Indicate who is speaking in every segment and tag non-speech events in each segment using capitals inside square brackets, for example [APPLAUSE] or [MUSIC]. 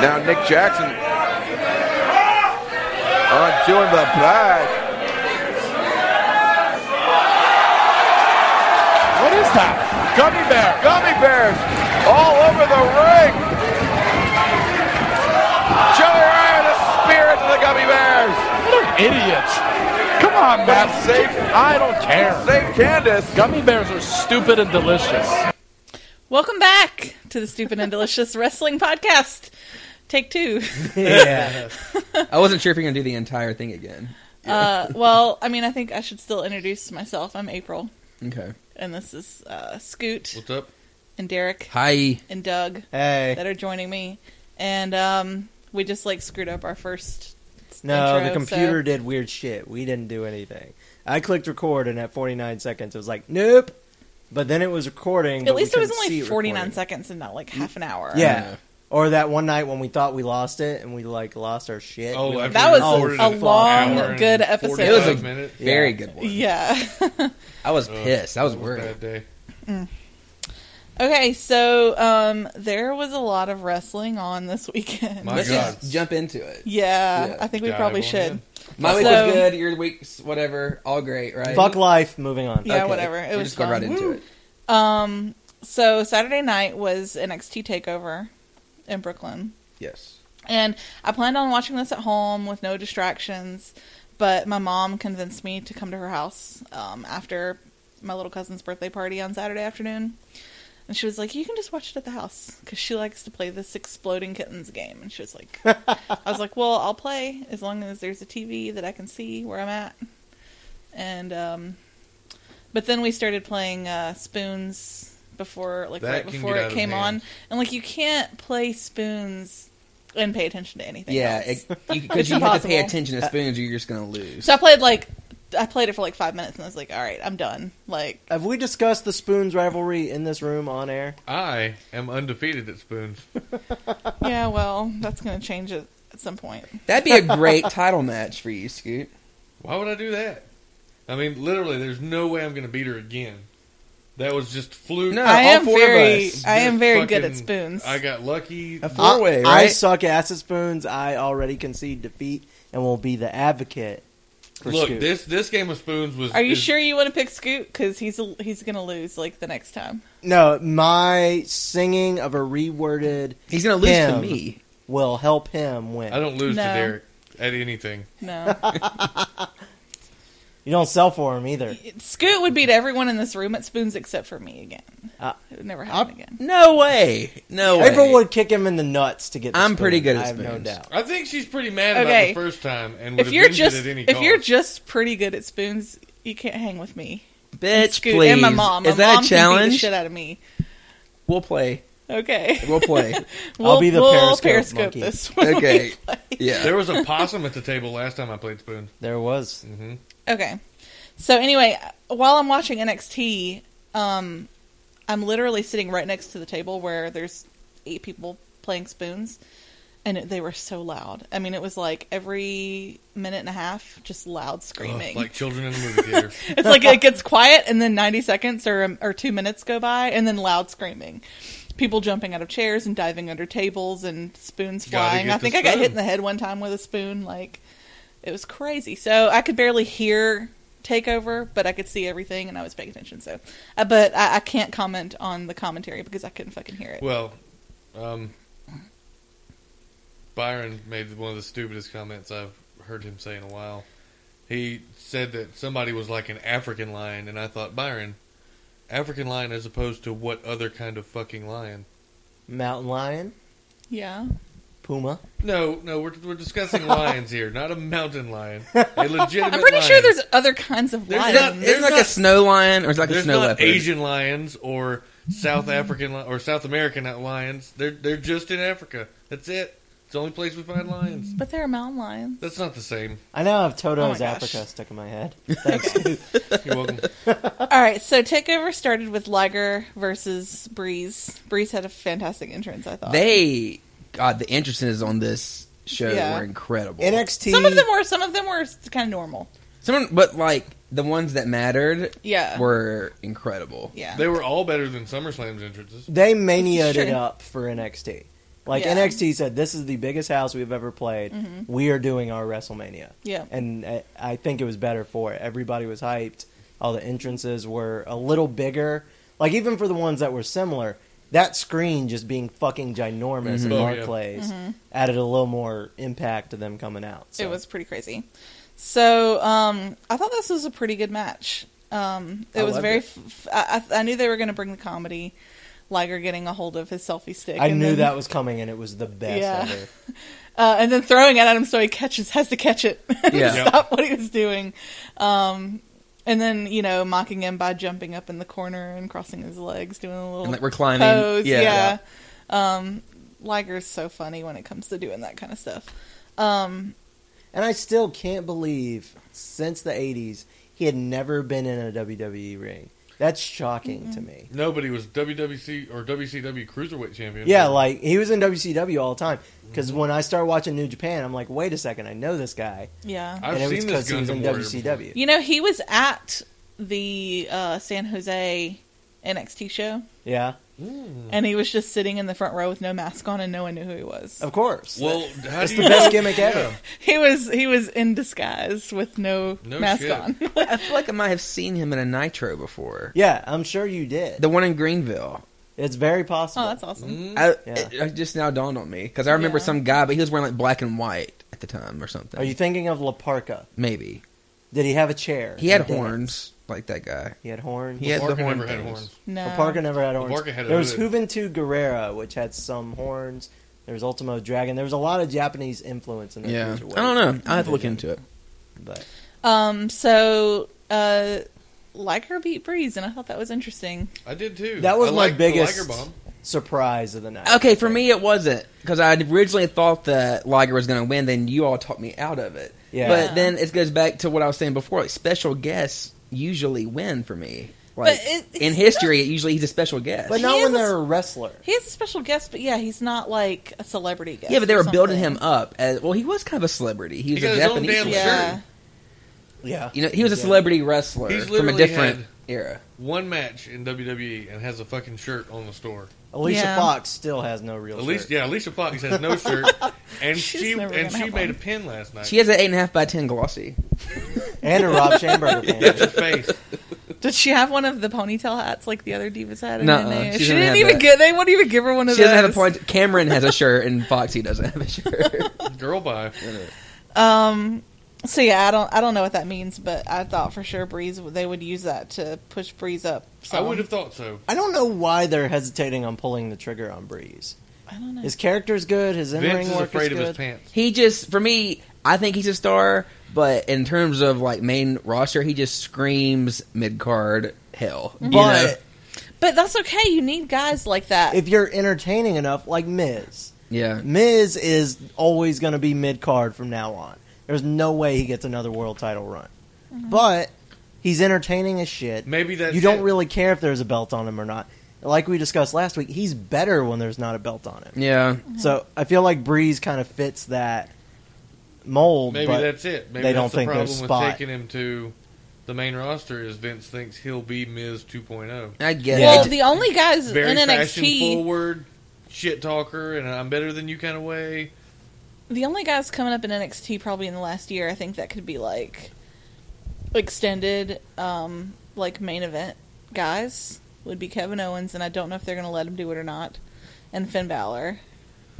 Speaker 1: Now Nick Jackson undoing the back.
Speaker 2: What is that? Gummy bear.
Speaker 1: Gummy bears all over the ring. Joey Ryan, the spirit of the gummy bears.
Speaker 2: What an idiot. Come on,
Speaker 1: But
Speaker 2: man.
Speaker 1: it's safe.
Speaker 2: I don't care.
Speaker 1: Save Candace.
Speaker 2: Gummy bears are stupid and delicious.
Speaker 3: Welcome back to the Stupid and Delicious Wrestling Podcast. Take
Speaker 4: [LAUGHS]
Speaker 3: two. [LAUGHS]
Speaker 4: Yeah. I wasn't sure if you're gonna do the entire thing again.
Speaker 3: Uh, well, I mean, I think I should still introduce myself. I'm April,
Speaker 4: Okay.
Speaker 3: and this is uh, Scoot
Speaker 5: What's up?
Speaker 3: and Derek
Speaker 4: Hi.
Speaker 3: and Doug
Speaker 4: Hey.
Speaker 3: that are joining me. And um, we just like screwed up our first.
Speaker 6: No,
Speaker 3: intro,
Speaker 6: the computer
Speaker 3: so-
Speaker 6: did weird shit. We didn't do anything. I clicked record, and at 49 seconds, it was like, nope. But then it was recording.
Speaker 3: At
Speaker 6: but we
Speaker 3: least it was
Speaker 6: couldn't see
Speaker 3: only 49
Speaker 6: recording.
Speaker 3: seconds and not like half an hour.
Speaker 6: Yeah. Or that one night when we thought we lost it, and we like lost our shit.
Speaker 5: Oh,
Speaker 6: We-
Speaker 5: after
Speaker 3: That was
Speaker 5: we recorded
Speaker 6: a
Speaker 5: it for an
Speaker 3: long,
Speaker 5: hour and
Speaker 3: good episode.
Speaker 5: 45
Speaker 4: It was a-
Speaker 5: minutes.
Speaker 4: Very good one.
Speaker 3: Yeah.
Speaker 4: I was
Speaker 5: Ugh,
Speaker 4: pissed. I was worried.
Speaker 5: bad day.
Speaker 3: okay, so um, there was a lot of wrestling on this [LAUGHS] weekend.
Speaker 5: My
Speaker 4: Let's
Speaker 5: God.
Speaker 4: just jump into it.
Speaker 3: Yeah,
Speaker 4: Yeah.
Speaker 3: I think we
Speaker 5: Dive
Speaker 3: probably
Speaker 5: on
Speaker 3: should.
Speaker 5: in.
Speaker 4: My week
Speaker 3: So-
Speaker 4: was good. Your week's whatever. All great, right?
Speaker 6: fuck life. Moving on.
Speaker 3: Yeah, whatever. It
Speaker 4: We're
Speaker 3: was
Speaker 4: just going
Speaker 3: fun.
Speaker 4: right into it.
Speaker 3: Um, so Saturday night was NXT Takeover in Brooklyn,
Speaker 4: Yes.
Speaker 3: and I planned on watching this at home with no distractions. But my mom convinced me to come to her house um, after my little cousin's birthday party on Saturday afternoon, and she was like, "You can just watch it at the house because she likes to play this exploding kittens game." And she was like,
Speaker 5: [LAUGHS]
Speaker 3: "I was like, well, I'll play as long as there's a TV that I can see where I'm at." And um, but then we started playing uh, spoons before, like
Speaker 5: That
Speaker 3: right
Speaker 5: can
Speaker 3: before
Speaker 5: get out
Speaker 3: it
Speaker 5: of
Speaker 3: came on,
Speaker 5: hand.
Speaker 3: and like you can't play spoons and pay attention to anything.
Speaker 4: Yeah,
Speaker 3: else.
Speaker 4: [LAUGHS] because
Speaker 3: It's
Speaker 4: you have to
Speaker 3: impossible.
Speaker 4: pay attention to spoons, or you're just gonna lose.
Speaker 3: so I played like I played it for like five minutes, and I was like, "All right, I'm done." Like,
Speaker 6: Have we discussed the spoons rivalry in this room on air?
Speaker 5: I am undefeated at spoons.
Speaker 3: yeah, well, that's gonna change it at some point.
Speaker 4: That'd be a great title match for you, Scoot.
Speaker 5: Why would I do that? I mean, literally, there's no way I'm going to beat her again. That was just fluke.
Speaker 4: No,
Speaker 3: I
Speaker 4: all
Speaker 3: am
Speaker 4: four of
Speaker 3: very,
Speaker 4: us.
Speaker 3: I am
Speaker 5: Just
Speaker 3: very good
Speaker 5: fucking-
Speaker 3: at spoons.
Speaker 5: I got lucky.
Speaker 4: A four way,
Speaker 6: I, I
Speaker 4: right?
Speaker 6: suck ass at spoons. I already concede defeat, and will be the advocate. For
Speaker 5: Look,
Speaker 6: Scoot.
Speaker 5: this this game of spoons was.
Speaker 3: Are you
Speaker 5: is-
Speaker 3: sure you want to pick Scoot? Because he's a, he's gonna lose like the next time.
Speaker 6: No, my singing of a reworded
Speaker 4: He's gonna lose to
Speaker 6: Him.
Speaker 4: me.
Speaker 6: will help him win.
Speaker 5: I don't lose
Speaker 3: No.
Speaker 5: to Derek at anything.
Speaker 3: No,
Speaker 5: [LAUGHS]
Speaker 6: You don't sell for him either.
Speaker 3: Scoot would beat everyone in this room at spoons except for me again.
Speaker 6: Uh,
Speaker 3: it would never happen again.
Speaker 4: No way. No way.
Speaker 6: April would kick him in the nuts to get. The
Speaker 4: I'm pretty
Speaker 6: spoon,
Speaker 4: good at
Speaker 6: I have no
Speaker 4: spoons.
Speaker 6: doubt.
Speaker 5: I think she's pretty mad
Speaker 3: Okay.
Speaker 5: about the first time and would
Speaker 3: If you're
Speaker 5: avenge
Speaker 3: just
Speaker 5: it at any
Speaker 3: if
Speaker 5: cost.
Speaker 3: you're just pretty good at spoons, you can't hang with me.
Speaker 4: Bitch,
Speaker 3: Scoot
Speaker 4: please.
Speaker 3: and my mom. My
Speaker 4: Is
Speaker 3: mom
Speaker 4: that a
Speaker 3: Can beat the
Speaker 4: challenge?
Speaker 3: shit out of me.
Speaker 4: We'll play.
Speaker 3: Okay.
Speaker 4: [LAUGHS]
Speaker 3: [LAUGHS]
Speaker 4: We'll play.
Speaker 3: We'll,
Speaker 6: be the
Speaker 3: we'll
Speaker 6: Periscope
Speaker 3: periscope
Speaker 6: monkey.
Speaker 3: this. when we [LAUGHS]
Speaker 4: okay.
Speaker 3: play.
Speaker 4: Yeah.
Speaker 5: There was a possum at the table last time I played spoon.
Speaker 6: There was.
Speaker 5: hmm
Speaker 3: Okay. So anyway, while I'm watching NXT, um, I'm literally sitting right next to the table where there's eight people playing spoons, and it, they were so loud. I mean, it was like every minute and a half, just loud screaming.
Speaker 5: like children in a movie theater.
Speaker 3: [LAUGHS] it's like it gets quiet, and then 90 seconds or um, or two minutes go by, and then loud screaming. People jumping out of chairs and diving under tables and spoons
Speaker 5: Gotta
Speaker 3: flying.
Speaker 5: get
Speaker 3: I
Speaker 5: the
Speaker 3: think I got hit
Speaker 5: spoon.
Speaker 3: in the head one time with a spoon. Like it was crazy. So I could barely hear takeover, but I could see everything and I was paying attention. So, uh, but I, I can't comment on the commentary because I couldn't fucking hear it.
Speaker 5: Well, um, Byron made one of the stupidest comments I've heard him say in a while. He said that somebody was like an African lion, and I thought, Byron, African lion as opposed to what other kind of fucking lion?
Speaker 6: Mountain lion,
Speaker 3: yeah.
Speaker 6: puma.
Speaker 5: No, no, we're, we're discussing [LAUGHS] lions here, not a mountain lion. A
Speaker 3: [LAUGHS]
Speaker 5: legitimate
Speaker 3: I'm pretty
Speaker 5: lion.
Speaker 3: sure there's other kinds of
Speaker 5: There's
Speaker 3: lions.
Speaker 5: not-
Speaker 4: Isn't it like a
Speaker 5: not-
Speaker 4: snow lion or is it like a
Speaker 5: There's
Speaker 4: snow
Speaker 5: not
Speaker 4: leopard?
Speaker 5: Asian lions or South African li- or South American lions. They're they're just in Africa. That's it. It's the only place we find lions.
Speaker 3: but there are mountain lions.
Speaker 5: That's not the same.
Speaker 6: I now have
Speaker 3: Oh my
Speaker 6: Toto's
Speaker 3: gosh.
Speaker 6: Africa stuck in my head. Thanks. [LAUGHS]
Speaker 5: You're welcome.
Speaker 3: All right, so Takeover started with Liger versus Breeze. Breeze had a fantastic entrance, I thought.
Speaker 4: Uh, They God, the entrances on this show
Speaker 3: Yeah.
Speaker 4: were incredible.
Speaker 6: NXT.
Speaker 3: some of them were some of them were kind of normal.
Speaker 4: Someone but like the ones that mattered
Speaker 3: Yeah.
Speaker 4: were incredible.
Speaker 3: yeah.
Speaker 5: They were all better than SummerSlam's entrances.
Speaker 6: They maniaed
Speaker 3: Sure.
Speaker 6: it up for NXT. Like
Speaker 3: Yeah. Mm-hmm.
Speaker 6: NXT said, this is the biggest house we've ever played. We are doing our WrestleMania.
Speaker 3: Yeah.
Speaker 6: and I, I think it was better for it. Everybody was hyped. All the entrances were a little bigger. Like even for the ones that were similar, that screen just being fucking ginormous in
Speaker 5: Oh,
Speaker 6: our
Speaker 5: yeah.
Speaker 6: place added a little more impact to them coming out. So.
Speaker 3: Mm-hmm. It was pretty crazy. So um, I thought this was a pretty good match. Um, it
Speaker 6: I
Speaker 3: was
Speaker 6: loved
Speaker 3: very.
Speaker 6: it.
Speaker 3: F- I, I I knew they were going to bring the comedy, Liger getting a hold of his selfie stick.
Speaker 6: I
Speaker 3: and
Speaker 6: knew
Speaker 3: then,
Speaker 6: that was coming, and it was the best
Speaker 3: Yeah. [LAUGHS]
Speaker 6: ever.
Speaker 3: uh, and then throwing it at him so he catches has to catch it. [LAUGHS]
Speaker 4: Yeah.
Speaker 5: Yep.
Speaker 3: Stop what he was doing. Um, and then you know mocking him by jumping up in the corner and crossing his legs, doing a little
Speaker 4: And, like, reclining.
Speaker 3: pose.
Speaker 4: Yeah.
Speaker 3: yeah. Um, Liger's so funny when it comes to doing that kind of stuff. Um,
Speaker 6: And I still can't believe since the '80s he had never been in a WWE ring. That's shocking to me.
Speaker 5: Nobody was WWC or WCW Cruiserweight Champion.
Speaker 6: Yeah, like he was in WCW all the time.
Speaker 3: Mm-hmm.
Speaker 6: Because when I started watching New Japan, I'm like, wait a second, I know this guy,
Speaker 3: yeah.
Speaker 5: I've
Speaker 6: and it was
Speaker 5: seen this
Speaker 6: he was
Speaker 5: Gundam
Speaker 6: in
Speaker 5: Warrior
Speaker 6: WCW.
Speaker 3: You know, he was at the uh, San Jose NXT show,
Speaker 6: Yeah,
Speaker 5: Hmm.
Speaker 3: and he was just sitting in the front row with no mask on, and no one knew who he was.
Speaker 4: Oh.
Speaker 6: of course.
Speaker 5: Well, how
Speaker 6: That's
Speaker 5: do
Speaker 6: the
Speaker 5: you
Speaker 6: best
Speaker 5: know-
Speaker 6: gimmick ever.
Speaker 5: Yeah.
Speaker 3: He was he was in disguise with no,
Speaker 5: No
Speaker 3: mask
Speaker 5: shit.
Speaker 3: on. [LAUGHS] Oh,
Speaker 4: I feel like I might have seen him in a Nitro before.
Speaker 6: Yeah, I'm sure you did.
Speaker 4: The one in Greenville.
Speaker 6: It's very possible.
Speaker 3: Oh, that's awesome.
Speaker 4: I,
Speaker 6: Yeah.
Speaker 4: it, it just now dawned on me because I remember
Speaker 3: Yeah. Oh,
Speaker 4: some guy, but he was wearing like black and white at the time or something.
Speaker 6: Are you thinking of Laparca?
Speaker 4: Maybe
Speaker 6: Did he have a chair?
Speaker 4: he had
Speaker 6: He didn't.
Speaker 4: horns like that guy.
Speaker 6: He had horns.
Speaker 4: He had
Speaker 5: Parker
Speaker 4: the horn
Speaker 5: never Hmm? had
Speaker 4: things.
Speaker 5: horns.
Speaker 3: No,
Speaker 6: Laparca never had horns.
Speaker 5: Laparca had a
Speaker 6: there was
Speaker 5: hood.
Speaker 6: Juventud Guerrera, which had some horns. There was Ultimo Dragon. There was a lot of Japanese influence in the
Speaker 4: Yeah,
Speaker 6: cruiserweight
Speaker 4: I don't know. I will have to look
Speaker 6: division.
Speaker 4: into it.
Speaker 6: But
Speaker 3: Um, so uh, Liger beat Breeze, and I thought that was interesting.
Speaker 5: I did too.
Speaker 6: That was
Speaker 5: I
Speaker 6: my
Speaker 5: liked the
Speaker 6: biggest-
Speaker 5: Liger Bomb.
Speaker 6: surprise of the night.
Speaker 4: Okay, for me it wasn't because I originally thought that Liger was going to win. Then you all talked me out of it.
Speaker 6: Yeah.
Speaker 4: But then it goes back to what I was saying before. Like special guests usually win for me. Like
Speaker 3: it- it's
Speaker 4: in history, it usually he's a special guest.
Speaker 6: but not
Speaker 3: He
Speaker 6: when
Speaker 3: is a-
Speaker 6: they're a wrestler.
Speaker 3: He is a special guest, but yeah, he's not like a celebrity guest.
Speaker 4: yeah, but they
Speaker 3: or
Speaker 4: were building
Speaker 3: something.
Speaker 4: him up as well. He was kind of a celebrity. He was
Speaker 5: He got
Speaker 4: a
Speaker 5: his own
Speaker 4: Japanese.
Speaker 5: damn
Speaker 3: Yeah,
Speaker 4: wrestler.
Speaker 6: Yeah,
Speaker 4: You know, he was a
Speaker 6: Yeah.
Speaker 4: celebrity wrestler
Speaker 5: He's
Speaker 4: from a
Speaker 5: literally
Speaker 4: different
Speaker 5: had-
Speaker 4: era.
Speaker 5: One match in WWE and has a fucking shirt on the store.
Speaker 6: Alicia
Speaker 3: Yeah.
Speaker 6: Fox still has no real.
Speaker 5: At least,
Speaker 6: shirt.
Speaker 5: yeah, Alicia Fox has
Speaker 6: [LAUGHS]
Speaker 5: no shirt, and
Speaker 3: She's
Speaker 5: she
Speaker 3: never
Speaker 5: and
Speaker 3: gonna
Speaker 5: she
Speaker 3: have
Speaker 5: made
Speaker 3: one.
Speaker 5: a pin last night.
Speaker 4: She has an eight and a half by ten glossy.
Speaker 6: and a
Speaker 5: [LAUGHS]
Speaker 6: Rob Schamberger fan.
Speaker 5: That's her face.
Speaker 3: did she have one of the ponytail hats like the other divas had? And then
Speaker 4: Nuh-uh,
Speaker 3: they-
Speaker 4: she
Speaker 3: she
Speaker 4: doesn't
Speaker 3: didn't
Speaker 4: have
Speaker 3: even
Speaker 4: that.
Speaker 3: get. They wouldn't even give her one of
Speaker 4: She doesn't have a
Speaker 3: those.
Speaker 4: point. Cameron has a shirt, and Foxy doesn't have
Speaker 3: [LAUGHS]
Speaker 4: a shirt.
Speaker 5: Girl, bye.
Speaker 3: Um. So yeah, I don't I don't know what that means, but I thought for sure Breeze they would use that to push Breeze up. So
Speaker 5: I would have thought so.
Speaker 6: I don't know why they're hesitating on pulling the trigger on Breeze.
Speaker 3: I don't know.
Speaker 6: His character's good. His
Speaker 5: Vince
Speaker 6: in-ring
Speaker 5: is
Speaker 6: work
Speaker 5: afraid
Speaker 6: is
Speaker 5: of
Speaker 6: good.
Speaker 5: his pants.
Speaker 4: he just, for me, I think he's a star, but in terms of like main roster, he just screams mid card hell. You
Speaker 6: But
Speaker 4: know?
Speaker 3: But that's okay. You need guys like that.
Speaker 6: if you're entertaining enough, like Miz,
Speaker 4: yeah,
Speaker 6: Miz is always going to be mid card from now on. There's no way he gets another world title run. But he's entertaining as shit.
Speaker 5: Maybe that's
Speaker 6: you don't
Speaker 5: it.
Speaker 6: really care if there's a belt on him or not. Like we discussed last week, he's better when there's not a belt on him.
Speaker 4: yeah,
Speaker 6: So I feel like Breeze kind of fits that mold.
Speaker 5: Maybe
Speaker 6: but
Speaker 5: that's it. Maybe
Speaker 6: they
Speaker 5: that's
Speaker 6: don't
Speaker 5: the
Speaker 6: think
Speaker 5: problem
Speaker 6: there's spot.
Speaker 5: with taking him to the main roster is Vince thinks he'll be Miz 2.0.
Speaker 4: I get
Speaker 3: well,
Speaker 4: it.
Speaker 3: the only guys
Speaker 5: Very
Speaker 3: in
Speaker 5: fashion
Speaker 3: NXT,
Speaker 5: forward, shit talker, and I'm better than you kind of way.
Speaker 3: the only guys coming up in NXT probably in the last year, I think that could be like extended, um, like main event guys would be Kevin Owens, and I don't know if they're going to let him do it or not, and Finn Balor.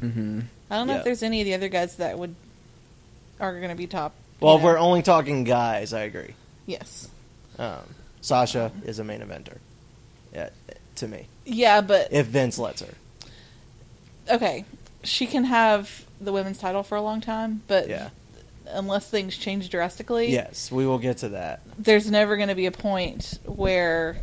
Speaker 4: Mhm.
Speaker 3: I don't know
Speaker 6: Yeah.
Speaker 3: if there's any of the other guys that would are going to be top. you
Speaker 6: well, if
Speaker 3: know.
Speaker 6: we're only talking guys, I agree.
Speaker 3: yes,
Speaker 6: Um, Sasha is a main eventer, yeah, to me.
Speaker 3: yeah, but
Speaker 6: If Vince lets her,
Speaker 3: okay, she can have the women's title for a long time, but
Speaker 6: yeah,
Speaker 3: unless things change drastically,
Speaker 6: yes, we will get to that.
Speaker 3: there's never going to be a point where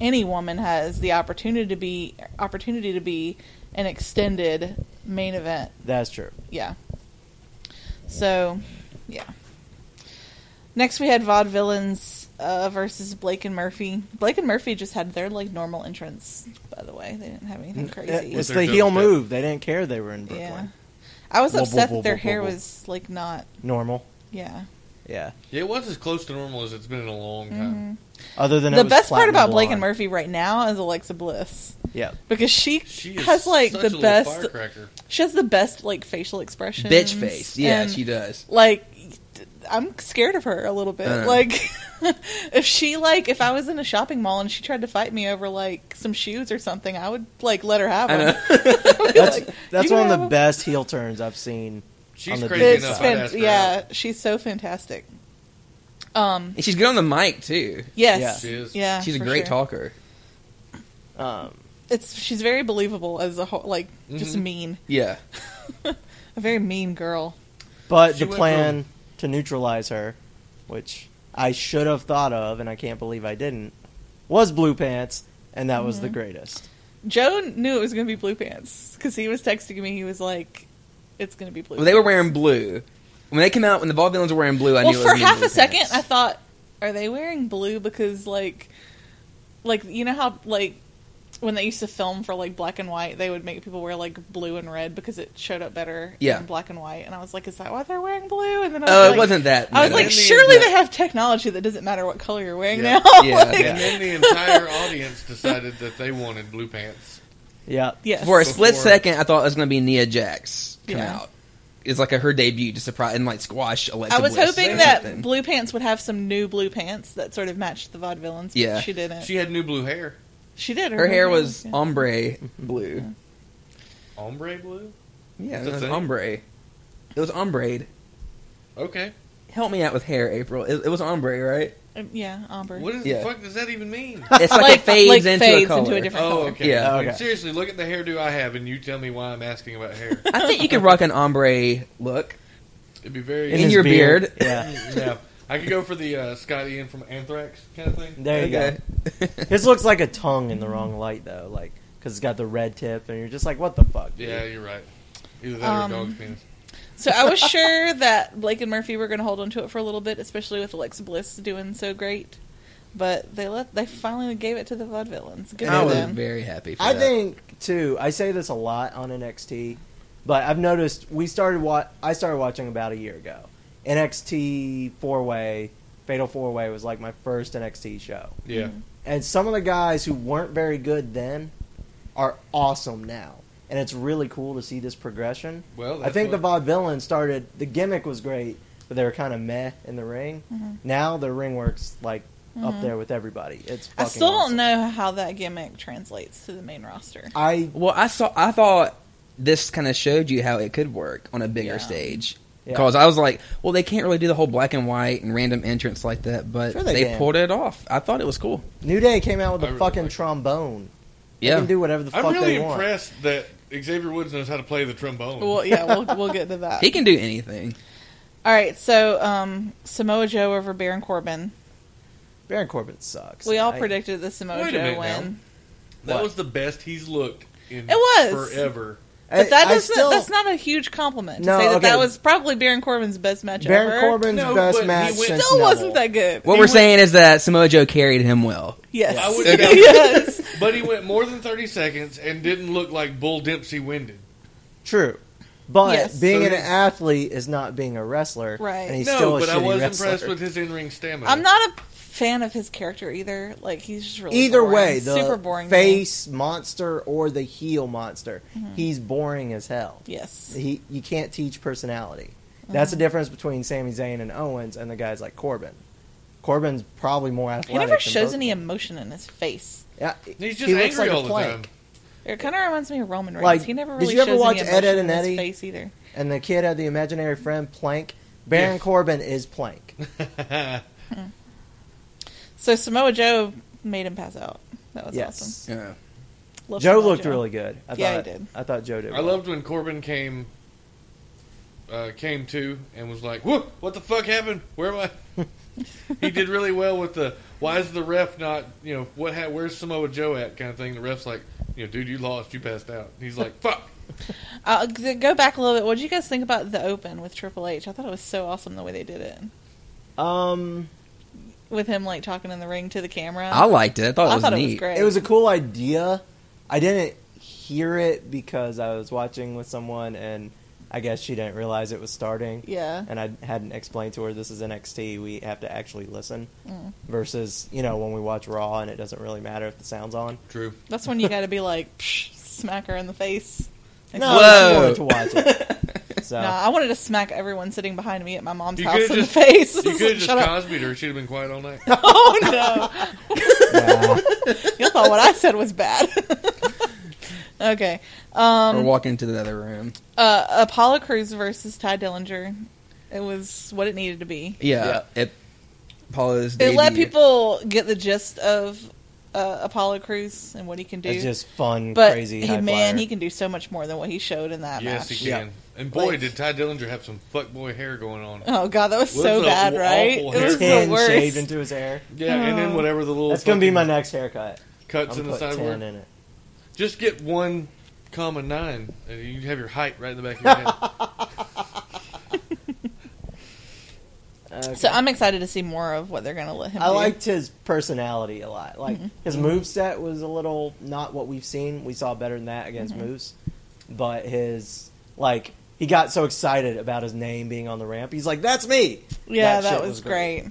Speaker 3: any woman has the opportunity to be opportunity to be an extended main event.
Speaker 6: That's true.
Speaker 3: Yeah. So, yeah. Next, we had Vaude Villains uh, versus Blake and Murphy. Blake and Murphy just had their like normal entrance. By the way, they didn't have anything
Speaker 6: Mm,
Speaker 3: crazy.
Speaker 6: uh, It's
Speaker 5: With their
Speaker 6: the heel
Speaker 5: dubstep.
Speaker 6: move. They didn't care they were in Brooklyn.
Speaker 3: yeah. I was
Speaker 6: Wobble,
Speaker 3: upset that
Speaker 6: wobble,
Speaker 3: their
Speaker 6: wobble,
Speaker 3: hair
Speaker 6: wobble.
Speaker 3: was like not.
Speaker 6: Normal.
Speaker 3: Yeah.
Speaker 6: Yeah.
Speaker 5: Yeah, it was as close to normal as it's been in a long
Speaker 3: Mm-hmm.
Speaker 5: time.
Speaker 6: Other than it
Speaker 3: the
Speaker 6: was
Speaker 3: best part
Speaker 6: platinum
Speaker 3: about Blake and
Speaker 6: blonde.
Speaker 3: Murphy right now is Alexa Bliss
Speaker 6: Yeah.
Speaker 3: because she,
Speaker 5: She is
Speaker 3: has like
Speaker 5: such a
Speaker 3: the
Speaker 5: little
Speaker 3: best.
Speaker 5: firecracker.
Speaker 3: She has the best like facial expression.
Speaker 4: Bitch face. Yeah,
Speaker 3: and,
Speaker 4: she does.
Speaker 3: Like, I'm scared of her a little bit.
Speaker 4: Uh.
Speaker 3: Like, [LAUGHS] if she like if I was in a shopping mall and she tried to fight me over like some shoes or something, I would like let her have
Speaker 4: I
Speaker 3: them. [LAUGHS]
Speaker 4: know. [LAUGHS]
Speaker 6: That's
Speaker 3: Like,
Speaker 6: that's
Speaker 3: you
Speaker 6: one of
Speaker 3: know.
Speaker 6: the best heel turns I've seen.
Speaker 5: She's
Speaker 6: the
Speaker 5: crazy
Speaker 6: big
Speaker 3: It's
Speaker 5: enough.
Speaker 6: side.
Speaker 5: I'd
Speaker 3: fan-
Speaker 5: ask her
Speaker 3: yeah, she's so fantastic. Um.
Speaker 4: And she's good on the mic too.
Speaker 6: Yeah.
Speaker 3: Yes.
Speaker 5: She is.
Speaker 3: Yeah.
Speaker 4: she's a
Speaker 3: for sure.
Speaker 4: great talker.
Speaker 6: Um,
Speaker 3: It's she's very believable as a whole, like just
Speaker 4: Mm-hmm.
Speaker 3: mean,
Speaker 4: Yeah.
Speaker 3: a very mean girl.
Speaker 6: but
Speaker 5: She
Speaker 6: the
Speaker 5: went
Speaker 6: plan to neutralize her, which I should have thought of, and I can't believe I didn't, was Blue Pants, and that was the
Speaker 3: Mm-hmm.
Speaker 6: greatest.
Speaker 3: Joe knew it was going to be blue pants because he was texting me. He was like, "It's going to be blue."
Speaker 4: Well, they were
Speaker 3: pants."
Speaker 4: wearing blue. When they came out, when the ball villains were wearing blue, I
Speaker 3: well,
Speaker 4: knew. it
Speaker 3: for
Speaker 4: was gonna be
Speaker 3: half a
Speaker 4: blue
Speaker 3: second,
Speaker 4: pants.
Speaker 3: I thought, "Are they wearing blue?" Because like, like you know how like when they used to film for like black and white, they would make people wear like blue and red because it showed up better
Speaker 4: Yeah.
Speaker 3: in black and white. And I was like, "Is that why they're wearing blue?" And then I was
Speaker 4: Oh,
Speaker 3: like,
Speaker 4: it wasn't that.
Speaker 3: I was
Speaker 4: no.
Speaker 3: like,
Speaker 5: the
Speaker 3: surely
Speaker 5: end-
Speaker 3: they have technology that doesn't matter what color you're wearing
Speaker 5: Yeah.
Speaker 3: now. [LAUGHS]
Speaker 4: Yeah.
Speaker 3: Like,
Speaker 5: And then the entire [LAUGHS] audience decided that they wanted blue pants.
Speaker 6: Yeah.
Speaker 3: Yes.
Speaker 4: for a split
Speaker 5: Before-
Speaker 4: second, I thought it was going to be Nia Jax come
Speaker 3: Yeah.
Speaker 4: out. It's like a, her debut to surprise and like squash Alexa.
Speaker 3: I was
Speaker 4: Bliss
Speaker 3: hoping
Speaker 4: or
Speaker 3: that
Speaker 4: something.
Speaker 3: blue pants would have some new blue pants that sort of matched the vaudevillains. But
Speaker 4: Yeah.
Speaker 3: she didn't.
Speaker 5: She had new blue hair.
Speaker 3: She did.
Speaker 4: her hair was um
Speaker 3: yeah.
Speaker 4: ombre blue.
Speaker 5: Ombre blue?
Speaker 4: Yeah,
Speaker 5: Is
Speaker 4: it
Speaker 5: that
Speaker 4: was
Speaker 5: thing?
Speaker 4: ombre. It was ombre.
Speaker 5: Okay.
Speaker 4: Help me out with hair, April. It, it was ombre,
Speaker 3: [LAUGHS]
Speaker 4: right?
Speaker 3: Um, yeah, ombre.
Speaker 5: What does
Speaker 4: Yeah.
Speaker 5: the fuck does that even mean?
Speaker 4: It's like, it fades
Speaker 3: like,
Speaker 4: into
Speaker 3: fades
Speaker 4: a color.
Speaker 3: into a different
Speaker 5: Oh,
Speaker 3: color.
Speaker 5: okay.
Speaker 4: Yeah.
Speaker 5: Like,
Speaker 6: Okay.
Speaker 5: Seriously, look at the hairdo I have, and you tell me why I'm asking about hair.
Speaker 4: I think
Speaker 3: [LAUGHS]
Speaker 4: you could rock an ombre look.
Speaker 5: It'd be very.
Speaker 4: In
Speaker 6: his
Speaker 4: your beard.
Speaker 6: Yeah. [LAUGHS]
Speaker 5: yeah, I could go for the uh, Scott Ian from Anthrax kind of thing.
Speaker 6: There you go.
Speaker 4: Okay.
Speaker 6: His looks like a tongue in the wrong light, though, like because it's got the red tip, and you're just like, what the fuck? dude?
Speaker 5: Yeah, you're right. Either that
Speaker 3: Um,
Speaker 5: or dog's penis.
Speaker 3: So I was sure that Blake and Murphy were going to hold onto it for a little bit, especially with Alexa Bliss doing so great. But they let they finally gave it to the vaudevillains. Good
Speaker 4: I
Speaker 3: for
Speaker 4: was
Speaker 3: them.
Speaker 4: very happy. For
Speaker 6: I
Speaker 4: that.
Speaker 6: think too. I say this a lot on NXT, but I've noticed we started wa- I started watching about a year ago. NXT four way, Fatal Four Way was like my first NXT show,
Speaker 5: Yeah,
Speaker 6: and some of the guys who weren't very good then are awesome now, and it's really cool to see this progression.
Speaker 5: Well,
Speaker 6: I
Speaker 5: that's
Speaker 6: think the
Speaker 5: what-
Speaker 6: vaudevillain started. The gimmick was great, but they were kind of meh in the ring.
Speaker 3: Mm-hmm.
Speaker 6: Now their ring works like up there with everybody. It's
Speaker 3: I
Speaker 6: fucking
Speaker 3: still don't
Speaker 6: awesome.
Speaker 3: know how that gimmick translates to the main roster.
Speaker 6: I
Speaker 4: Well, I saw. I thought this kind of showed you how it could work on a bigger
Speaker 3: Yeah.
Speaker 4: stage.
Speaker 6: Yeah.
Speaker 4: Because I was like, well, they can't really do the whole black and white and random entrance like that, but
Speaker 6: Sure they
Speaker 4: they,
Speaker 6: can.
Speaker 4: pulled it off. I thought it was cool.
Speaker 6: New Day came out with a
Speaker 5: I really
Speaker 6: fucking
Speaker 5: like it.
Speaker 6: trombone. They
Speaker 4: Yeah,
Speaker 6: can do whatever the fuck
Speaker 5: I'm really
Speaker 6: they want.
Speaker 5: impressed that Xavier Woods knows how to play the trombone.
Speaker 3: Well, yeah, we'll we'll get to that.
Speaker 4: he can do anything.
Speaker 3: All right, so um, Samoa Joe over Baron Corbin.
Speaker 6: Baron Corbin sucks.
Speaker 3: We all
Speaker 6: I-
Speaker 3: predicted the
Speaker 5: Wait
Speaker 3: Samoa
Speaker 5: a
Speaker 3: Joe
Speaker 5: minute
Speaker 3: win.
Speaker 5: now. that
Speaker 6: What?
Speaker 5: was the best he's looked in
Speaker 3: It was.
Speaker 5: forever.
Speaker 6: I-
Speaker 3: But that
Speaker 6: I
Speaker 3: doesn't,
Speaker 6: still-
Speaker 3: that's not a huge compliment. To
Speaker 6: No,
Speaker 3: say that
Speaker 6: okay.
Speaker 3: that was probably Baron Corbin's best match
Speaker 6: Baron
Speaker 3: ever.
Speaker 6: Corbin's
Speaker 5: No, but
Speaker 6: best
Speaker 5: he
Speaker 6: match
Speaker 5: went-
Speaker 6: since
Speaker 3: still wasn't that
Speaker 6: Neville.
Speaker 3: good.
Speaker 4: What
Speaker 5: He
Speaker 4: we're
Speaker 5: went-
Speaker 4: saying is that Samoa Joe carried him well.
Speaker 3: Yes. [LAUGHS]
Speaker 5: I
Speaker 4: [LAUGHS]
Speaker 5: would-
Speaker 3: yes.
Speaker 5: But he went more than 30 seconds and didn't look like Bull Dempsey winded.
Speaker 6: True, but
Speaker 3: Yes.
Speaker 6: being
Speaker 5: So
Speaker 6: an
Speaker 5: he's-
Speaker 6: athlete is not being a wrestler.
Speaker 3: Right.
Speaker 6: And he's still
Speaker 5: no,
Speaker 6: a
Speaker 5: but I
Speaker 6: shitty
Speaker 5: was
Speaker 6: wrestler.
Speaker 5: impressed with his in-ring stamina.
Speaker 3: I'm not a fan of his character either. Like he's just really
Speaker 6: Either
Speaker 3: boring.
Speaker 6: way, the
Speaker 3: super boring to me.
Speaker 6: face monster or the heel monster, he's boring as hell.
Speaker 3: Mm-hmm. Yes. Mm-hmm.
Speaker 6: He you can't teach personality. That's the difference between Sami Zayn and Owens and the guys like Corbin. Corbin's probably more athletic.
Speaker 3: He never
Speaker 6: than
Speaker 3: shows
Speaker 6: both
Speaker 3: any
Speaker 6: of them.
Speaker 3: emotion in his face.
Speaker 6: Yeah,
Speaker 5: He's just
Speaker 6: he
Speaker 5: angry
Speaker 6: looks like a
Speaker 5: all the
Speaker 6: plank.
Speaker 5: time.
Speaker 3: It kind of reminds me of Roman Reigns.
Speaker 6: Like,
Speaker 3: he never
Speaker 6: did
Speaker 3: really
Speaker 6: you ever
Speaker 3: shows
Speaker 6: watch
Speaker 3: any
Speaker 6: Ed, Ed,
Speaker 3: emotion in
Speaker 6: and Eddie?
Speaker 3: his face either.
Speaker 6: and the kid had the imaginary friend Plank. Baron
Speaker 5: Yes.
Speaker 6: Corbin is Plank.
Speaker 3: So Samoa Joe made him pass out. That was
Speaker 6: yes,
Speaker 4: Yeah.
Speaker 3: awesome. Love
Speaker 6: Joe
Speaker 3: Samoa
Speaker 6: looked really good. I
Speaker 3: Yeah, he
Speaker 6: thought,
Speaker 3: did.
Speaker 6: I thought Joe did.
Speaker 5: I
Speaker 6: well.
Speaker 5: loved when Corbin came uh, came to and was like, "Whoa, what the fuck happened? Where am
Speaker 6: [LAUGHS]
Speaker 5: I?" he did really well with the "Why is the ref not? You know what? Ha- where's Samoa Joe at?" kind of thing. The ref's like, "You know, dude, you lost. You passed out." He's like,
Speaker 6: [LAUGHS]
Speaker 5: "Fuck."
Speaker 3: Uh, g- go back a little bit. What did you guys think about the open with Triple H? I thought it was so awesome the way they did it
Speaker 6: Um,
Speaker 3: with him like talking in the ring to the camera.
Speaker 4: I liked it. I thought it
Speaker 3: I
Speaker 4: was
Speaker 3: thought
Speaker 4: neat.
Speaker 3: it was great.
Speaker 6: it was a cool idea. I didn't hear it because I was watching with someone, and I guess she didn't realize it was starting.
Speaker 3: Yeah.
Speaker 6: And I hadn't explained to her this is NXT. We have to actually listen.
Speaker 3: Mm.
Speaker 6: Versus, you know, when we watch Raw and it doesn't really matter if the sound's on. [LAUGHS]
Speaker 5: True.
Speaker 3: That's when you got to be like, Psh, smack her in the face. Like,
Speaker 6: No,
Speaker 4: Whoa.
Speaker 6: it's more to watch
Speaker 3: [LAUGHS]
Speaker 6: it. So
Speaker 3: Nah, I wanted to smack everyone sitting behind me at my mom's
Speaker 5: You
Speaker 3: house
Speaker 5: could've
Speaker 3: in the
Speaker 5: just-
Speaker 3: face. [LAUGHS]
Speaker 5: You could have just
Speaker 3: Shut up.
Speaker 5: Cosby'd her. She'd have been quiet
Speaker 6: [LAUGHS]
Speaker 5: all night.
Speaker 3: [LAUGHS]
Speaker 5: [LAUGHS]
Speaker 3: Oh no!
Speaker 6: yeah.
Speaker 3: you thought what I said was bad. [LAUGHS] okay. Um,
Speaker 4: We're walking into the other room.
Speaker 3: Uh, Apollo Cruz versus Ty Dillinger. It was what it needed to be.
Speaker 4: Yeah, it Paula's.
Speaker 3: It let
Speaker 4: debut.
Speaker 3: people get the gist of uh, Apollo Cruz and what he can do.
Speaker 6: it's just fun,
Speaker 3: but
Speaker 6: crazy.
Speaker 3: he-
Speaker 6: high
Speaker 3: man,
Speaker 6: flyer.
Speaker 3: he can do so much more than what he showed in that
Speaker 5: yes, he
Speaker 3: match.
Speaker 5: can.
Speaker 4: Yeah.
Speaker 5: And boy,
Speaker 3: Like-
Speaker 5: did Ty Dillinger have some fuckboy hair going
Speaker 6: [LAUGHS]
Speaker 5: on.
Speaker 3: Oh god, that was
Speaker 5: Well,
Speaker 3: so
Speaker 5: it's a
Speaker 3: bad,
Speaker 5: awful
Speaker 3: right? It
Speaker 5: hair
Speaker 3: was the
Speaker 6: Tin shaved
Speaker 3: worst.
Speaker 6: into his hair.
Speaker 5: Yeah, and then whatever the little
Speaker 6: That's gonna be
Speaker 5: fucking
Speaker 6: my next haircut.
Speaker 5: cuts
Speaker 6: I'm
Speaker 5: in the
Speaker 6: putting tin
Speaker 5: sideboard.
Speaker 6: in it.
Speaker 5: Just get one comma nine, and you have your height right in the
Speaker 6: [LAUGHS]
Speaker 5: back of your head.
Speaker 6: Okay.
Speaker 3: So I'm excited to see more of what they're going to let him
Speaker 6: I
Speaker 3: do.
Speaker 6: liked his personality a lot. Like
Speaker 3: Mm-hmm.
Speaker 6: his
Speaker 5: Mm-hmm.
Speaker 6: move set was a little not what we've seen. We saw better than that against
Speaker 3: Mm-hmm.
Speaker 6: Moose, but his like he got so excited about his name being on the ramp. He's like, "That's me."
Speaker 3: yeah,
Speaker 6: That shit
Speaker 3: that, was, great.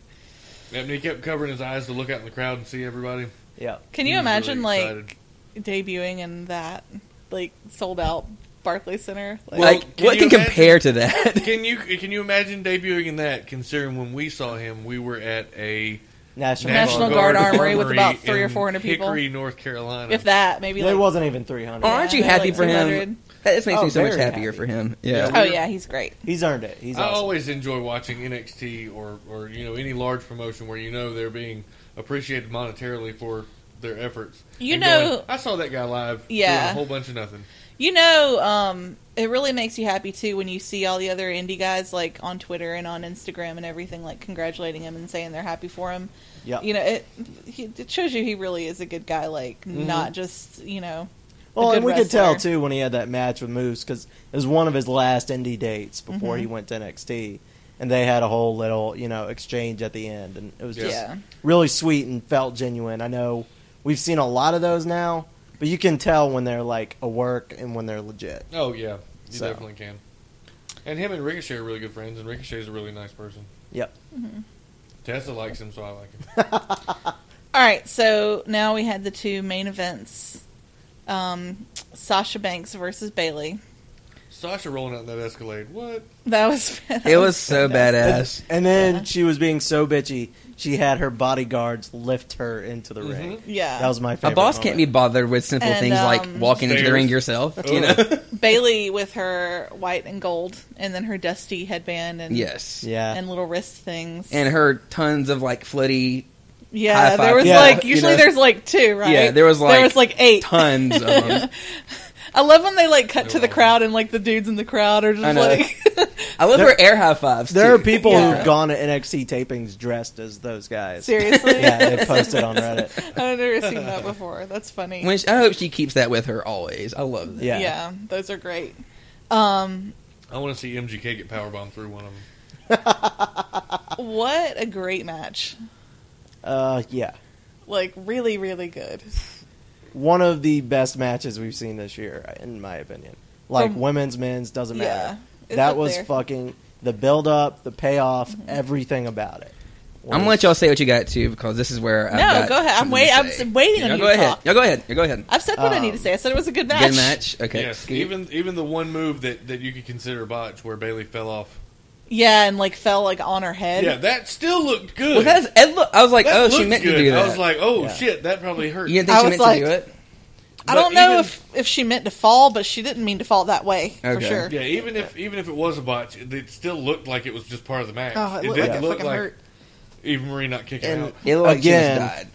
Speaker 5: and he kept covering his eyes to look out in the crowd and see everybody.
Speaker 6: Yeah,
Speaker 3: Can
Speaker 5: He
Speaker 3: you
Speaker 5: was really
Speaker 3: imagine like
Speaker 5: excited.
Speaker 3: debuting in that like sold out Barclays Center? Like,
Speaker 5: Well,
Speaker 4: like
Speaker 5: can
Speaker 4: what can
Speaker 5: you
Speaker 4: compare to that? [LAUGHS]
Speaker 5: Can you can you imagine debuting in that? Considering when we saw him, we were at a
Speaker 6: National,
Speaker 3: National
Speaker 6: Guard.
Speaker 3: Guard Armory with about three or
Speaker 5: in
Speaker 3: 400 people.
Speaker 5: Hickory, North Carolina.
Speaker 3: if that, maybe
Speaker 6: It
Speaker 3: like
Speaker 6: wasn't even three hundred.
Speaker 3: Yeah,
Speaker 4: Aren't you
Speaker 3: they're,
Speaker 4: happy
Speaker 3: like,
Speaker 4: for
Speaker 3: 200.
Speaker 4: him? That just makes
Speaker 6: Oh,
Speaker 4: me so much
Speaker 6: very
Speaker 4: happier
Speaker 6: happy.
Speaker 4: for him. Yeah.
Speaker 3: Oh yeah, he's great.
Speaker 6: He's earned it. He's
Speaker 5: I
Speaker 6: awesome.
Speaker 5: always enjoy watching NXT or, or you know any large promotion where you know they're being appreciated monetarily for their efforts.
Speaker 3: You
Speaker 5: And
Speaker 3: know-
Speaker 5: going, I saw that guy live.
Speaker 3: Yeah.
Speaker 5: doing a whole bunch of nothing.
Speaker 3: You know, um, it really makes you happy too when you see all the other indie guys like on Twitter and on Instagram and everything like congratulating him and saying they're happy for him.
Speaker 6: Yeah.
Speaker 3: You know, it he, it shows you he really is a good guy, like not just you know. a
Speaker 6: Well,
Speaker 3: good
Speaker 6: Oh, and we could tell
Speaker 3: wrestler.
Speaker 6: too when he had that match with Moose because it was one of his last indie dates before
Speaker 3: Mm-hmm.
Speaker 6: he went to NXT, and they had a whole little you know exchange at the end, and it was just
Speaker 3: Yeah.
Speaker 6: really sweet and felt genuine. I know we've seen a lot of those now, but you can tell when they're like a work and when they're legit.
Speaker 5: Oh yeah, you
Speaker 6: So.
Speaker 5: definitely can. And him and Ricochet are really good friends, and Ricochet's a really nice person.
Speaker 6: Yep.
Speaker 5: Tessa likes him, so I like him.
Speaker 3: All right, so now we had the two main events: um, Sasha Banks versus Bailey.
Speaker 5: Sasha rolling out in that Escalade. What?
Speaker 3: That was [LAUGHS]
Speaker 4: It was so badass.
Speaker 6: And then she was being so bitchy, she had her bodyguards lift her into the ring.
Speaker 3: yeah.
Speaker 6: That was my
Speaker 4: A
Speaker 6: favorite.
Speaker 4: boss can't be
Speaker 6: moment.
Speaker 4: bothered with simple
Speaker 3: And,
Speaker 4: things
Speaker 3: um,
Speaker 4: like walking into the
Speaker 5: Stairs.
Speaker 4: ring yourself. You know?
Speaker 5: Ugh. [LAUGHS]
Speaker 3: Bailey with her white and gold, and then her dusty headband and
Speaker 4: yes.
Speaker 6: Yeah.
Speaker 3: and little wrist things.
Speaker 4: And her tons of like floaty
Speaker 3: yeah,
Speaker 4: high
Speaker 3: there
Speaker 4: five.
Speaker 3: was
Speaker 6: Yeah,
Speaker 3: like
Speaker 4: you
Speaker 3: usually
Speaker 4: know.
Speaker 3: there's like two, right?
Speaker 4: Yeah, there was,
Speaker 3: there
Speaker 4: like,
Speaker 3: was like eight.
Speaker 4: tons
Speaker 3: [LAUGHS]
Speaker 4: of them.
Speaker 3: I love when they like cut to the
Speaker 5: Wow.
Speaker 3: crowd and like the dudes in the crowd are
Speaker 4: I
Speaker 3: just
Speaker 4: know. [LAUGHS]
Speaker 3: like [LAUGHS]
Speaker 4: I love
Speaker 6: There-
Speaker 4: her air high fives.
Speaker 6: There
Speaker 4: too.
Speaker 6: are people
Speaker 3: Yeah.
Speaker 6: who've gone to NXT tapings dressed as those guys.
Speaker 3: seriously. [LAUGHS]
Speaker 6: Yeah, they posted on Reddit.
Speaker 3: I've never seen that before. That's funny.
Speaker 4: When she, I hope she keeps that with her always. I love that.
Speaker 6: Yeah.
Speaker 3: yeah, those are great. Um,
Speaker 5: I want to see MGK get powerbombed through one of them.
Speaker 3: what a great match!
Speaker 6: Uh, yeah.
Speaker 3: Like really, really good.
Speaker 6: One of the best matches we've seen this year, in my opinion. Like
Speaker 3: From-
Speaker 6: women's, men's, doesn't
Speaker 3: Yeah,
Speaker 6: matter.
Speaker 3: it's
Speaker 6: that
Speaker 3: up
Speaker 6: was
Speaker 3: there. Mm-hmm.
Speaker 6: fucking the build up, the payoff, everything about it.
Speaker 4: I'm gonna let y'all say what you got too because this is where.
Speaker 3: No,
Speaker 4: I've got
Speaker 3: go ahead. I'm
Speaker 4: something to
Speaker 3: wait- I'm
Speaker 4: say.
Speaker 3: s- waiting on
Speaker 4: Y'all
Speaker 3: you
Speaker 4: Go
Speaker 3: to
Speaker 4: ahead.
Speaker 3: talk.
Speaker 4: Y'all go ahead. Y'all go ahead.
Speaker 3: I've said what I need to
Speaker 6: Um,
Speaker 3: say. I said it was a good match.
Speaker 4: Good match. Okay.
Speaker 5: Yes,
Speaker 4: Scoot.
Speaker 5: even even the one move that, that you could consider botch where Bailey fell off.
Speaker 3: Yeah, and like fell like on her head.
Speaker 5: yeah, that still looked good.
Speaker 4: Well, that's, it look, I was like,
Speaker 5: That
Speaker 4: oh, she
Speaker 5: looked
Speaker 4: meant
Speaker 5: good.
Speaker 4: to do that.
Speaker 5: I was like, oh
Speaker 6: Yeah.
Speaker 5: shit, that probably hurt.
Speaker 4: you didn't
Speaker 3: I
Speaker 4: think she
Speaker 3: was
Speaker 4: meant
Speaker 3: like-
Speaker 4: to do it?
Speaker 3: I
Speaker 5: But
Speaker 3: don't know
Speaker 5: even-
Speaker 3: if if she meant to fall, but she didn't mean to fall that way for
Speaker 4: Okay.
Speaker 3: sure.
Speaker 5: Yeah, even if even if it was a botch, it, it still looked like it was just part of the match.
Speaker 3: Oh, it looked
Speaker 5: didn't
Speaker 3: like it
Speaker 5: look
Speaker 3: fucking hurt.
Speaker 5: even Marie not kicking
Speaker 6: And-
Speaker 5: out.
Speaker 4: It looked like she
Speaker 6: Again.
Speaker 4: just died.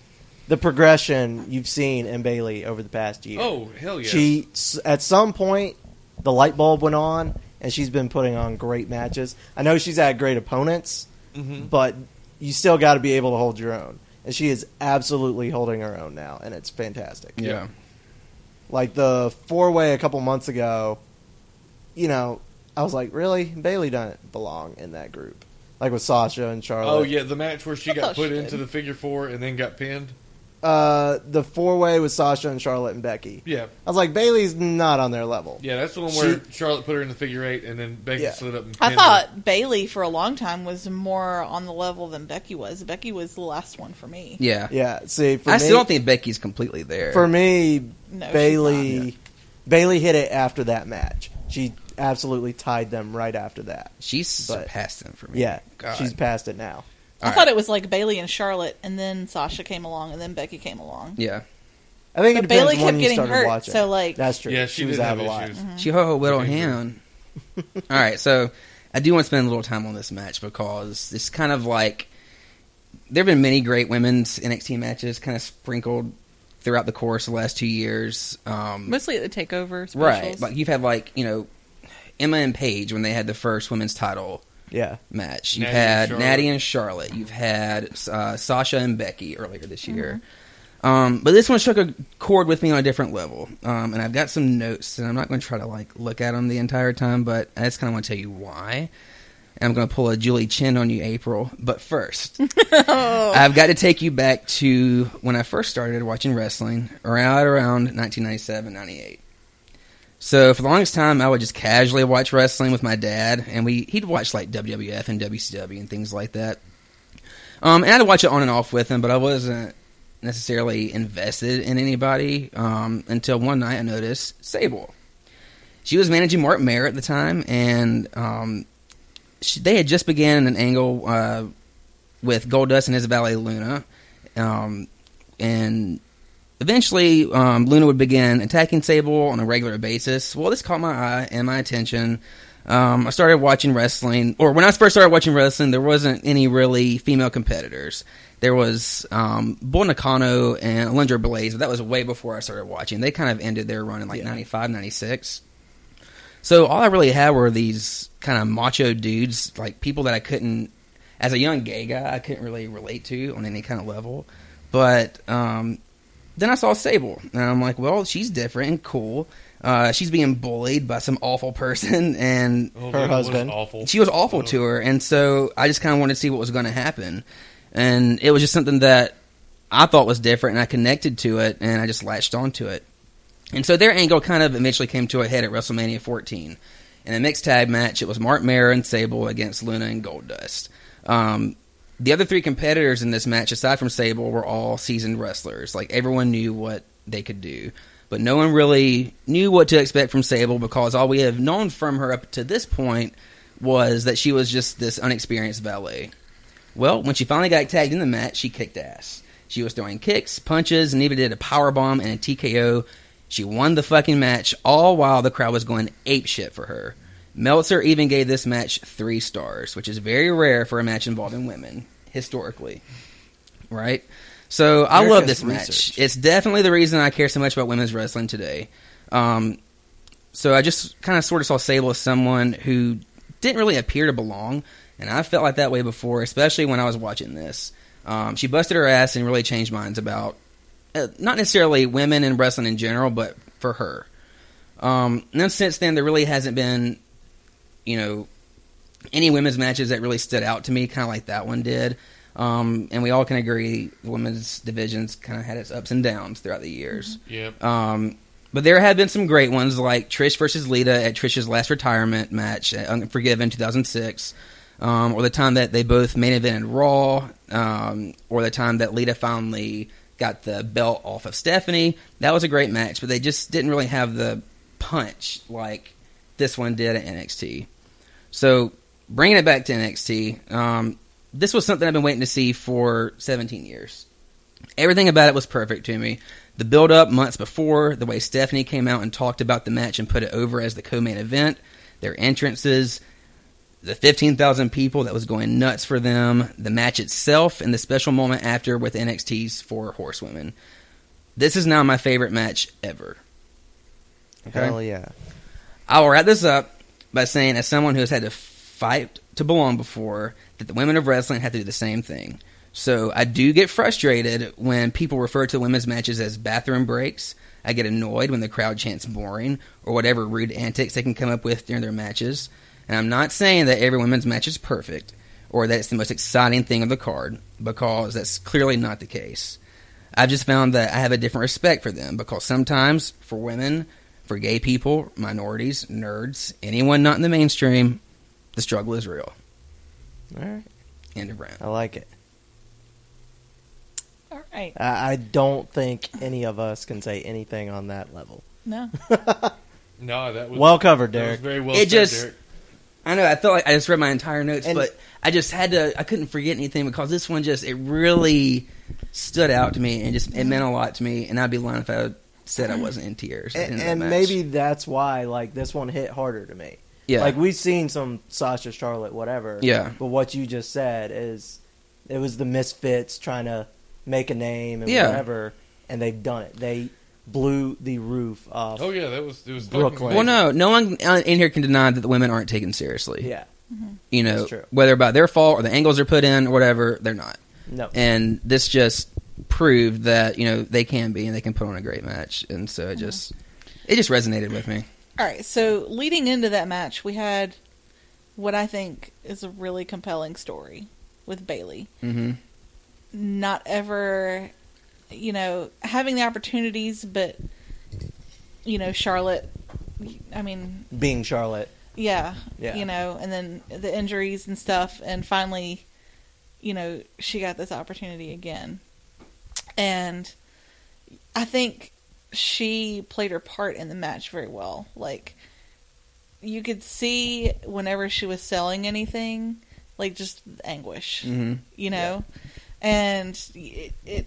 Speaker 6: The progression you've seen in Bailey over the past year.
Speaker 5: Oh hell yeah!
Speaker 6: She s- at some point the light bulb went on, and she's been putting on great matches. I know she's had great opponents,
Speaker 4: Mm-hmm.
Speaker 6: but you still got to be able to hold your own. And she is absolutely holding her own now, and it's fantastic.
Speaker 4: Yeah.
Speaker 6: like the four way a couple months ago, you know, I was like, really, Bailey doesn't belong in that group. Like with Sasha and Charlotte.
Speaker 5: oh yeah, the match where she
Speaker 3: I
Speaker 5: got
Speaker 3: thought
Speaker 5: put
Speaker 3: she
Speaker 5: into
Speaker 3: did.
Speaker 5: the figure four and then got pinned.
Speaker 6: uh, the four way with Sasha and Charlotte and Becky.
Speaker 5: Yeah.
Speaker 6: I was like, Bailey's not on their level.
Speaker 5: Yeah, that's the one where Charlotte put her in the figure eight, and then Becky
Speaker 6: Yeah.
Speaker 5: slid up. And
Speaker 3: I
Speaker 5: pinned her.
Speaker 3: thought Bailey for a long time was more on the level than Becky was. Becky was the last one for me.
Speaker 4: Yeah.
Speaker 6: Yeah, see, for
Speaker 4: I
Speaker 6: me,
Speaker 4: still don't think Becky's completely there.
Speaker 6: for me,
Speaker 3: No, she's
Speaker 6: Bailey, Bailey hit it after that match. She absolutely tied them right after that.
Speaker 4: she's
Speaker 6: but-
Speaker 4: surpassed him for me.
Speaker 6: Yeah,
Speaker 4: God.
Speaker 6: she's past it now.
Speaker 3: I thought it was like Bailey and Charlotte, and then Sasha came along, and then Becky came along.
Speaker 4: Yeah.
Speaker 6: I think it
Speaker 3: But
Speaker 6: depends
Speaker 3: Bailey
Speaker 6: when
Speaker 3: kept
Speaker 6: you
Speaker 3: getting
Speaker 6: started
Speaker 3: hurt,
Speaker 6: watching.
Speaker 3: so, like-
Speaker 6: that's true.
Speaker 5: Yeah, she,
Speaker 6: was
Speaker 5: did
Speaker 6: out
Speaker 5: have
Speaker 6: a lot.
Speaker 5: issues.
Speaker 4: She ho ho whittle
Speaker 5: Okay, good.
Speaker 4: hound. All right, so I do want to spend a little time on this match because it's kind of like there have been many great women's NXT matches kind of sprinkled throughout the course of the last two years. Um,
Speaker 3: Mostly at the takeover specials. [LAUGHS]
Speaker 4: right. Like you've had like, you know, Emma and Paige when they had the first women's title
Speaker 3: Mm.
Speaker 6: Yeah,
Speaker 4: match. You've
Speaker 5: Natty and
Speaker 4: had
Speaker 5: Charlotte.
Speaker 4: Natty and Charlotte. You've had uh, Sasha and Becky earlier this year. Um, but this one struck a chord with me on a different level. Um, and I've got some notes, and I'm not going to try to like look at them the entire time, but I just kind of want to tell you why. And I'm going to pull a Julie Chin on you, April. But first,
Speaker 3: Oh.
Speaker 4: I've got to take you back to when I first started watching wrestling, around around 1997, 98. So for the longest time, I would just casually watch wrestling with my dad, and we he'd watch like WWF and WCW and things like that. Um, and I'd watch it on and off with him, but I wasn't necessarily invested in anybody um, until one night I noticed Sable. She was managing Mark Mayer at the time, and um, she, they had just began an angle uh, with Goldust and his valet Luna, um, and Eventually, um, Luna would begin attacking Sable on a regular basis. Well, this caught my eye and my attention. Um, I started watching wrestling, or when I first started watching wrestling, there wasn't any really female competitors. There was um, Bull Nakano and Alundra Blaze, but that was way before I started watching. They kind of ended their run in like '95, '96. So all I really had were these kind of macho dudes, like people that I couldn't, as a young gay guy, I couldn't really relate to on any kind of level. But um, then I saw Sable, and I'm like, well, she's different and cool. Uh, she's being bullied by some awful person, [LAUGHS] and
Speaker 5: Oh,
Speaker 6: Her
Speaker 5: that was
Speaker 6: husband.
Speaker 5: awful.
Speaker 4: she was awful to her, and so I just kind of wanted to see what was going to happen, and it was just something that I thought was different, and I connected to it, and I just latched onto it, and so their angle kind of eventually came to a head at WrestleMania 14. In a mixed tag match, it was Mark Mayer and Sable against Luna and Goldust. Um, the other three competitors in this match, aside from Sable, were all seasoned wrestlers. Like everyone knew what they could do, but no one really knew what to expect from Sable because all we have known from her up to this point was that she was just this unexperienced valet. Well, when she finally got tagged in the match, she kicked ass. She was throwing kicks, punches, and even did a power bomb and a TKO. She won the fucking match, all while the crowd was going ape shit for her. Meltzer even gave this match three stars, which is very rare for a match involving women historically, right? So I
Speaker 6: Eric
Speaker 4: love
Speaker 6: has
Speaker 4: this match.
Speaker 6: research.
Speaker 4: It's definitely the reason I care so much about women's wrestling today. Um, so I just kind of sort of saw Sable as someone who didn't really appear to belong, and I felt like that way before, especially when I was watching this. Um, she busted her ass and really changed minds about uh, not necessarily women in wrestling in general, but for her. Um, and then since then, there really hasn't been, you know, any women's matches that really stood out to me, kind of like that one did. Um, and we all can agree the women's divisions kind of had its ups and downs throughout the years.
Speaker 5: Yep.
Speaker 4: Um, but there have been some great ones like Trish versus Lita at Trish's last retirement match at Unforgiven 2006, um, or the time that they both main evented Raw, um, or the time that Lita finally got the belt off of Stephanie. That was a great match, but they just didn't really have the punch like this one did at NXT. So bringing it back to NXT, um, this was something I've been waiting to see for 17 years. Everything about it was perfect to me. The build up months before, the way Stephanie came out and talked about the match and put it over as the co main event, their entrances, the 15,000 people that was going nuts for them, the match itself, and the special moment after with NXT's Four Horsewomen. This is now my favorite match ever.
Speaker 6: hell yeah.
Speaker 4: I will wrap this up by saying, as someone who has had to fight to belong before, that the women of wrestling have to do the same thing. So I do get frustrated when people refer to women's matches as bathroom breaks. I get annoyed when the crowd chants boring or whatever rude antics they can come up with during their matches. And I'm not saying that every women's match is perfect or that it's the most exciting thing of the card, because that's clearly not the case. I've just found that I have a different respect for them because sometimes for women, for gay people, minorities, nerds, anyone not in the mainstream, the struggle is real.
Speaker 6: All right.
Speaker 4: End of round.
Speaker 6: I like it.
Speaker 3: All right.
Speaker 6: I, I don't think any of us can say anything on that level.
Speaker 3: No.
Speaker 5: No, that was
Speaker 6: Well covered,
Speaker 5: that was
Speaker 6: Derek.
Speaker 5: very well
Speaker 4: It
Speaker 5: said,
Speaker 4: just-
Speaker 5: Derek.
Speaker 4: I know. I felt like I just read my entire notes,
Speaker 6: And-
Speaker 4: but I just had to. I couldn't forget anything because this one just it really stood out to me and just it meant a lot to me. And I'd be lying if I said I wasn't in tears. at the
Speaker 6: And,
Speaker 4: end of
Speaker 6: and
Speaker 4: that match.
Speaker 6: maybe that's why like this one hit harder to me.
Speaker 4: yeah,
Speaker 6: Like we've seen some Sasha, Charlotte, whatever.
Speaker 4: Yeah.
Speaker 6: But what you just said is, it was the misfits trying to make a name and
Speaker 4: Yeah.
Speaker 6: whatever, and they've done it. They blew the roof off.
Speaker 5: Oh yeah, that was it was
Speaker 6: Brooklyn.
Speaker 5: Brooklyn.
Speaker 4: well, no, no one in here can deny that the women aren't taken seriously.
Speaker 6: Yeah.
Speaker 4: you know,
Speaker 6: That's true.
Speaker 4: whether by their fault or the angles are put in or whatever, they're not.
Speaker 6: No.
Speaker 4: And this just proved that you know they can be and they can put on a great match. And so
Speaker 3: Mm-hmm.
Speaker 4: it just it just resonated with me.
Speaker 3: All right. So leading into that match, we had what I think is a really compelling story with Bailey.
Speaker 4: hmm
Speaker 3: Not ever, you know, having the opportunities, but you know, Charlotte. I mean,
Speaker 6: Being Charlotte.
Speaker 3: yeah,
Speaker 6: Yeah.
Speaker 3: you know, and then the injuries and stuff, and finally, you know, she got this opportunity again, and I think she played her part in the match very well. Like you could see whenever she was selling anything, like just anguish,
Speaker 4: Mhm.
Speaker 3: you know, and it. it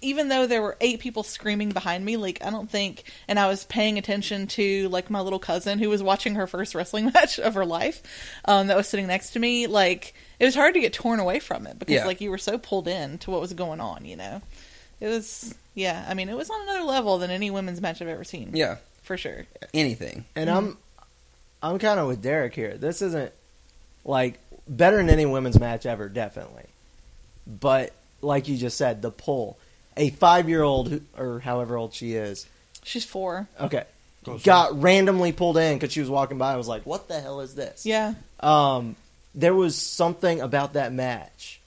Speaker 3: even though there were eight people screaming behind me, like I don't think, and I was paying attention to like my little cousin who was watching her first wrestling [LAUGHS] match of her life, um, that was sitting next to me. Like it was hard to get torn away from it because
Speaker 4: Yeah.
Speaker 3: like you were so pulled in to what was going on, you know. It was, yeah. I mean, it was on another level than any women's match I've ever seen.
Speaker 4: Yeah,
Speaker 3: for sure.
Speaker 4: anything.
Speaker 6: And I'm I'm kind of with Derek here. This isn't like better than any women's match ever, definitely. But like you just said, the pull. A five year old or however old she is,
Speaker 3: She's four.
Speaker 6: okay, got randomly pulled in because she was walking by. I was like, "What the hell is this?"
Speaker 3: Yeah,
Speaker 6: Um, there was something about that match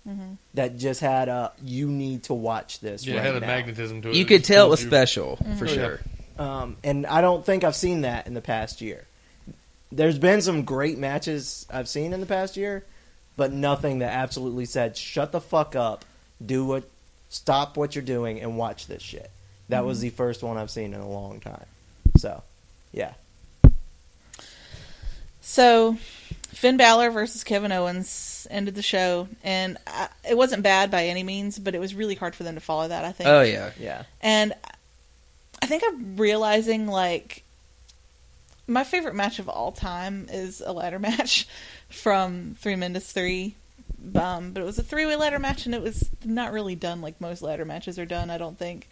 Speaker 6: that just had a you need to watch this.
Speaker 5: Yeah, it
Speaker 6: right
Speaker 5: had a
Speaker 6: now.
Speaker 5: magnetism to it.
Speaker 4: You
Speaker 5: It
Speaker 4: could
Speaker 5: just
Speaker 4: tell it
Speaker 5: pulled
Speaker 4: was
Speaker 5: you-
Speaker 4: special
Speaker 3: Mm-hmm.
Speaker 4: for
Speaker 5: Oh, yeah.
Speaker 4: sure.
Speaker 6: Um, and I don't think I've seen that in the past year. There's been some great matches I've seen in the past year, but nothing that absolutely said, shut the fuck up, do what, stop what you're doing, and watch this shit. That was the first one I've seen in a long time. So, yeah.
Speaker 3: So, Finn Balor versus Kevin Owens ended the show, and I, it wasn't bad by any means, but it was really hard for them to follow that. I think.
Speaker 4: Oh yeah,
Speaker 6: Yeah.
Speaker 3: And I think I'm realizing like my favorite match of all time is a ladder [LAUGHS] match from Three Minutes Three. Um, but it was a three way ladder match, and it was not really done like most ladder matches are done. I don't think.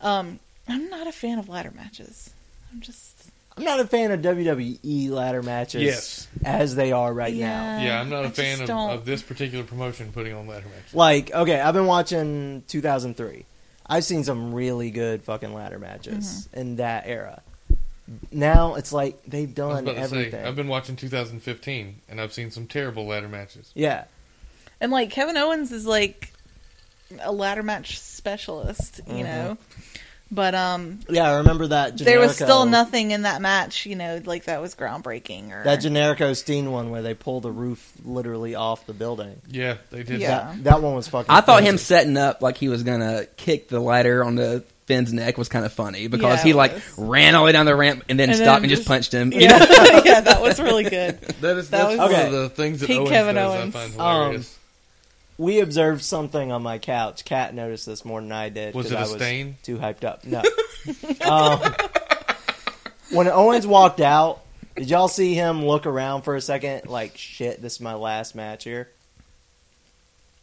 Speaker 3: Um, I'm not a fan of ladder matches. I'm just
Speaker 6: I'm not a fan of WWE ladder matches
Speaker 5: Yes.
Speaker 6: as they are right now.
Speaker 3: yeah.
Speaker 5: Yeah, I'm not
Speaker 3: a
Speaker 5: a fan of, of this particular promotion putting on ladder matches.
Speaker 6: Like, okay, I've been watching 2003. I've seen some really good fucking ladder matches
Speaker 3: Mm-hmm.
Speaker 6: in that era. Now it's like they've
Speaker 5: I was
Speaker 6: done
Speaker 5: about to
Speaker 6: everything.
Speaker 5: say, I've been watching 2015, and I've seen some terrible ladder matches.
Speaker 6: yeah,
Speaker 3: And like Kevin Owens is like a ladder match specialist, you
Speaker 6: Mm-hmm.
Speaker 3: know. But um,
Speaker 6: yeah. I remember that. Generico,
Speaker 3: there was still nothing in that match, you know, like that was groundbreaking or
Speaker 6: That Generico Steen one where they pull the roof literally off the building.
Speaker 5: Yeah, they did.
Speaker 3: Yeah.
Speaker 6: That, that one was fucking.
Speaker 4: I thought him
Speaker 6: crazy.
Speaker 4: setting up like he was gonna kick the ladder on the Finn's neck was kind of funny because
Speaker 3: Yeah,
Speaker 4: he
Speaker 3: it
Speaker 4: like
Speaker 3: was.
Speaker 4: ran all the way down the ramp and then
Speaker 3: And
Speaker 4: stopped
Speaker 3: then
Speaker 4: and
Speaker 3: just-
Speaker 4: just,
Speaker 6: [LAUGHS]
Speaker 4: punched him.
Speaker 3: [LAUGHS] yeah, [LAUGHS] yeah, that was really good.
Speaker 5: That, that is
Speaker 3: That
Speaker 5: that's
Speaker 3: was-
Speaker 5: one
Speaker 6: Okay.
Speaker 5: of the things that
Speaker 3: Peak
Speaker 5: Owens
Speaker 3: Kevin
Speaker 5: does
Speaker 3: Owens.
Speaker 5: I find
Speaker 6: Um,
Speaker 5: hilarious.
Speaker 6: We observed something on my couch. Kat noticed this more than I did. 'cause
Speaker 5: Was it a
Speaker 6: I was
Speaker 5: stain?
Speaker 6: Too hyped up.
Speaker 5: [LAUGHS]
Speaker 6: No. um, when Owens walked out, did y'all see him look around for a second? Like, shit, this is my last match here.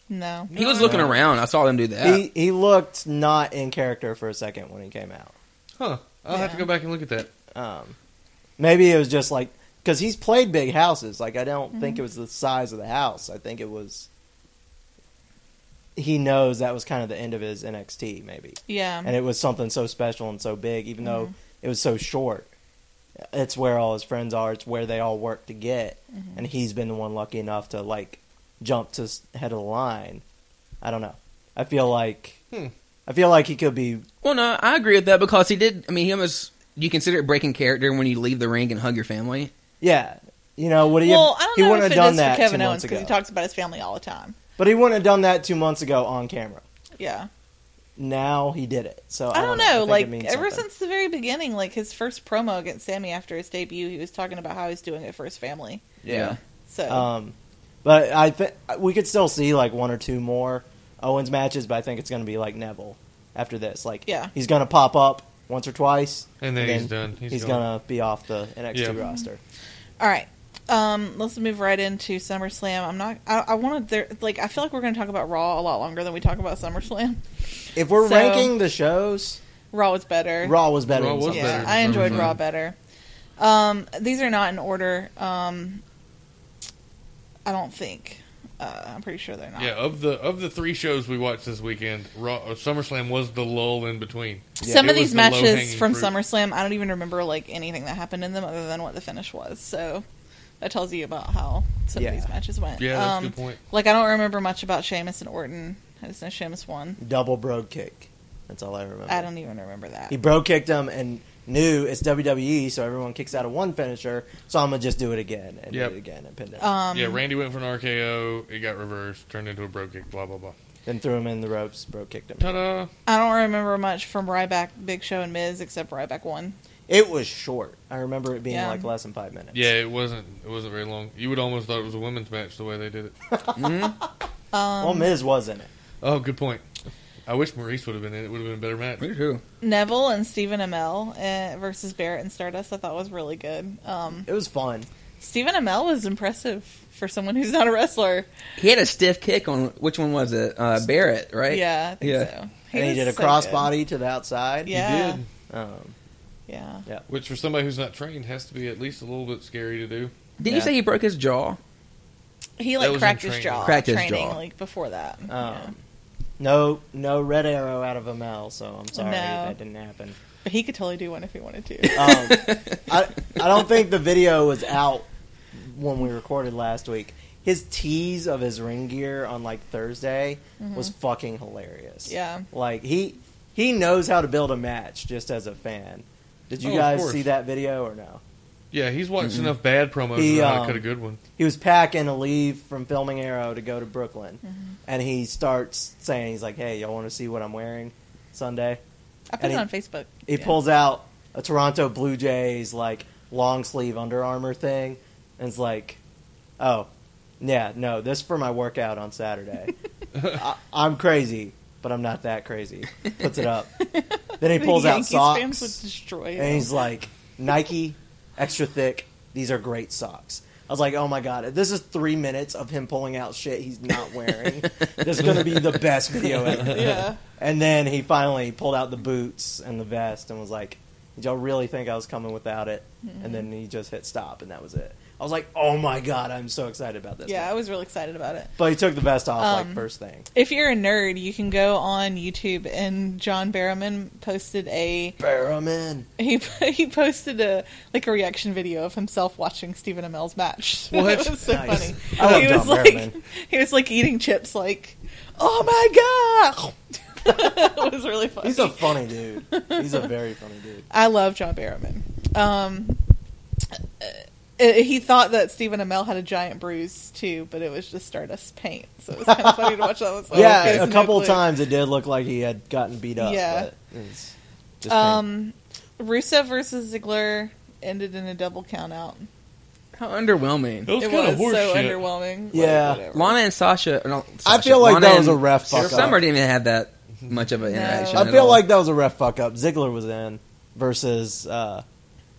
Speaker 3: No,
Speaker 4: He was looking around. I saw them do that.
Speaker 6: He he looked not in character for a second when he came out.
Speaker 5: huh? I'll have to
Speaker 3: Yeah.
Speaker 5: go back and look at that.
Speaker 6: Um, maybe it was just like because he's played big houses. Like, I don't think it was the size of the house. I think it was. He knows that was kind of the end of his NXT, maybe.
Speaker 3: yeah,
Speaker 6: and it was something so special and so big, even though
Speaker 3: Mm-hmm.
Speaker 6: it was so short. It's where all his friends are. It's where they all work to get,
Speaker 3: Mm-hmm.
Speaker 6: and he's been the one lucky enough to like jump to s- head of the line. I don't know. I feel like
Speaker 5: Hmm.
Speaker 6: I feel like he could be.
Speaker 4: Well, no, I agree with that because he did. I mean, he almost you consider it breaking character when you leave the ring and hug your family.
Speaker 6: Yeah, you know, would he?
Speaker 3: well,
Speaker 6: have,
Speaker 3: I
Speaker 6: he
Speaker 3: don't know if
Speaker 6: wouldn't
Speaker 3: it is
Speaker 6: have done
Speaker 3: for
Speaker 6: that
Speaker 3: Kevin
Speaker 6: two
Speaker 3: Owens
Speaker 6: months
Speaker 3: because
Speaker 6: ago.
Speaker 3: he talks about his family all the time.
Speaker 6: but he wouldn't have done that two months ago on camera.
Speaker 3: Yeah,
Speaker 6: Now he did it. So I,
Speaker 3: I don't
Speaker 6: I
Speaker 3: know.
Speaker 6: think it
Speaker 3: Like
Speaker 6: means
Speaker 3: ever
Speaker 6: something.
Speaker 3: since the very beginning, like his first promo against Sammy after his debut, he was talking about how he's doing it for his family.
Speaker 4: Yeah.
Speaker 3: So
Speaker 6: Um, but I think we could still see like one or two more Owens matches, but I think it's going to be like Neville after this. Like,
Speaker 3: Yeah.
Speaker 6: he's going to pop up once or twice,
Speaker 5: And then he's done.
Speaker 6: He's,
Speaker 5: He's
Speaker 6: going
Speaker 5: gone.
Speaker 6: to be off the NXT
Speaker 5: Yeah.
Speaker 6: roster.
Speaker 3: All right. Um, let's move right into SummerSlam. I'm not. I, I wanted there. Like, I feel like we're going to talk about Raw a lot longer than we talk about SummerSlam. [LAUGHS]
Speaker 6: If we're
Speaker 3: So-
Speaker 6: ranking the shows,
Speaker 3: Raw was better.
Speaker 6: Raw was better.
Speaker 5: Raw
Speaker 6: than
Speaker 5: was
Speaker 6: SummerSlam.
Speaker 3: yeah,
Speaker 5: better than
Speaker 3: I enjoyed
Speaker 5: SummerSlam.
Speaker 3: Raw better. Um, these are not in order. Um, I don't think. Uh, I'm pretty sure they're not.
Speaker 5: Yeah, of the of the three shows we watched this weekend, Raw, uh, SummerSlam was the lull in between.
Speaker 3: Some
Speaker 5: It
Speaker 3: of
Speaker 5: was
Speaker 3: these
Speaker 5: the
Speaker 3: matches
Speaker 5: low-hanging
Speaker 3: from
Speaker 5: fruit.
Speaker 3: SummerSlam, I don't even remember like anything that happened in them other than what the finish was. So that tells you about how some of
Speaker 6: Yeah.
Speaker 3: these matches went.
Speaker 5: Yeah, that's a
Speaker 3: Um,
Speaker 5: good point.
Speaker 3: Like I don't remember much about Sheamus and Orton. I just know Sheamus won.
Speaker 6: Double broad kick. That's all I remember.
Speaker 3: I don't even remember that.
Speaker 6: He broad kicked him and knew it's WWE, so everyone kicks out of one finisher. So I'm gonna just do it again and
Speaker 5: Yep.
Speaker 6: do it again and pinned him.
Speaker 3: Um,
Speaker 5: yeah, Randy went for an RKO. It got reversed, turned into a bro kick. Blah blah blah.
Speaker 6: then threw him in the ropes, broad kicked him.
Speaker 5: Ta-da!
Speaker 3: I don't remember much from Ryback, Big Show, and Miz except Ryback won.
Speaker 6: It was short. I remember it being
Speaker 3: Yeah.
Speaker 6: like less than five minutes.
Speaker 5: Yeah, it wasn't. It wasn't very long. You would almost thought it was a women's match the way they did it.
Speaker 6: well,
Speaker 3: Um,
Speaker 6: Miz was in it.
Speaker 5: Oh, good point. I wish Maurice would have been in. It would have been a better match.
Speaker 4: Me too.
Speaker 3: Neville and Stephen Amell uh, versus Barrett and Stardust. I thought was really good. Um,
Speaker 6: It was fun.
Speaker 3: Stephen Amell was impressive for someone who's not a wrestler.
Speaker 4: He had a stiff kick on which one was it? Uh, Barrett, right?
Speaker 3: Yeah, I think
Speaker 4: Yeah.
Speaker 3: So.
Speaker 6: and he
Speaker 3: was
Speaker 6: did a
Speaker 3: so good.
Speaker 6: crossbody to the outside.
Speaker 3: Yeah,
Speaker 5: did.
Speaker 6: Um,
Speaker 3: yeah.
Speaker 6: yeah.
Speaker 5: Which for somebody who's not trained has to be at least a little bit scary to do.
Speaker 4: Did
Speaker 6: Yeah.
Speaker 4: you say he broke his jaw?
Speaker 3: He
Speaker 5: That was
Speaker 3: like
Speaker 5: in
Speaker 3: cracked his
Speaker 5: training.
Speaker 3: jaw.
Speaker 4: Cracked his
Speaker 3: training
Speaker 4: jaw.
Speaker 3: like before that.
Speaker 6: Um, No, no red arrow out of Amel. So I'm
Speaker 3: No.
Speaker 6: sorry that didn't happen.
Speaker 3: But he could totally do one if he
Speaker 6: [LAUGHS]
Speaker 3: wanted to.
Speaker 6: Um,
Speaker 3: [LAUGHS]
Speaker 6: I I don't think the video was out when we recorded last week. His tease of his ring gear on like Thursday was fucking hilarious.
Speaker 3: Mm-hmm. Yeah.
Speaker 6: like he he knows how to build a match just as a fan. Did you
Speaker 5: Oh, of
Speaker 6: guys
Speaker 5: course.
Speaker 6: see that video or no?
Speaker 5: Yeah, he's watched enough bad promos
Speaker 6: He,
Speaker 5: to know how
Speaker 6: um,
Speaker 5: to cut a good one.
Speaker 6: he was packing to leave from filming Arrow to go to Brooklyn,
Speaker 3: Mm-hmm.
Speaker 6: and he starts saying, "He's like, hey, y'all want to see what I'm wearing Sunday?"
Speaker 3: I put
Speaker 6: and
Speaker 3: it
Speaker 6: he-
Speaker 3: on Facebook.
Speaker 6: He
Speaker 3: Yeah.
Speaker 6: pulls out a Toronto Blue Jays like long sleeve Under Armour thing, and it's like, "Oh, yeah, no, this for my workout
Speaker 3: [LAUGHS]
Speaker 6: on Saturday. I, I'm crazy, but I'm not that crazy." Puts
Speaker 3: [LAUGHS]
Speaker 6: it up. Then he
Speaker 3: The
Speaker 6: pulls out
Speaker 3: Yankees Fans would
Speaker 6: socks,
Speaker 3: destroy him.
Speaker 6: and he's like, [LAUGHS] Nike, extra thick. These are great socks. I was like, oh my god, this is three minutes of him pulling out shit he's not [LAUGHS] wearing. this is going to be the best video ever.
Speaker 3: yeah.
Speaker 6: And then he finally pulled out the boots and the vest and was like, did y'all really think I was coming without it? And then he just hit stop, and that was it. I was like, oh my god, I'm so excited about this.
Speaker 3: Yeah, I
Speaker 6: one.
Speaker 3: was really excited about it.
Speaker 6: But he took the vest off
Speaker 3: Um,
Speaker 6: like first thing.
Speaker 3: If you're a nerd, you can go on YouTube and John Barrowman posted a [LAUGHS]
Speaker 6: Bear him in.
Speaker 3: he he posted a like a reaction video of himself watching Stephen Amell's match. [LAUGHS]
Speaker 5: What?
Speaker 3: it was so
Speaker 6: Nice.
Speaker 3: funny.
Speaker 6: I love
Speaker 3: he
Speaker 6: John
Speaker 3: was like
Speaker 6: Barrowman.
Speaker 3: he was like eating chips like, "Oh my god." [LAUGHS] it was really funny.
Speaker 6: He's [LAUGHS] a funny dude. He's a very funny dude.
Speaker 3: I love John Barrowman. Um, uh, he thought that Stephen Amell had a giant bruise too, but it was just Stardust paint. So it was kind of funny to watch that. I
Speaker 6: [LAUGHS]
Speaker 3: was like,
Speaker 6: yeah,
Speaker 3: okay,
Speaker 6: a
Speaker 3: no
Speaker 6: couple
Speaker 3: clue.
Speaker 6: times it did look like he had gotten beat up.
Speaker 3: Yeah.
Speaker 6: but it's just pain.
Speaker 3: Um, Rusev versus Ziggler ended in a double count out.
Speaker 4: How underwhelming.
Speaker 5: It was
Speaker 3: it
Speaker 5: kind
Speaker 3: was
Speaker 5: of
Speaker 3: so
Speaker 5: horseshit.
Speaker 3: underwhelming.
Speaker 6: Yeah.
Speaker 3: whatever.
Speaker 4: Lana and Sasha. No,
Speaker 6: I
Speaker 4: Sasha,
Speaker 6: feel like
Speaker 4: Lana
Speaker 6: that was
Speaker 4: and
Speaker 6: a ref fuck up.
Speaker 4: Summer didn't even have that much of an interaction.
Speaker 6: I
Speaker 4: at
Speaker 6: feel
Speaker 4: all.
Speaker 6: like that was a ref fuck up. Ziggler was in versus uh,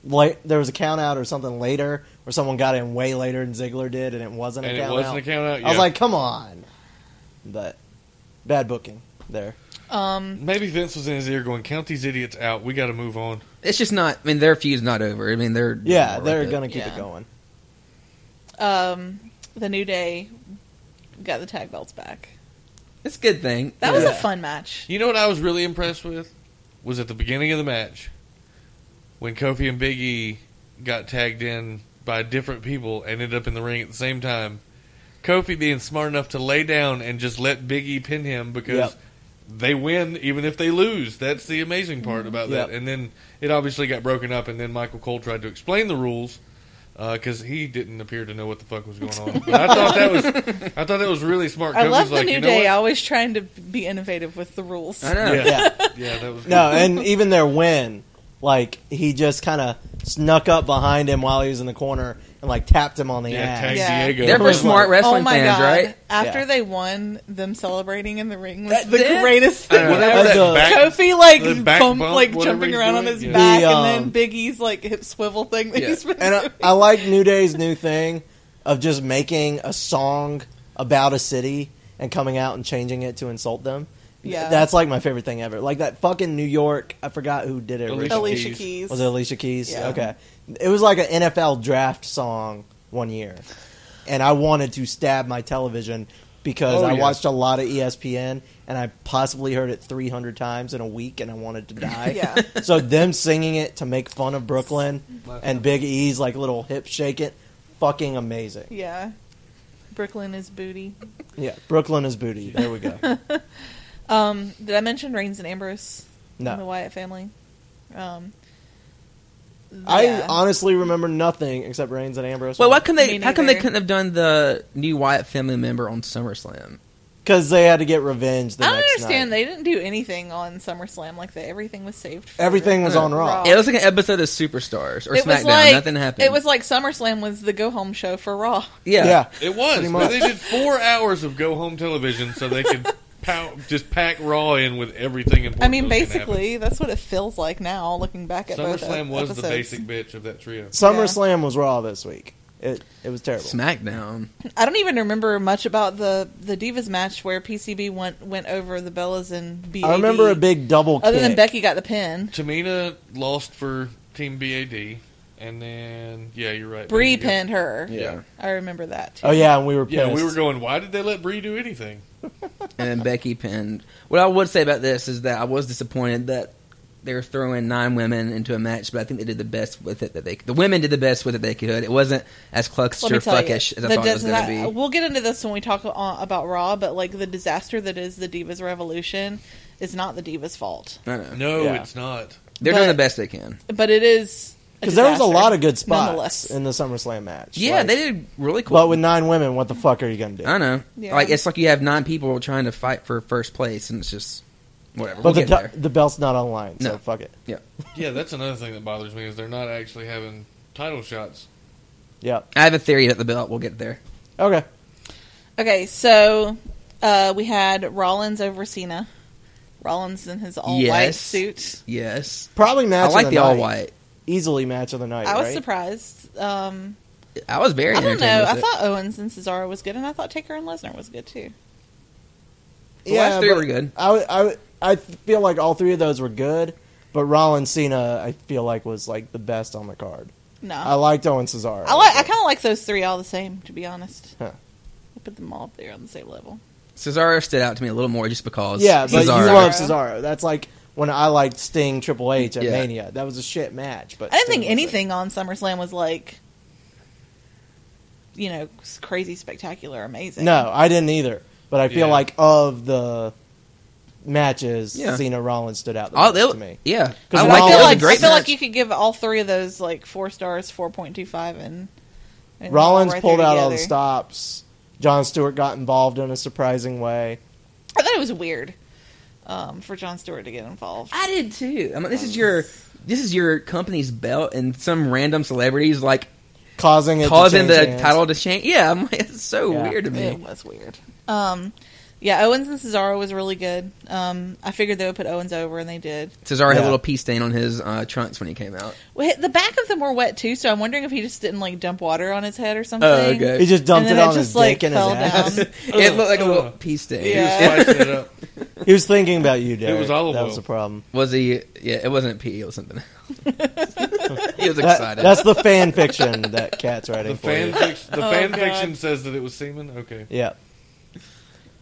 Speaker 6: late. There was a count out or something later, where someone got in way later than Ziggler did, and it wasn't a
Speaker 5: And it
Speaker 6: count
Speaker 5: wasn't
Speaker 6: out.
Speaker 5: a count out.
Speaker 6: I was
Speaker 5: yeah.
Speaker 6: like, come on, but bad booking there.
Speaker 3: Um,
Speaker 5: maybe Vince was in his ear going, "Count these idiots out. We got to move on."
Speaker 4: it's just not. I mean, their feud's not over. I mean, they're doing
Speaker 6: Yeah,
Speaker 4: more with
Speaker 6: they're
Speaker 4: it.
Speaker 6: gonna keep
Speaker 3: Yeah.
Speaker 6: it going.
Speaker 3: um, the New Day got the tag belts back.
Speaker 4: It's a good thing.
Speaker 3: That was a
Speaker 6: Yeah.
Speaker 3: fun match.
Speaker 5: You know what I was really impressed with was at the beginning of the match when Kofi and Big E got tagged in by different people and ended up in the ring at the same time. Kofi being smart enough to lay down and just let Big E pin him because
Speaker 6: Yep.
Speaker 5: they win even if they lose. That's the amazing part about that.
Speaker 6: Mm-hmm. Yep.
Speaker 5: And then it obviously got broken up, and then Michael Cole tried to explain the rules because he didn't appear to know what the fuck was going on. But I thought that was I thought that was really smart.
Speaker 3: I
Speaker 5: Covey's
Speaker 3: love the
Speaker 5: like,
Speaker 3: new
Speaker 5: you know
Speaker 3: day.
Speaker 5: what?
Speaker 3: Always trying to be innovative with the rules.
Speaker 4: I know.
Speaker 5: Yeah, yeah, that was
Speaker 6: No, and even their win, like he just kind of snuck up behind him while he was in the corner and like tapped him on the
Speaker 5: Yeah,
Speaker 6: ass.
Speaker 5: tag
Speaker 3: Yeah.
Speaker 5: Diego.
Speaker 4: They're for
Speaker 6: Everyone-
Speaker 4: smart wrestling
Speaker 3: oh my
Speaker 4: fans,
Speaker 3: god!
Speaker 4: right?
Speaker 3: After
Speaker 6: Yeah.
Speaker 3: they won, them celebrating in the ring was
Speaker 4: That-
Speaker 3: the
Speaker 4: that-
Speaker 3: greatest thing.
Speaker 4: I know.
Speaker 5: Whatever
Speaker 6: That's
Speaker 5: that
Speaker 6: a-
Speaker 5: back,
Speaker 3: Kofi like
Speaker 5: the back
Speaker 3: bump,
Speaker 5: bump,
Speaker 3: like
Speaker 5: whatever
Speaker 3: jumping
Speaker 5: he's
Speaker 3: around on
Speaker 5: doing,
Speaker 3: his
Speaker 5: yeah.
Speaker 3: back,
Speaker 6: The,
Speaker 3: and then
Speaker 6: um,
Speaker 3: Biggie's like hip swivel thing that [LAUGHS]
Speaker 4: Yeah.
Speaker 3: he's been
Speaker 6: And I,
Speaker 3: doing.
Speaker 6: I like New Day's new thing of just making a song about a city and coming out and changing it to insult them.
Speaker 3: Yeah.
Speaker 6: That's like my favorite thing ever. Like that fucking New York, I forgot who did it.
Speaker 5: Alicia
Speaker 6: originally.
Speaker 3: Alicia
Speaker 5: Keys.
Speaker 3: Keys.
Speaker 6: Was it Alicia Keys?
Speaker 3: Yeah.
Speaker 6: Okay. It was like an NFL draft song one year. And I wanted to stab my television because
Speaker 5: Oh,
Speaker 6: I
Speaker 5: yeah.
Speaker 6: watched a lot of E ESPN and I possibly heard it 300 times in a week and I wanted to die.
Speaker 3: [LAUGHS] Yeah.
Speaker 6: [LAUGHS] So them singing it to make fun of Brooklyn and Big E's like little hip shake it, fucking amazing.
Speaker 3: yeah. Brooklyn is booty.
Speaker 6: Yeah. Brooklyn is booty. There
Speaker 3: [LAUGHS]
Speaker 6: we go.
Speaker 3: Um, did I mention Reigns and Ambrose?
Speaker 6: No.
Speaker 3: In the Wyatt family. Um,
Speaker 6: I
Speaker 3: yeah.
Speaker 6: honestly remember nothing except Reigns and Ambrose.
Speaker 4: Well, why couldn't they?
Speaker 3: Me
Speaker 4: How come they
Speaker 3: neither.
Speaker 4: couldn't have done the new Wyatt family member on SummerSlam?
Speaker 6: Because they had to get revenge the
Speaker 3: I don't
Speaker 6: next
Speaker 3: understand.
Speaker 6: night.
Speaker 3: They didn't do anything on SummerSlam like that. Everything was saved. For
Speaker 6: Everything was on Raw.
Speaker 3: Raw.
Speaker 4: It was like an episode of Superstars or
Speaker 3: Oh. It was
Speaker 4: SmackDown.
Speaker 3: like
Speaker 4: Nothing happened.
Speaker 3: It was like SummerSlam was the go home show for Raw.
Speaker 4: yeah.
Speaker 6: yeah.
Speaker 5: [LAUGHS] It was.
Speaker 6: Pretty
Speaker 5: But
Speaker 6: much.
Speaker 5: they did four hours of go home television so they
Speaker 3: [LAUGHS]
Speaker 5: could pow, just pack Raw in with everything important.
Speaker 3: I mean,
Speaker 5: that was gonna
Speaker 3: basically, that's what it feels like now, looking back at
Speaker 5: happen.
Speaker 3: both
Speaker 5: SummerSlam was
Speaker 3: episodes.
Speaker 5: the basic bitch of that trio.
Speaker 6: SummerSlam was Raw this week. It it was terrible.
Speaker 4: SmackDown.
Speaker 3: I don't even remember much about the the Divas match where PCB went went over the Bellas and BAD.
Speaker 6: I remember a big double
Speaker 3: Other
Speaker 6: kick.
Speaker 3: than Becky got the pin,
Speaker 5: Tamina lost for Team BAD, and then yeah, you're right.
Speaker 3: Brie
Speaker 5: Becky got-
Speaker 3: pinned her.
Speaker 5: Yeah.
Speaker 3: I remember that. Too.
Speaker 6: Oh yeah, and we were pissed.
Speaker 5: Yeah, we were going. Why did they let Brie do anything?
Speaker 4: and then Becky pinned. What I would say about this is that I was disappointed that they were throwing nine women into a match, but I think they did the best with it that they. The women did the best with it they could. It wasn't as
Speaker 3: Let me tell
Speaker 4: clusterfuckish
Speaker 3: you,
Speaker 4: as I
Speaker 3: the
Speaker 4: thought it was going
Speaker 3: disa-
Speaker 4: to be.
Speaker 3: We'll get into this when we talk uh, about Raw, but like the disaster that is the Divas Revolution is not the Divas' fault,
Speaker 4: I know.
Speaker 5: No,
Speaker 6: Yeah.
Speaker 5: it's not.
Speaker 4: They're
Speaker 3: but-
Speaker 4: doing the best they can.
Speaker 3: but it is
Speaker 6: because there was a
Speaker 3: disaster,
Speaker 6: lot of good
Speaker 3: nonetheless.
Speaker 6: spots in the SummerSlam match.
Speaker 4: Yeah,
Speaker 6: Like,
Speaker 4: they did really cool.
Speaker 6: But with nine women, what the fuck are you gonna do?
Speaker 4: I know.
Speaker 3: Yeah.
Speaker 4: Like it's like you have nine people trying to fight for first place, and it's just whatever.
Speaker 6: But
Speaker 4: we'll get
Speaker 6: the
Speaker 4: there.
Speaker 6: the belt's not online, so
Speaker 4: No.
Speaker 6: fuck it.
Speaker 5: Yeah, that's another thing that bothers me is they're not actually having
Speaker 3: [LAUGHS]
Speaker 5: title shots.
Speaker 6: Yep.
Speaker 4: I have a theory that the belt will get there.
Speaker 6: Okay.
Speaker 3: Okay, so uh, we had Rollins over Cena. Rollins in his all white
Speaker 4: Yes.
Speaker 3: suit.
Speaker 4: Yes,
Speaker 6: Probably match.
Speaker 4: I like
Speaker 6: of
Speaker 4: the,
Speaker 6: the,
Speaker 4: all
Speaker 6: night.
Speaker 4: white.
Speaker 6: Easily match of the night.
Speaker 3: I was
Speaker 6: right?
Speaker 3: surprised. Um,
Speaker 4: I was very.
Speaker 3: I don't
Speaker 4: entertained
Speaker 3: know.
Speaker 4: with
Speaker 3: I
Speaker 4: it.
Speaker 3: thought Owens and Cesaro was good, and I thought Taker and Lesnar was good too.
Speaker 4: The last three
Speaker 6: but
Speaker 4: were good.
Speaker 6: I, would- I would- I feel like all three of those were good, but Rollins Cena I feel like was like the best on the card.
Speaker 3: No,
Speaker 4: Oh.
Speaker 6: I liked Owen Cesaro.
Speaker 3: I like. I kind of like those three all the same, to be honest.
Speaker 6: Huh.
Speaker 3: I put them all up there on the same level.
Speaker 4: Cesaro stood out to me a little more just because.
Speaker 6: Yeah, but
Speaker 4: Cesaro.
Speaker 6: you love Cesaro. That's like when I liked Sting Triple H at
Speaker 4: Yeah.
Speaker 6: Mania. That was a shit match, but
Speaker 3: I didn't
Speaker 6: Sting
Speaker 3: think
Speaker 6: was
Speaker 3: anything on SummerSlam was like, you know, s- crazy, spectacular,
Speaker 6: it.
Speaker 3: amazing.
Speaker 6: No, I didn't either. But I feel
Speaker 5: Yeah.
Speaker 6: like of the matches,
Speaker 4: Yeah.
Speaker 6: Cena Rollins stood out the
Speaker 4: Oh,
Speaker 6: most
Speaker 4: they,
Speaker 6: to me.
Speaker 4: yeah.
Speaker 6: 'Cause
Speaker 4: I,
Speaker 3: But I
Speaker 4: liked
Speaker 3: feel
Speaker 6: Rollins-
Speaker 4: it. It was
Speaker 3: like
Speaker 4: a great
Speaker 3: I feel
Speaker 4: match.
Speaker 3: like you could give all three of those like four stars, four point two five, and, and
Speaker 6: Rollins
Speaker 3: right there
Speaker 6: pulled out all the
Speaker 3: together.
Speaker 6: stops. John Stewart got involved in a surprising way.
Speaker 3: I thought it was weird um, for John Stewart to get involved.
Speaker 4: I did too. I mean, this is your this is your company's belt, and some random celebrities like
Speaker 6: Causing it
Speaker 4: causing
Speaker 6: to
Speaker 4: the
Speaker 6: change hands.
Speaker 4: title to change. Yeah, I'm like, it's so
Speaker 6: Yeah.
Speaker 4: weird to me.
Speaker 3: It was weird. Um, yeah, Owens and Cesaro was really good. Um, I figured they would put Owens over, and they did.
Speaker 4: Cesaro had
Speaker 6: Yeah.
Speaker 4: a little pee stain on his uh, trunks when he came out. [LAUGHS]
Speaker 3: Well, The back of them were wet too, so I'm wondering if he just didn't like dump water on his head or
Speaker 5: Oh,
Speaker 3: something.
Speaker 4: okay.
Speaker 6: He just dumped
Speaker 3: And
Speaker 6: it
Speaker 3: then
Speaker 6: on
Speaker 3: it
Speaker 6: his
Speaker 3: just, like,
Speaker 6: dick and his
Speaker 3: fell
Speaker 6: ass. [LAUGHS]
Speaker 3: down.
Speaker 4: it looked like a little
Speaker 5: Ugh.
Speaker 4: pee stain.
Speaker 5: He was
Speaker 3: Yeah.
Speaker 5: spicing it up.
Speaker 6: he was thinking about you, Derek.
Speaker 5: was olive
Speaker 6: that
Speaker 5: oil.
Speaker 6: was the problem.
Speaker 4: [LAUGHS] Was he? Yeah, it wasn't pee. It was something. else. [LAUGHS] he was
Speaker 6: That-
Speaker 4: excited.
Speaker 6: that's the fan fiction that Cat's writing
Speaker 5: The
Speaker 6: for
Speaker 5: fan
Speaker 6: you.
Speaker 5: fiction, the
Speaker 3: [LAUGHS] Oh,
Speaker 5: fan
Speaker 3: God.
Speaker 5: fiction says that it was semen. Okay,
Speaker 6: Yeah.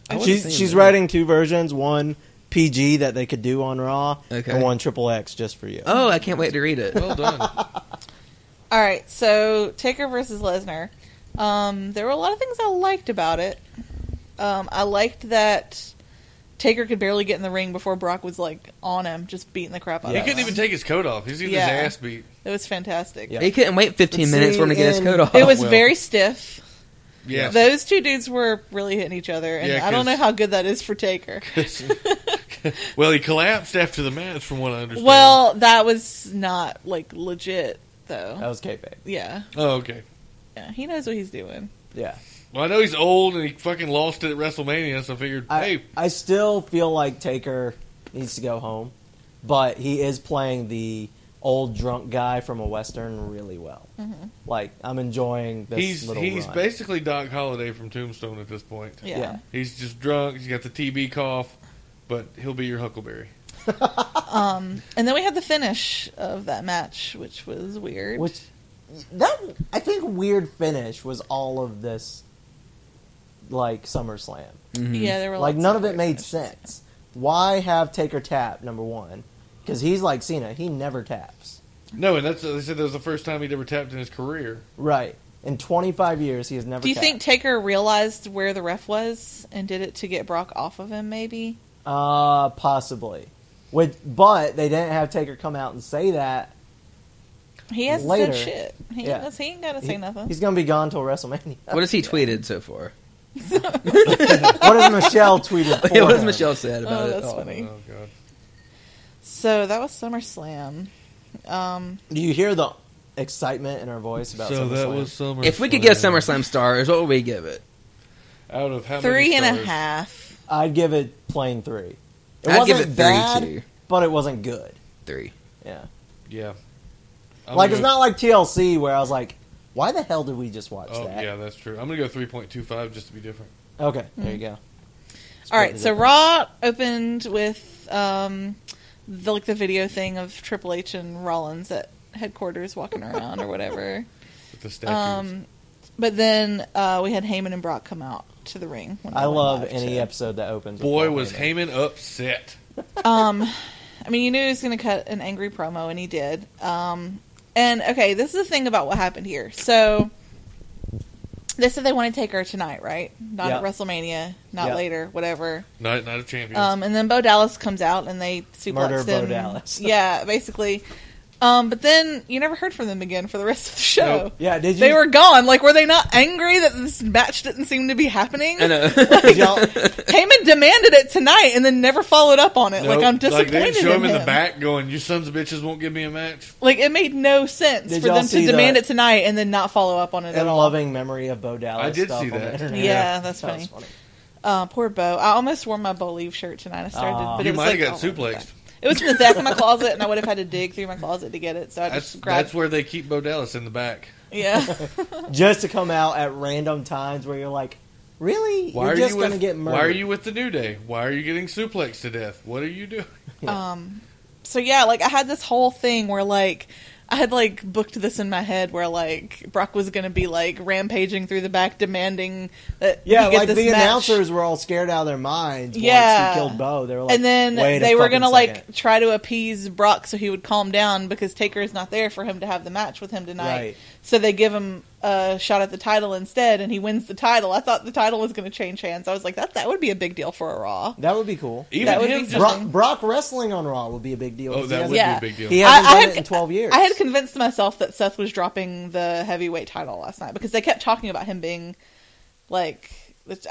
Speaker 4: I wasn't
Speaker 6: She's
Speaker 4: saying
Speaker 6: she's
Speaker 4: that.
Speaker 6: writing two versions, one PG that they could do on Raw,
Speaker 4: Okay.
Speaker 6: and one triple X just for you.
Speaker 4: Oh, I can't wait to read it.
Speaker 5: well done.
Speaker 3: All right, so Taker versus Lesnar. Um, there were a lot of things I liked about it. Um, I liked that Taker could barely get in the ring before Brock was like on him, just beating the crap out
Speaker 5: He
Speaker 3: of him.
Speaker 5: couldn't even take his coat off. He's getting
Speaker 3: Yeah.
Speaker 5: his ass beat.
Speaker 3: It was fantastic.
Speaker 6: Yeah.
Speaker 4: [LAUGHS] He couldn't wait 15
Speaker 6: Let's
Speaker 4: minutes for him to
Speaker 6: see,
Speaker 4: get his
Speaker 6: and-
Speaker 4: coat off.
Speaker 3: It was
Speaker 5: well.
Speaker 3: very stiff. [LAUGHS]
Speaker 5: Yeah.
Speaker 3: Those two dudes were really hitting each other, and
Speaker 5: Yeah,
Speaker 3: I don't know
Speaker 5: 'cause-
Speaker 3: how good that is for Taker.
Speaker 5: [LAUGHS] well, he collapsed after the match, from what I understand.
Speaker 3: well, that was not like legit though.
Speaker 6: That was kayfabe.
Speaker 3: Yeah,
Speaker 5: Oh, okay.
Speaker 3: yeah, he knows what he's doing.
Speaker 6: Yeah.
Speaker 5: Well, I know he's old and he fucking lost it at WrestleMania, so I figured,
Speaker 6: I,
Speaker 5: hey,
Speaker 6: I still feel like Taker needs to go home, but he is playing the old drunk guy from a western really well. Like I'm enjoying this
Speaker 5: he's
Speaker 6: little
Speaker 5: he's
Speaker 6: run.
Speaker 5: basically Doc Holliday from Tombstone at this point.
Speaker 3: Yeah,
Speaker 6: Yeah.
Speaker 5: He's just drunk. He's got the TB cough, but he'll be your Huckleberry.
Speaker 3: Um, and then we had the finish of that match, which was weird.
Speaker 6: which that I think weird finish was all of this like SummerSlam.
Speaker 3: yeah, there were
Speaker 6: Like
Speaker 3: lots
Speaker 6: none of it
Speaker 3: weird
Speaker 6: made
Speaker 3: finishes.
Speaker 6: sense. Why have Taker tap number one? Because he's like Cena, he never taps.
Speaker 5: No, and that's they said that was the first time he'd ever tapped in his career.
Speaker 6: Right. In 25 years, he has never.
Speaker 3: Do you
Speaker 6: tapped.
Speaker 3: think Taker realized where the ref was and did it to get Brock off of him? Maybe.
Speaker 6: Uh, possibly. With but they didn't have Taker come out and say that.
Speaker 3: He hasn't
Speaker 6: Later.
Speaker 3: said shit. He,
Speaker 6: Yeah.
Speaker 3: ain't, he ain't gotta
Speaker 6: He-
Speaker 3: say nothing.
Speaker 6: He's gonna be gone till WrestleMania. [LAUGHS]
Speaker 4: What has he tweeted so far?
Speaker 6: what has Michelle tweeted? For
Speaker 4: [LAUGHS] Yeah, what has
Speaker 6: him?
Speaker 4: Michelle said about
Speaker 3: Oh,
Speaker 4: it?
Speaker 3: that's
Speaker 4: Oh.
Speaker 3: funny.
Speaker 6: Uh-huh.
Speaker 5: Oh god.
Speaker 3: So that was SummerSlam. Um,
Speaker 6: Do you hear the excitement in her voice about
Speaker 5: So that
Speaker 6: SummerSlam?
Speaker 5: was Summer.
Speaker 4: If we could give SummerSlam stars, what would we give it?
Speaker 5: out of how
Speaker 3: three
Speaker 5: many
Speaker 3: and a
Speaker 5: stars?
Speaker 3: half.
Speaker 6: I'd give it plain three. It
Speaker 4: I'd
Speaker 6: wasn't
Speaker 4: give it three,
Speaker 6: bad,
Speaker 4: too.
Speaker 6: but it wasn't good.
Speaker 3: [LAUGHS]
Speaker 4: Three.
Speaker 6: Yeah,
Speaker 5: Yeah. I'm
Speaker 6: like
Speaker 5: gonna
Speaker 6: it's
Speaker 5: go-
Speaker 6: not like TLC where I was like, "Why the hell did we just watch
Speaker 5: Oh
Speaker 6: that?"
Speaker 5: yeah, that's true. I'm gonna go three point two five just to be different.
Speaker 6: Okay, there you go.
Speaker 3: Mm-hmm. All right,
Speaker 6: Split
Speaker 3: so
Speaker 6: it up.
Speaker 3: Raw opened with um, the, like the video thing of Triple H and Rollins at headquarters walking around or whatever.
Speaker 5: With the statues.
Speaker 3: Um, but then uh, we had Heyman and Brock come out to the ring. when
Speaker 6: I
Speaker 3: they went
Speaker 6: love
Speaker 3: live,
Speaker 6: any
Speaker 3: too.
Speaker 6: episode that opens. with
Speaker 5: Boy
Speaker 6: Paul
Speaker 5: was Heyman upset.
Speaker 3: I mean, you knew he was going to cut an angry promo, and he did. Um, and okay, this is the thing about what happened here. So they said they want to take her tonight, right? Not at
Speaker 6: Yeah.
Speaker 3: WrestleMania, not
Speaker 6: Yeah.
Speaker 3: later, whatever.
Speaker 5: Not not a champion.
Speaker 3: Um, and then Bo Dallas comes out and they suplexed
Speaker 6: Murder Bo
Speaker 3: him. [LAUGHS]
Speaker 6: Dallas.
Speaker 3: yeah, basically. Um, but then you never heard from them again for the rest of the show.
Speaker 5: Nope.
Speaker 6: Yeah, did you?
Speaker 3: They were gone. Like, were they not angry that this match didn't seem to be happening?
Speaker 4: I
Speaker 6: [LAUGHS]
Speaker 4: know.
Speaker 3: [LAUGHS]
Speaker 6: Did
Speaker 4: [LAUGHS]
Speaker 6: y'all,
Speaker 3: Heyman demanded it tonight and then never followed up on it.
Speaker 5: Nope.
Speaker 3: Like, I'm disappointed
Speaker 5: they didn't show
Speaker 3: in
Speaker 5: him in the
Speaker 3: him.
Speaker 5: back going, "You sons of bitches won't give me a match."
Speaker 3: Like it made no sense
Speaker 6: Did
Speaker 3: for
Speaker 6: y'all
Speaker 3: them to
Speaker 6: see
Speaker 3: demand
Speaker 6: the-
Speaker 3: it tonight and then not follow up on it at
Speaker 6: and
Speaker 3: all.
Speaker 6: loving memory of Bo Dallas.
Speaker 5: I did
Speaker 6: stuff
Speaker 5: see
Speaker 6: on
Speaker 5: that.
Speaker 6: The internet.
Speaker 3: yeah, that's
Speaker 6: That
Speaker 3: funny.
Speaker 6: was funny.
Speaker 3: Uh, poor Bo. I almost wore my Bo Leave shirt tonight. I started,
Speaker 6: Aw.
Speaker 3: but it
Speaker 5: you
Speaker 3: was
Speaker 5: might
Speaker 3: like, oh,
Speaker 5: have got
Speaker 3: all over the
Speaker 5: suplexed.
Speaker 3: back. It was in the back of
Speaker 5: [LAUGHS]
Speaker 3: my closet, and I would have had to dig through my closet to get it. So I
Speaker 5: That's
Speaker 3: just grabbed.
Speaker 5: that's where they keep Bo Dallas in the back.
Speaker 3: yeah, [LAUGHS]
Speaker 6: Just to come out at random times where you're like, really?
Speaker 5: Why
Speaker 6: you're
Speaker 5: are
Speaker 6: just
Speaker 5: you
Speaker 6: gonna
Speaker 5: with,
Speaker 6: get murdered.
Speaker 5: Why are you with the New Day? Why are you getting suplexed to death? What are you doing?
Speaker 3: so yeah, like I had this whole thing where like I had like booked this in my head where like Brock was gonna be like rampaging through the back, demanding that
Speaker 6: Yeah,
Speaker 3: he get
Speaker 6: like
Speaker 3: this
Speaker 6: the
Speaker 3: match.
Speaker 6: announcers were all scared out of their minds.
Speaker 3: Yeah.
Speaker 6: once he killed Bo. They were like,
Speaker 3: and then
Speaker 6: Wait a
Speaker 3: they were
Speaker 6: fucking
Speaker 3: gonna
Speaker 6: second."
Speaker 3: like try to appease Brock so he would calm down because Taker is not there for him to have the match with him tonight.
Speaker 6: Right.
Speaker 3: So they give him a shot at the title instead, and he wins the title. I thought the title was going to change hands. I was like, that that would be a big deal for a Raw.
Speaker 6: that would be cool.
Speaker 5: Even
Speaker 3: That would
Speaker 5: him
Speaker 3: be
Speaker 5: just
Speaker 6: Brock, Brock wrestling on Raw would be a big deal.
Speaker 5: oh,
Speaker 6: 'cause
Speaker 5: that
Speaker 6: he hasn't-
Speaker 5: would
Speaker 3: Yeah.
Speaker 5: be a big deal.
Speaker 6: He hasn't
Speaker 3: I- I
Speaker 6: done
Speaker 3: had-
Speaker 6: it in 12 years.
Speaker 3: I had convinced myself that Seth was dropping the heavyweight title last night because they kept talking about him being like,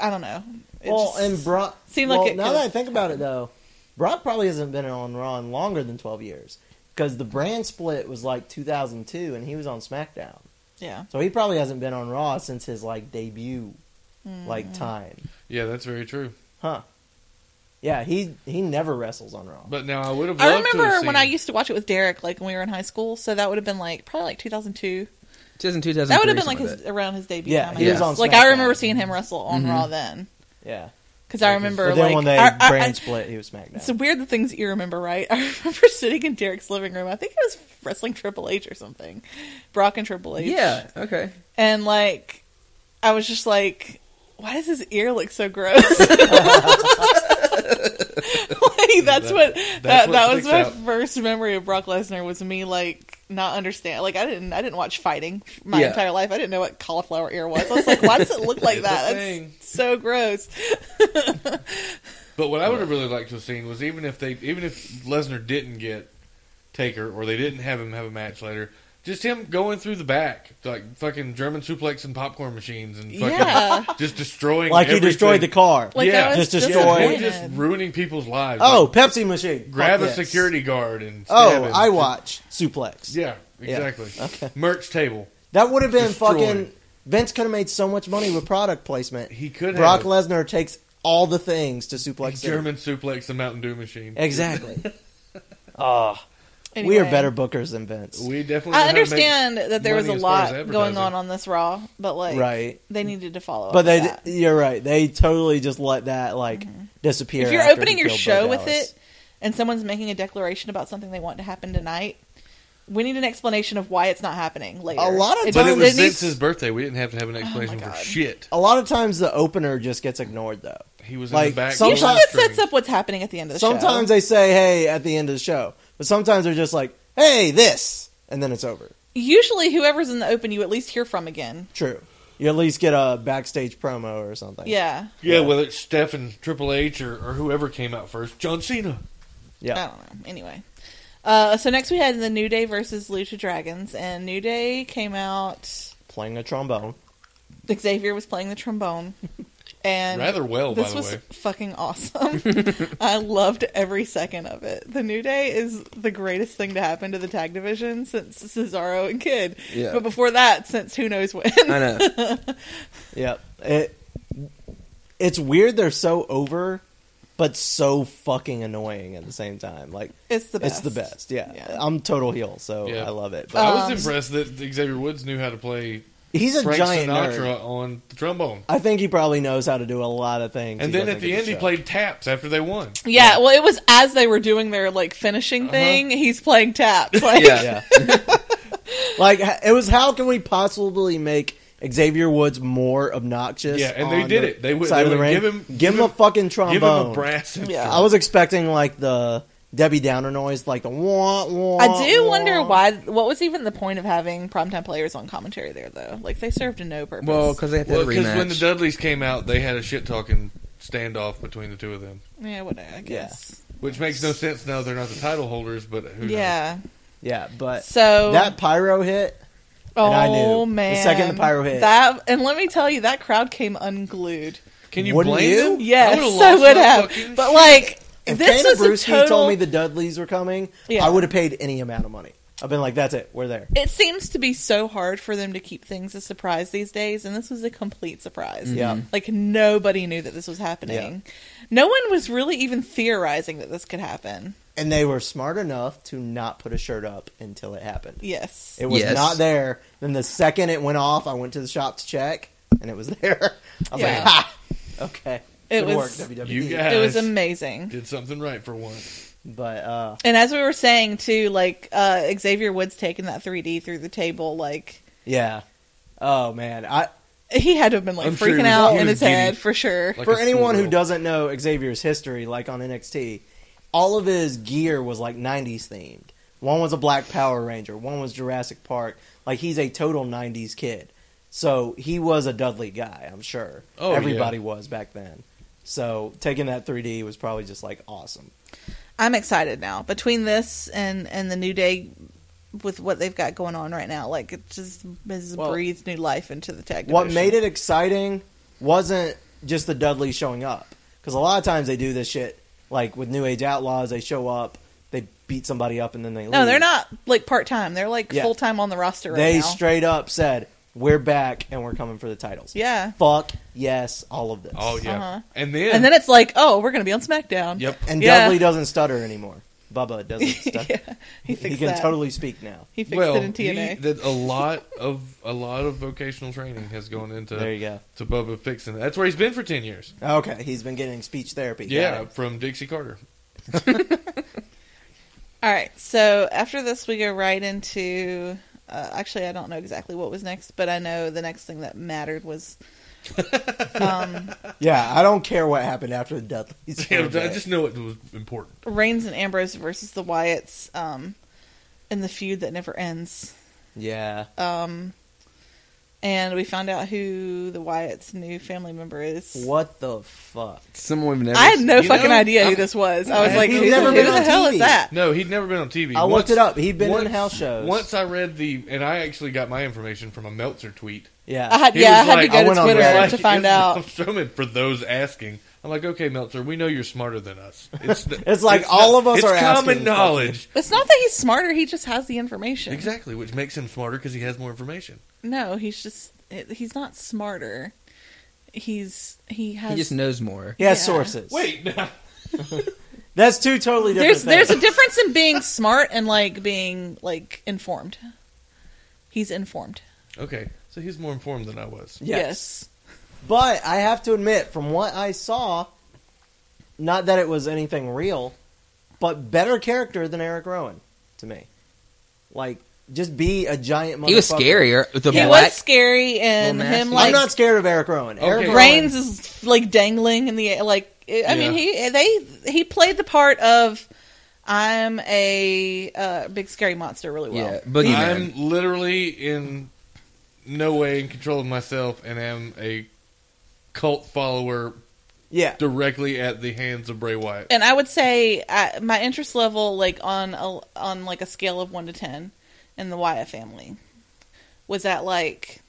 Speaker 3: I don't know. It
Speaker 6: well,
Speaker 3: just-
Speaker 6: and Brock.
Speaker 3: seemed
Speaker 6: well,
Speaker 3: like it
Speaker 6: now
Speaker 3: could've
Speaker 6: that I think about it, though, Brock probably hasn't been on Raw in longer than 12 years because the brand split was like 2002, and he was on SmackDown.
Speaker 3: yeah,
Speaker 6: So he probably hasn't been on Raw since his like debut,
Speaker 3: Mm-hmm.
Speaker 6: like time,
Speaker 5: Yeah, that's very true.
Speaker 6: huh? Yeah, he he never wrestles on Raw.
Speaker 5: But now I would have. Loved
Speaker 3: I
Speaker 5: to have
Speaker 3: remember
Speaker 5: seen
Speaker 3: when I used to watch it with Derek, like when we were in high school. So that would have been like probably like 2002.
Speaker 4: 2002, 2003.
Speaker 3: That would have been like
Speaker 4: something
Speaker 3: his around his debut.
Speaker 6: Yeah,
Speaker 3: time,
Speaker 6: he
Speaker 3: I
Speaker 4: was
Speaker 3: guess.
Speaker 6: on
Speaker 3: Like I
Speaker 6: SmackDown.
Speaker 3: remember seeing him wrestle on Raw then,
Speaker 6: yeah,
Speaker 3: because I remember
Speaker 6: but then
Speaker 3: like
Speaker 6: when they
Speaker 3: I- I-
Speaker 6: brand
Speaker 3: I-
Speaker 6: split, he was SmackDown.
Speaker 3: it's weird the things that you remember, right? [LAUGHS] I remember sitting in Derek's living room. I think I was wrestling Triple H or something, Brock and Triple
Speaker 4: like
Speaker 3: H.
Speaker 4: that. Yeah, okay.
Speaker 3: and like I was just like, why does his ear look so gross? [LAUGHS] like, that's what that
Speaker 5: that's what
Speaker 3: that was
Speaker 5: sticks
Speaker 3: my
Speaker 5: out.
Speaker 3: first memory of Brock Lesnar was me like not understand like I didn't I didn't watch fighting my
Speaker 4: Yeah.
Speaker 3: entire life I didn't know what cauliflower ear was I was like why does it look like
Speaker 5: It's a
Speaker 3: that
Speaker 5: thing.
Speaker 3: that's so gross
Speaker 5: But what I would have really liked to have seen was even if they, even if Lesnar didn't get Taker or they didn't have him have a match later, just him going through the back, like fucking German suplex and popcorn machines and fucking
Speaker 3: Yeah.
Speaker 5: [LAUGHS] just destroying
Speaker 6: Like he destroyed the
Speaker 5: everything.
Speaker 6: car.
Speaker 3: Like I
Speaker 5: Yeah,
Speaker 3: was
Speaker 6: just destroy-
Speaker 5: We're
Speaker 3: disappointed.
Speaker 5: just ruining people's lives.
Speaker 6: oh,
Speaker 5: Like,
Speaker 6: Pepsi machine. Fuck
Speaker 5: grab a
Speaker 6: yes.
Speaker 5: security guard and stab
Speaker 6: Oh,
Speaker 5: him.
Speaker 6: I watch suplex.
Speaker 5: Yeah, exactly. Merch table.
Speaker 6: That would have been
Speaker 5: Destroyed.
Speaker 6: fucking. Vince could have made so much money with product placement.
Speaker 5: He could
Speaker 6: Brock
Speaker 5: have.
Speaker 6: Lesnar takes all the things to suplex City.
Speaker 5: German suplex the Mountain Dew machine. [LAUGHS]
Speaker 6: Exactly.
Speaker 3: Anyway,
Speaker 6: we are better bookers than Vince.
Speaker 5: We definitely. know how
Speaker 3: I
Speaker 5: to make-
Speaker 3: understand that there was a
Speaker 5: money as far as
Speaker 3: lot going on
Speaker 5: advertising.
Speaker 3: on this Raw, but like,
Speaker 6: Right.
Speaker 3: they needed to follow up.
Speaker 6: but they,
Speaker 3: with that.
Speaker 6: you're right. They totally just let that like disappear.
Speaker 3: Mm-hmm. if you're
Speaker 6: after
Speaker 3: opening
Speaker 6: he
Speaker 3: your
Speaker 6: killed
Speaker 3: show
Speaker 6: Bo
Speaker 3: with
Speaker 6: Dallas.
Speaker 3: it and someone's making a declaration about something they want to happen tonight, we need an explanation of why it's not happening later.
Speaker 6: A lot of
Speaker 3: It-
Speaker 5: But it
Speaker 6: times-
Speaker 5: was
Speaker 3: it needs- Oh
Speaker 5: Vince's birthday. We didn't have to have an explanation for
Speaker 3: God.
Speaker 5: shit.
Speaker 6: a lot of times the opener just gets ignored though.
Speaker 5: He was
Speaker 6: Like,
Speaker 5: in the back.
Speaker 6: sometimes-
Speaker 5: pulling
Speaker 3: Usually it
Speaker 5: strings.
Speaker 3: sets up what's happening at the end of the
Speaker 6: Sometimes
Speaker 3: show.
Speaker 6: they say hey at the end of the show, but sometimes they're just like hey this, and then it's over.
Speaker 3: Usually whoever's in the open, you at least hear from again.
Speaker 6: True. You at least get a backstage promo or something.
Speaker 3: Yeah.
Speaker 5: Yeah, whether it's Steph and Triple H or, or whoever came out first, John Cena.
Speaker 6: Yeah.
Speaker 3: I don't know. Anyway. Uh, so next we had the New Day versus Lucha Dragons, and New Day came out.
Speaker 6: Playing a trombone.
Speaker 3: Xavier was playing the trombone, [LAUGHS] and
Speaker 5: Rather well, Oh, by
Speaker 3: This
Speaker 5: the
Speaker 3: was
Speaker 5: way.
Speaker 3: fucking awesome. [LAUGHS] I loved every second of it. The New Day is the greatest thing to happen to the tag division since Cesaro and Kid,
Speaker 4: Yeah.
Speaker 3: but before that, since who knows when.
Speaker 4: I know.
Speaker 6: Yep. It it's weird they're so over but so fucking annoying at the same time. Like
Speaker 3: [LAUGHS] It's the best.
Speaker 6: it's the best. Yeah.
Speaker 3: Yeah. Uh,
Speaker 6: I'm total heel, so
Speaker 5: Yeah.
Speaker 6: I love it. But
Speaker 5: I was impressed that Xavier Woods knew how to play
Speaker 6: um, he's a
Speaker 5: Frank
Speaker 6: giant nerd.
Speaker 5: Sinatra on the trombone.
Speaker 6: I think he probably knows how to do a lot of things.
Speaker 5: And
Speaker 6: he
Speaker 5: then
Speaker 6: doesn't
Speaker 5: at the
Speaker 6: get
Speaker 5: end,
Speaker 6: to
Speaker 5: he
Speaker 6: show.
Speaker 5: played taps after they won.
Speaker 3: Yeah, well, it was as they were doing their like finishing thing. He's playing taps. Like,
Speaker 4: Yeah.
Speaker 6: Yeah. [LAUGHS] like h- it was how can we possibly make Xavier Woods more obnoxious?
Speaker 5: Yeah, and they
Speaker 6: on
Speaker 5: did
Speaker 6: the
Speaker 5: it. They would-
Speaker 6: side
Speaker 5: they
Speaker 6: of the
Speaker 5: would
Speaker 6: ring?
Speaker 5: give him-
Speaker 6: give,
Speaker 5: give
Speaker 6: him a
Speaker 5: him-
Speaker 6: fucking trombone.
Speaker 5: Give him a brass.
Speaker 3: Yeah.
Speaker 6: I was expecting like the Debbie Downer noise, like the wah wah.
Speaker 3: I do
Speaker 6: wah.
Speaker 3: wonder why. What was even the point of having primetime players on commentary there, though? Like they served no purpose.
Speaker 4: well, because they have to
Speaker 5: Well,
Speaker 4: have a
Speaker 5: because
Speaker 4: rematch.
Speaker 5: when the Dudleys came out, they had a shit talking standoff between the two of them,
Speaker 3: yeah, whatever. I guess.
Speaker 5: which makes no sense now. They're not the title holders, but who knows?
Speaker 3: Yeah.
Speaker 6: Yeah, but
Speaker 3: So
Speaker 6: that pyro hit.
Speaker 3: oh
Speaker 6: and I knew. The
Speaker 3: man,
Speaker 6: second the pyro hit.
Speaker 3: that, and let me tell you, that crowd came unglued.
Speaker 5: Can you
Speaker 6: Wouldn't
Speaker 5: blame
Speaker 6: you?
Speaker 5: them?
Speaker 3: Yes,
Speaker 5: would've
Speaker 3: [LAUGHS] I
Speaker 5: lost
Speaker 3: would
Speaker 5: my
Speaker 3: have.
Speaker 5: fucking
Speaker 3: But
Speaker 5: shit.
Speaker 3: like,
Speaker 6: If
Speaker 3: this
Speaker 6: Kana
Speaker 3: was
Speaker 6: Brewski
Speaker 3: a total.
Speaker 6: told me the Dudleys were coming,
Speaker 3: Yeah.
Speaker 6: I would have paid any amount of money. I've been like, that's it. We're there.
Speaker 3: it seems to be so hard for them to keep things a surprise these days, and this was a complete surprise.
Speaker 6: Yeah.
Speaker 3: Like nobody knew that this was happening. No one was really even theorizing that this could happen.
Speaker 6: And they were smart enough to not put a shirt up until it happened.
Speaker 3: Yes.
Speaker 6: It was
Speaker 4: Yes.
Speaker 6: not there. Then the second it went off, I went to the shop to check, and it was [LAUGHS] there. I was
Speaker 3: Yeah.
Speaker 6: like, ha, okay.
Speaker 3: It
Speaker 6: Good
Speaker 3: was-
Speaker 6: work, WWE.
Speaker 5: You guys
Speaker 3: it was amazing.
Speaker 5: did something right for once.
Speaker 6: But uh,
Speaker 3: And as we were saying too, like uh Xavier Woods taking that 3D through the table, like
Speaker 6: yeah. Oh man, I
Speaker 3: he had to have been like
Speaker 5: I'm sure he
Speaker 3: freaking
Speaker 5: was-
Speaker 3: out
Speaker 5: he
Speaker 3: in his
Speaker 5: was
Speaker 3: head
Speaker 5: giddy.
Speaker 3: for sure.
Speaker 5: Like
Speaker 6: for
Speaker 5: a
Speaker 6: anyone who
Speaker 5: schoolgirl.
Speaker 6: doesn't know Xavier's history, like on NXT, all of his gear was like '90s themed. One was a Black Power Ranger. One was Jurassic Park. Like he's a total '90s kid. So he was a Dudley guy, I'm sure.
Speaker 5: Oh, yeah.
Speaker 6: Everybody was back then. So taking that 3D was probably just like awesome.
Speaker 3: I'm excited now. Between this and and the new day with what they've got going on right now, like it just has
Speaker 6: Well,
Speaker 3: breathed new life into the tag.
Speaker 6: What
Speaker 3: division.
Speaker 6: made it exciting wasn't just the Dudleys showing up. Because a lot of times they do this shit, like with New Age Outlaws, they show up, they beat somebody up, and then they leave.
Speaker 3: No, they're not like part time. They're like
Speaker 6: Yeah.
Speaker 3: full time on the roster right
Speaker 6: they
Speaker 3: now.
Speaker 6: straight up said, "We're back and we're coming for the titles."
Speaker 3: yeah.
Speaker 6: Fuck yes, all of this.
Speaker 5: Oh yeah,
Speaker 3: Uh-huh.
Speaker 5: and then
Speaker 3: And then it's like, oh, we're going to be on SmackDown.
Speaker 5: yep.
Speaker 6: And
Speaker 3: Yeah.
Speaker 6: Dudley doesn't stutter anymore. Bubba doesn't stutter.
Speaker 3: [LAUGHS] yeah. He
Speaker 6: he,
Speaker 3: fixed
Speaker 6: can
Speaker 3: that.
Speaker 6: totally speak now.
Speaker 3: He fixed
Speaker 5: well,
Speaker 3: it in TNA.
Speaker 5: He, that a lot of a lot of vocational training has gone into
Speaker 6: There you go.
Speaker 5: to Bubba fixing. That's where he's been for ten years.
Speaker 6: Okay, he's been getting speech therapy. Got
Speaker 5: Yeah,
Speaker 6: it.
Speaker 5: from Dixie
Speaker 6: [LAUGHS]
Speaker 5: Carter.
Speaker 3: All right. So after this, we go right into. Uh, actually, I don't know exactly what was next, but I know the next thing that mattered was.
Speaker 6: yeah. I don't care what happened after the Dudleys.
Speaker 5: [LAUGHS] Yeah, I just know it was important.
Speaker 3: Reigns and Ambrose versus the Wyatts um, in the feud that never ends.
Speaker 6: yeah.
Speaker 3: and we found out who the Wyatt's new family member is.
Speaker 6: What the fuck?
Speaker 4: Someone we've never
Speaker 3: I had no
Speaker 5: You
Speaker 3: fucking
Speaker 5: know,
Speaker 3: idea who
Speaker 5: I'm-
Speaker 3: this was. I was
Speaker 5: I-
Speaker 3: like,
Speaker 6: He's
Speaker 3: who,
Speaker 6: never
Speaker 3: who
Speaker 6: been
Speaker 3: the
Speaker 6: on
Speaker 3: hell is
Speaker 6: TV.
Speaker 3: that?
Speaker 5: No, he'd never been on TV.
Speaker 6: I
Speaker 5: Once-
Speaker 6: looked it up. He'd been in
Speaker 5: once-
Speaker 6: house shows.
Speaker 5: Once I read the, and I actually got my information from a Meltzer tweet.
Speaker 6: yeah.
Speaker 3: I had,
Speaker 5: He
Speaker 3: yeah, I
Speaker 5: was
Speaker 3: had
Speaker 5: like-
Speaker 6: I
Speaker 3: to go
Speaker 6: went
Speaker 3: to
Speaker 6: on
Speaker 3: Twitter
Speaker 6: there.
Speaker 3: to
Speaker 5: [LAUGHS]
Speaker 3: find
Speaker 5: it's
Speaker 3: out.
Speaker 5: Braun Strowman for those asking. I'm like, okay, Meltzer, we know you're smarter than
Speaker 6: [LAUGHS]
Speaker 5: us. It's, the,
Speaker 6: It's like all of us
Speaker 5: it's
Speaker 6: are
Speaker 5: common
Speaker 6: asking.
Speaker 5: knowledge.
Speaker 3: It's not that he's smarter; he just has the information.
Speaker 5: Exactly, which makes him smarter because he has more information.
Speaker 3: No, he's just he's not smarter. He's he has
Speaker 4: He just knows more.
Speaker 6: he has
Speaker 3: yeah.
Speaker 6: sources.
Speaker 5: Wait,
Speaker 6: that's two totally
Speaker 3: there's
Speaker 6: different things.
Speaker 3: there's a difference in being smart and like being like informed. He's informed.
Speaker 5: okay, so he's more informed than I was.
Speaker 3: Yes.
Speaker 6: But I have to admit, from what I saw, not that it was anything real, but better character than Eric Rowan to me. Like, just be a giant motherfucker.
Speaker 4: He was scarier. with The
Speaker 3: He
Speaker 4: black.
Speaker 3: was scary and
Speaker 4: Little
Speaker 3: him
Speaker 4: nasty.
Speaker 3: like
Speaker 6: I'm not scared of Eric Rowan. Eric
Speaker 5: Okay.
Speaker 6: Rowan,
Speaker 3: brains is like dangling in the air, like I mean he they he played the part of I'm a uh, big scary monster really well.
Speaker 4: yeah, boogeyman.
Speaker 5: I'm literally in no way in control of myself and am a cult follower
Speaker 6: Yeah.
Speaker 5: directly at the hands of Bray Wyatt.
Speaker 3: and I would say I, my interest level, like on a on like a scale of one to ten, in the Wyatt family, was at like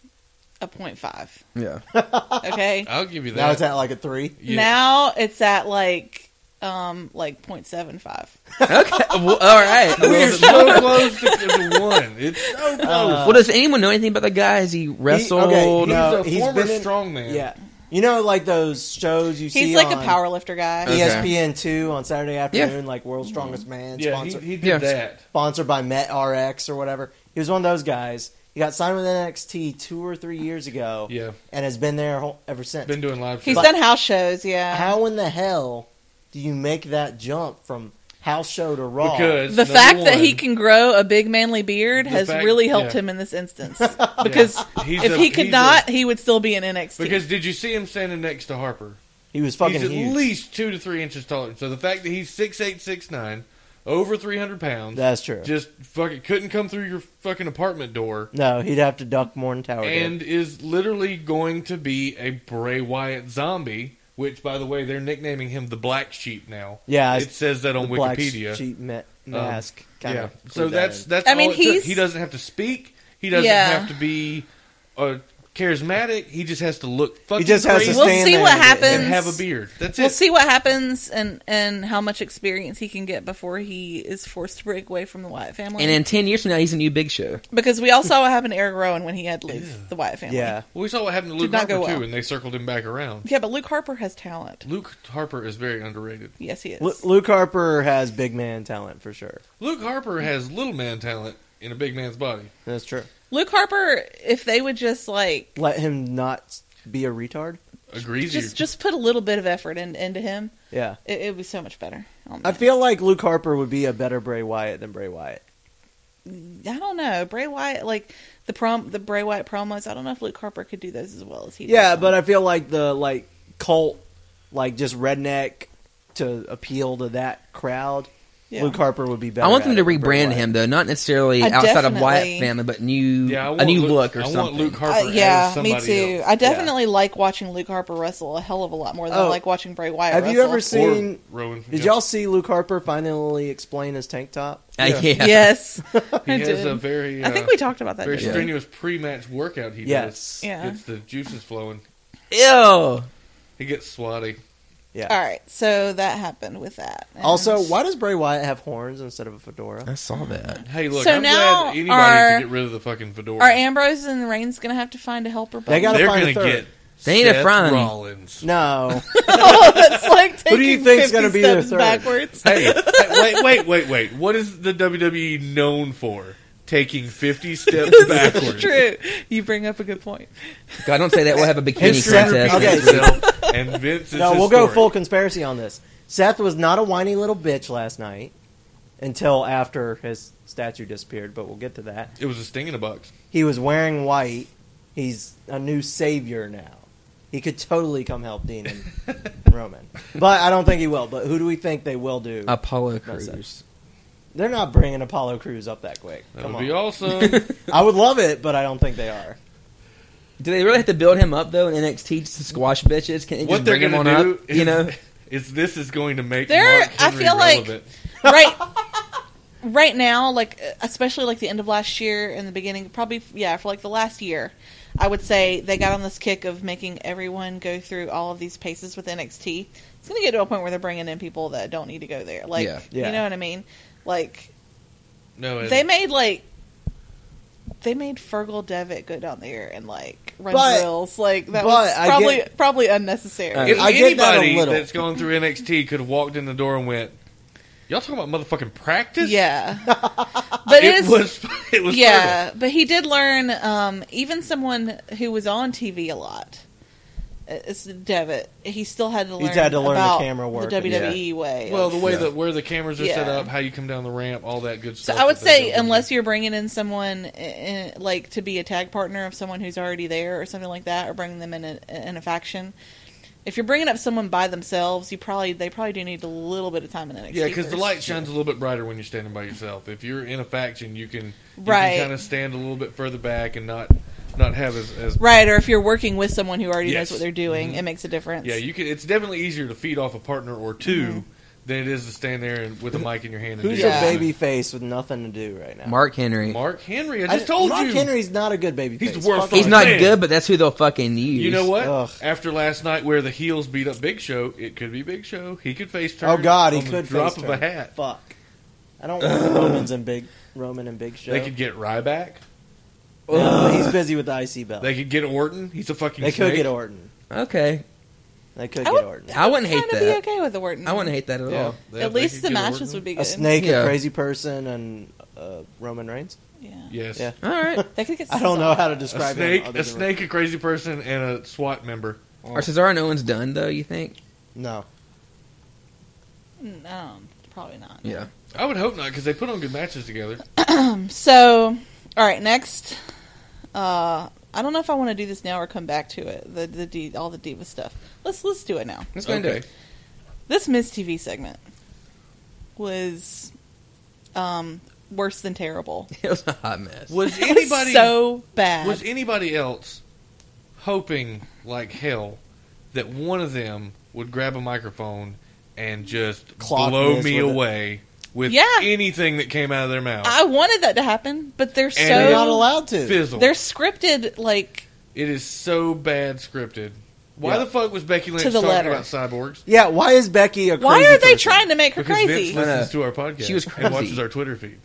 Speaker 3: a point five.
Speaker 4: Yeah.
Speaker 3: Okay,
Speaker 5: I'll give you that.
Speaker 6: Now it's at like a three.
Speaker 5: Uh, Yeah.
Speaker 3: now it's at like um like point seven five.
Speaker 4: okay. [LAUGHS] Well, all
Speaker 5: [LAUGHS]
Speaker 4: right.
Speaker 5: We're so close to, to one. It's
Speaker 6: Uh,
Speaker 5: so close.
Speaker 4: well, does anyone know anything about the guy? Has he wrestled?
Speaker 6: okay, no.
Speaker 5: uh, he's a
Speaker 6: he's
Speaker 5: former
Speaker 6: been in-
Speaker 5: strongman.
Speaker 6: Yeah. You know, like those shows you see.
Speaker 3: He's like a
Speaker 6: on E Uh,
Speaker 3: power lifter guy.
Speaker 4: Okay.
Speaker 6: ESPN two on Saturday afternoon, like World's Strongest Man,
Speaker 5: Yeah, he,
Speaker 6: sponsored,
Speaker 5: he did
Speaker 4: Yeah.
Speaker 5: that.
Speaker 6: sponsored by MetRx or whatever. He was one of those guys. He got signed with NXT two or three years ago,
Speaker 5: Yeah,
Speaker 6: and has been there whole- ever since.
Speaker 5: been doing live
Speaker 3: He's
Speaker 5: shows.
Speaker 3: done house shows, yeah.
Speaker 6: How in the hell do you make that jump from house show to Raw?
Speaker 5: because
Speaker 3: the
Speaker 5: number
Speaker 3: fact that he
Speaker 5: one,
Speaker 3: can grow a big manly beard
Speaker 5: The
Speaker 3: has
Speaker 5: fact-
Speaker 3: really helped
Speaker 5: yeah.
Speaker 3: him in this
Speaker 5: [LAUGHS]
Speaker 3: instance because
Speaker 5: he's
Speaker 3: if
Speaker 5: a-
Speaker 3: he could
Speaker 5: he's
Speaker 3: not,
Speaker 5: a-
Speaker 3: he would still be in NXT. [LAUGHS]
Speaker 5: because did you see him standing next to Harper?
Speaker 6: he was fucking
Speaker 5: he's at
Speaker 6: huge.
Speaker 5: least two to three inches taller. So the fact that he's six eight six nine, over three hundred pounds,
Speaker 6: That's true.
Speaker 5: just fucking couldn't come through your fucking apartment door,
Speaker 6: no, he'd have to duck more than Tower. did.
Speaker 5: and is literally going to be a Bray Wyatt zombie. Which, by the way, they're nicknaming him the Black Sheep now.
Speaker 6: Yeah,
Speaker 5: it says that on
Speaker 6: the black
Speaker 5: Wikipedia. Um,
Speaker 6: sheep ma- mask. kind
Speaker 5: yeah.
Speaker 6: of
Speaker 5: So that's that's.
Speaker 3: I mean,
Speaker 5: all it took.
Speaker 3: he's-
Speaker 5: he doesn't have to speak. He doesn't
Speaker 3: Yeah.
Speaker 5: have to be uh, charismatic. He just has to look fucking.
Speaker 6: just has to
Speaker 5: crazy
Speaker 3: we'll
Speaker 6: stand
Speaker 3: see
Speaker 6: there
Speaker 3: what
Speaker 6: and- and
Speaker 3: happens.
Speaker 5: and have a beard. That's
Speaker 3: We'll
Speaker 5: it.
Speaker 3: see what happens and and how much experience he can get before he is forced to break away from the Wyatt family.
Speaker 4: And in ten years from now, he's a new Big Show.
Speaker 3: because we all [LAUGHS] saw what happened to Eric Rowan when he had to leave the Wyatt family.
Speaker 6: yeah.
Speaker 5: Well, we saw what happened to Luke
Speaker 3: not
Speaker 5: Harper
Speaker 3: go well.
Speaker 5: too, and they circled him back around.
Speaker 3: [LAUGHS] Yeah, but Luke Harper has talent.
Speaker 5: Luke Harper is very underrated.
Speaker 3: Yes, he is.
Speaker 6: Lu- Luke Harper has big man talent for sure.
Speaker 5: Luke Harper has little man talent in a big man's body.
Speaker 6: That's true.
Speaker 3: Luke Harper, if they would just like
Speaker 6: Let him not be a retard.
Speaker 5: A greasy.
Speaker 3: just just put a little bit of effort in, into him,
Speaker 6: Yeah,
Speaker 3: it, it would be so much better. Um,
Speaker 6: I feel like Luke Harper would be a better Bray Wyatt than Bray Wyatt.
Speaker 3: I don't know Bray Wyatt like the prom the Bray Wyatt promos. I don't know if Luke Harper could do those as well as he.
Speaker 6: Yeah,
Speaker 3: does.
Speaker 6: but uh, I feel like the like cult, like just redneck to appeal to that crowd.
Speaker 3: Yeah.
Speaker 6: Luke Harper would be better.
Speaker 4: I want
Speaker 6: at
Speaker 4: them to
Speaker 6: it than Bray
Speaker 4: rebrand
Speaker 6: Wyatt.
Speaker 4: him though, not necessarily
Speaker 3: I
Speaker 4: outside of
Speaker 3: definitely-
Speaker 4: Wyatt family, but new
Speaker 5: yeah, I want
Speaker 4: a new
Speaker 5: Luke,
Speaker 4: look or
Speaker 5: I
Speaker 4: something.
Speaker 5: want Luke
Speaker 3: Uh,
Speaker 5: Harper.
Speaker 3: yeah,
Speaker 5: as
Speaker 3: me
Speaker 5: somebody
Speaker 3: too.
Speaker 5: else.
Speaker 3: I definitely like watching Luke Harper wrestle a hell of a lot more than I
Speaker 6: Oh.
Speaker 3: like watching Bray Wyatt.
Speaker 6: Have you
Speaker 3: wrestle.
Speaker 6: ever
Speaker 5: Or
Speaker 6: seen?
Speaker 5: Rowan.
Speaker 6: Did y'all see Luke Harper finally explain his tank top?
Speaker 4: Uh,
Speaker 3: [LAUGHS]
Speaker 4: yeah.
Speaker 3: Yes,
Speaker 5: [LAUGHS] He
Speaker 3: I
Speaker 5: has
Speaker 3: did.
Speaker 5: a very.
Speaker 3: I
Speaker 5: uh,
Speaker 3: think we talked about that.
Speaker 5: very
Speaker 3: didn't we?
Speaker 5: strenuous pre-match workout. He
Speaker 6: Yes.
Speaker 5: does.
Speaker 3: Yeah.
Speaker 5: Gets the juices flowing.
Speaker 4: Ew.
Speaker 5: He gets swatty.
Speaker 6: Yeah.
Speaker 3: All right, so that happened with that. And-
Speaker 6: Also, why does Bray Wyatt have horns instead of a
Speaker 4: [LAUGHS]
Speaker 6: fedora?
Speaker 4: I saw that.
Speaker 5: Hey, look,
Speaker 3: So
Speaker 5: I'm
Speaker 3: now
Speaker 5: glad anybody
Speaker 3: our-
Speaker 5: could get rid of the fucking fedora.
Speaker 3: are Ambrose and Reigns going to have to find a helper?
Speaker 6: They gotta
Speaker 5: They're
Speaker 6: find a
Speaker 5: gonna
Speaker 6: third.
Speaker 5: get.
Speaker 4: They need a
Speaker 5: Seth
Speaker 4: friend.
Speaker 5: Rollins.
Speaker 6: No,
Speaker 3: oh, [LAUGHS] that's like taking
Speaker 6: Who do you think's
Speaker 3: going
Speaker 6: gonna
Speaker 3: to
Speaker 6: be their third?
Speaker 3: Backwards.
Speaker 5: Hey, hey, wait, wait, wait, wait. What is the WWE known for? Taking 50 steps backwards.
Speaker 3: True. You bring up a good point.
Speaker 4: God, don't say that. We'll have a bikini
Speaker 5: History repeats
Speaker 4: contest.
Speaker 6: Okay.
Speaker 5: itself, and Vince is
Speaker 6: no, we'll go
Speaker 5: historic.
Speaker 6: full conspiracy on this. Seth was not a whiny little bitch last night until after his statue disappeared, but we'll get to that.
Speaker 5: It was a sting in a box.
Speaker 6: He was wearing white. He's a new savior now. He could totally come help Dean and Roman. But I don't think he will. But who do we think they will do?
Speaker 4: Apollo
Speaker 6: That's it.
Speaker 4: Crews. [LAUGHS]
Speaker 6: They're not bringing Apollo Crews up that quick.
Speaker 5: That
Speaker 3: [LAUGHS]
Speaker 6: Come
Speaker 5: would
Speaker 6: on.
Speaker 5: be awesome.
Speaker 6: I would love it, but I don't think they are.
Speaker 4: Do they really have to build him up though in NXT just to squash bitches? Can
Speaker 5: what they're
Speaker 4: going to
Speaker 5: do,
Speaker 4: up,
Speaker 5: is,
Speaker 4: you know?
Speaker 5: [LAUGHS] is this is going to make
Speaker 3: They're-
Speaker 5: Mark
Speaker 3: I
Speaker 5: Henry
Speaker 3: feel like-
Speaker 5: relevant.
Speaker 3: right [LAUGHS] right now like especially like the end of last year and the beginning probably yeah for like the last year i would say they got on this kick of making everyone go through all of these paces with nxt it's going to get to a point where they're bringing in people that don't need to go there like
Speaker 4: Yeah.
Speaker 6: Yeah.
Speaker 3: you know what i mean like
Speaker 5: no, and-
Speaker 3: they made like they made Fergal Devitt go down there and like run
Speaker 6: But-
Speaker 3: drills. Like that
Speaker 6: but
Speaker 3: was
Speaker 6: I
Speaker 3: probably
Speaker 6: get-
Speaker 3: probably unnecessary.
Speaker 4: Uh,
Speaker 5: If
Speaker 6: I get that a
Speaker 5: anybody
Speaker 6: little.
Speaker 5: that's going through NXT could have walked in the door and went, "Y'all talking about motherfucking
Speaker 6: [LAUGHS]
Speaker 5: practice?"
Speaker 3: yeah, but
Speaker 5: it
Speaker 3: it is
Speaker 5: was. [LAUGHS] It was.
Speaker 3: yeah, but he did learn. Um, even someone who was on TV a lot, uh, it's Devitt. He still had to learn.
Speaker 6: He's had to learn the
Speaker 3: about
Speaker 6: camera work.
Speaker 3: the WWE way.
Speaker 5: fertile. Well, the way
Speaker 4: Yeah.
Speaker 5: that where the cameras are set
Speaker 3: Yeah.
Speaker 5: up, how you come down the ramp, all that good
Speaker 3: so
Speaker 5: stuff.
Speaker 3: I would
Speaker 5: that they
Speaker 3: say,
Speaker 5: don't do.
Speaker 3: unless you're bringing in someone in, like to be a tag partner of someone who's already there or something like that, or bringing them in a, in a faction. If you're bringing up someone by themselves, you probably they probably do need a little bit of time in NXT.
Speaker 5: yeah, because the
Speaker 3: first.
Speaker 5: light shines a little bit brighter when you're standing by yourself. If you're in a faction, you can you
Speaker 3: Right.
Speaker 5: kind of stand a little bit further back and not not have as, as
Speaker 3: right? Or if you're working with someone who already
Speaker 5: Yes.
Speaker 3: knows
Speaker 5: Mm-hmm.
Speaker 3: what they're doing, it makes a difference.
Speaker 5: yeah. You can. It's definitely easier to feed off a partner or 2
Speaker 3: Mm-hmm.
Speaker 5: than it is to stand there and, with a mic in your hand. And
Speaker 6: Who's
Speaker 5: do
Speaker 3: Yeah.
Speaker 6: a
Speaker 5: something.
Speaker 6: baby face with nothing to do right now?
Speaker 4: Mark Henry.
Speaker 5: Mark Henry. I
Speaker 6: I-
Speaker 5: just told
Speaker 6: Mark
Speaker 5: you.
Speaker 6: Henry's not a good baby
Speaker 5: He's
Speaker 6: face.
Speaker 5: worth
Speaker 6: Fuck
Speaker 4: He's
Speaker 5: Oh,
Speaker 6: him.
Speaker 4: not
Speaker 5: man.
Speaker 4: good, but that's who they'll fucking use.
Speaker 5: You know what?
Speaker 6: Ugh.
Speaker 5: After last night, where the heels beat up Big Show, it could be Big Show. He could face turn.
Speaker 6: Oh God, he
Speaker 5: on the
Speaker 6: could
Speaker 5: drop
Speaker 6: face
Speaker 5: of
Speaker 6: turn.
Speaker 5: a hat.
Speaker 6: Fuck. I don't want Romans and big Roman and Big Show.
Speaker 5: They could get Ryback.
Speaker 6: No, but he's busy with the IC belt.
Speaker 5: They
Speaker 6: They,
Speaker 5: could get Orton. He's a fucking.
Speaker 6: could
Speaker 5: snake.
Speaker 6: get Orton.
Speaker 4: Okay,
Speaker 6: They could
Speaker 3: I
Speaker 6: get
Speaker 3: would-
Speaker 6: Orton.
Speaker 4: I wouldn't hate
Speaker 3: Kinda
Speaker 4: that.
Speaker 3: Be okay with the Orton.
Speaker 5: mm-hmm.
Speaker 4: I wouldn't hate that at
Speaker 5: Yeah,
Speaker 4: all.
Speaker 5: Oh, they-
Speaker 3: At
Speaker 5: they
Speaker 3: least
Speaker 5: could
Speaker 3: the
Speaker 5: get
Speaker 3: matches
Speaker 5: Orton.
Speaker 3: would be good.
Speaker 6: A snake,
Speaker 4: Yeah.
Speaker 6: a crazy person, and uh, Roman Reigns.
Speaker 3: Yeah.
Speaker 5: Yes.
Speaker 6: Yeah.
Speaker 4: All right,
Speaker 3: They could get
Speaker 6: I don't know how to
Speaker 5: A
Speaker 6: describe him
Speaker 5: snake,
Speaker 6: other
Speaker 5: a
Speaker 6: than-
Speaker 5: snake, a crazy person, and a SWAT member.
Speaker 4: are Cesaro and Owens done though? You think?
Speaker 6: No,
Speaker 3: Cesaro. Um, probably not.
Speaker 4: Yeah.
Speaker 5: I would hope not, because they put on good matches together.
Speaker 3: Mm. So, all right, next. Uh, I don't know if I want to do this now or come back to it. The the D, all the diva stuff. Let's let's do it now.
Speaker 4: Let's go and do
Speaker 5: Okay.
Speaker 4: it.
Speaker 3: This Miss TV segment was um worse than terrible.
Speaker 4: [LAUGHS] It was a hot
Speaker 3: [LAUGHS]
Speaker 4: mess.
Speaker 5: Was anybody
Speaker 3: so bad?
Speaker 5: was anybody else hoping like hell that one of them would grab a microphone and just
Speaker 6: Clock
Speaker 5: blow
Speaker 6: Miz
Speaker 5: me
Speaker 6: with it.
Speaker 5: away with
Speaker 3: Yeah.
Speaker 5: anything that came out of their mouth?
Speaker 3: I wanted that to happen, but they're
Speaker 6: they're
Speaker 5: So-
Speaker 6: not
Speaker 3: so
Speaker 6: allowed to.
Speaker 5: Fizzle.
Speaker 3: they're scripted like
Speaker 5: It is so bad scripted. Why
Speaker 6: Yeah.
Speaker 5: the fuck was Becky Lynch
Speaker 3: To the
Speaker 5: talking
Speaker 3: letter.
Speaker 5: about cyborgs?
Speaker 6: Yeah, why is Becky a? Crazy
Speaker 3: why are they
Speaker 6: person?
Speaker 3: trying to make her
Speaker 5: Because
Speaker 3: crazy?
Speaker 5: Vince
Speaker 4: No, no.
Speaker 5: listens to our podcast.
Speaker 4: She was
Speaker 5: and
Speaker 4: crazy.
Speaker 5: watches our Twitter feed.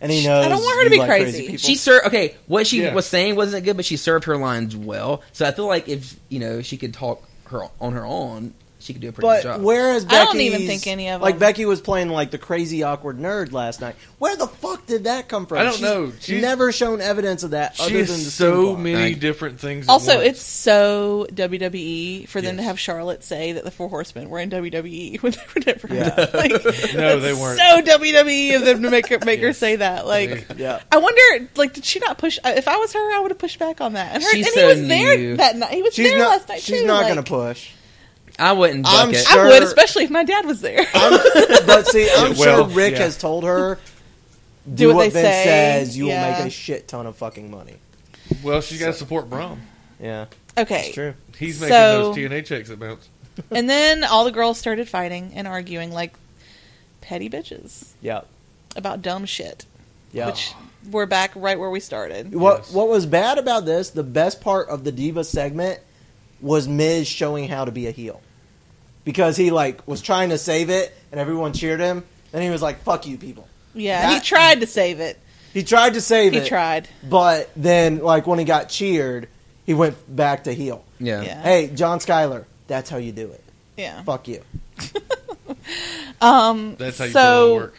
Speaker 6: And he knows.
Speaker 3: I don't want her to
Speaker 6: you
Speaker 3: be
Speaker 6: like
Speaker 3: crazy.
Speaker 6: people.
Speaker 4: She served okay. What she
Speaker 5: Yeah.
Speaker 4: was saying wasn't good, but she served her lines well. So I feel like if you know she could talk her on her own, she could do a pretty good
Speaker 6: But
Speaker 4: job.
Speaker 6: whereas
Speaker 3: I
Speaker 6: Becky's,
Speaker 3: don't even think any of
Speaker 6: like
Speaker 3: them.
Speaker 6: Becky was playing like the crazy awkward nerd last night. Where the fuck did that come from?
Speaker 5: I don't
Speaker 6: She's
Speaker 5: know. She's-
Speaker 6: never shown evidence of that
Speaker 5: She
Speaker 6: other than the
Speaker 5: has so
Speaker 6: scene
Speaker 5: many
Speaker 4: Thank-
Speaker 5: different things. at
Speaker 3: Also,
Speaker 5: once.
Speaker 3: it's so WWE for them to
Speaker 5: Yes.
Speaker 3: have Charlotte say that the Four Horsemen were in WWE [LAUGHS] when they were never.
Speaker 6: Yeah.
Speaker 3: [LAUGHS] Like,
Speaker 5: No,
Speaker 3: that's
Speaker 5: they weren't.
Speaker 3: So WWE of them to make her, make her say that. Like,
Speaker 6: block. Yeah,
Speaker 3: I wonder, like, did she not push? If I was her, I would have pushed back on that. And, her,
Speaker 4: She's
Speaker 3: and
Speaker 4: so
Speaker 3: he was there
Speaker 4: new.
Speaker 3: that night. He was
Speaker 6: she's
Speaker 3: there
Speaker 6: not.
Speaker 3: last night
Speaker 6: she's
Speaker 3: too.
Speaker 6: not
Speaker 3: like,
Speaker 6: going to push.
Speaker 4: I wouldn't
Speaker 6: I'm
Speaker 4: book it.
Speaker 6: sure-
Speaker 3: I would, especially if my dad was
Speaker 6: [LAUGHS]
Speaker 3: there.
Speaker 6: but see, I'm
Speaker 5: [LAUGHS] Yeah, well,
Speaker 6: sure Rick
Speaker 5: yeah.
Speaker 6: has told her. Do,
Speaker 3: what they
Speaker 6: Vince
Speaker 3: say."
Speaker 6: says. You
Speaker 3: Yeah.
Speaker 6: will make a shit ton of fucking money.
Speaker 5: well, she's got to support Brom.
Speaker 6: Yeah,
Speaker 3: okay,
Speaker 6: it's true.
Speaker 5: He's
Speaker 3: So-
Speaker 5: making those TNA checks that bounce.
Speaker 3: and then all the girls started fighting and arguing like petty bitches
Speaker 6: Yeah,
Speaker 3: about dumb shit.
Speaker 6: yeah.
Speaker 3: Which we're back right where we started.
Speaker 6: What
Speaker 5: Yes.
Speaker 6: What was bad about this? The best part of the diva segment was Miz showing how to be a heel, because he like was trying to save it, and everyone cheered him. Then he was like, "Fuck you, people."
Speaker 3: Yeah, he
Speaker 6: That-
Speaker 3: tried to save it.
Speaker 6: He tried to save
Speaker 3: He
Speaker 6: it,
Speaker 3: tried.
Speaker 6: but then like when he got cheered, he went back to heel.
Speaker 4: yeah.
Speaker 3: Yeah. Uh-huh.
Speaker 6: Hey, John Skyler, that's how you do it.
Speaker 3: Yeah.
Speaker 6: Fuck you.
Speaker 5: That's how you
Speaker 3: Um, So-
Speaker 5: put it on work.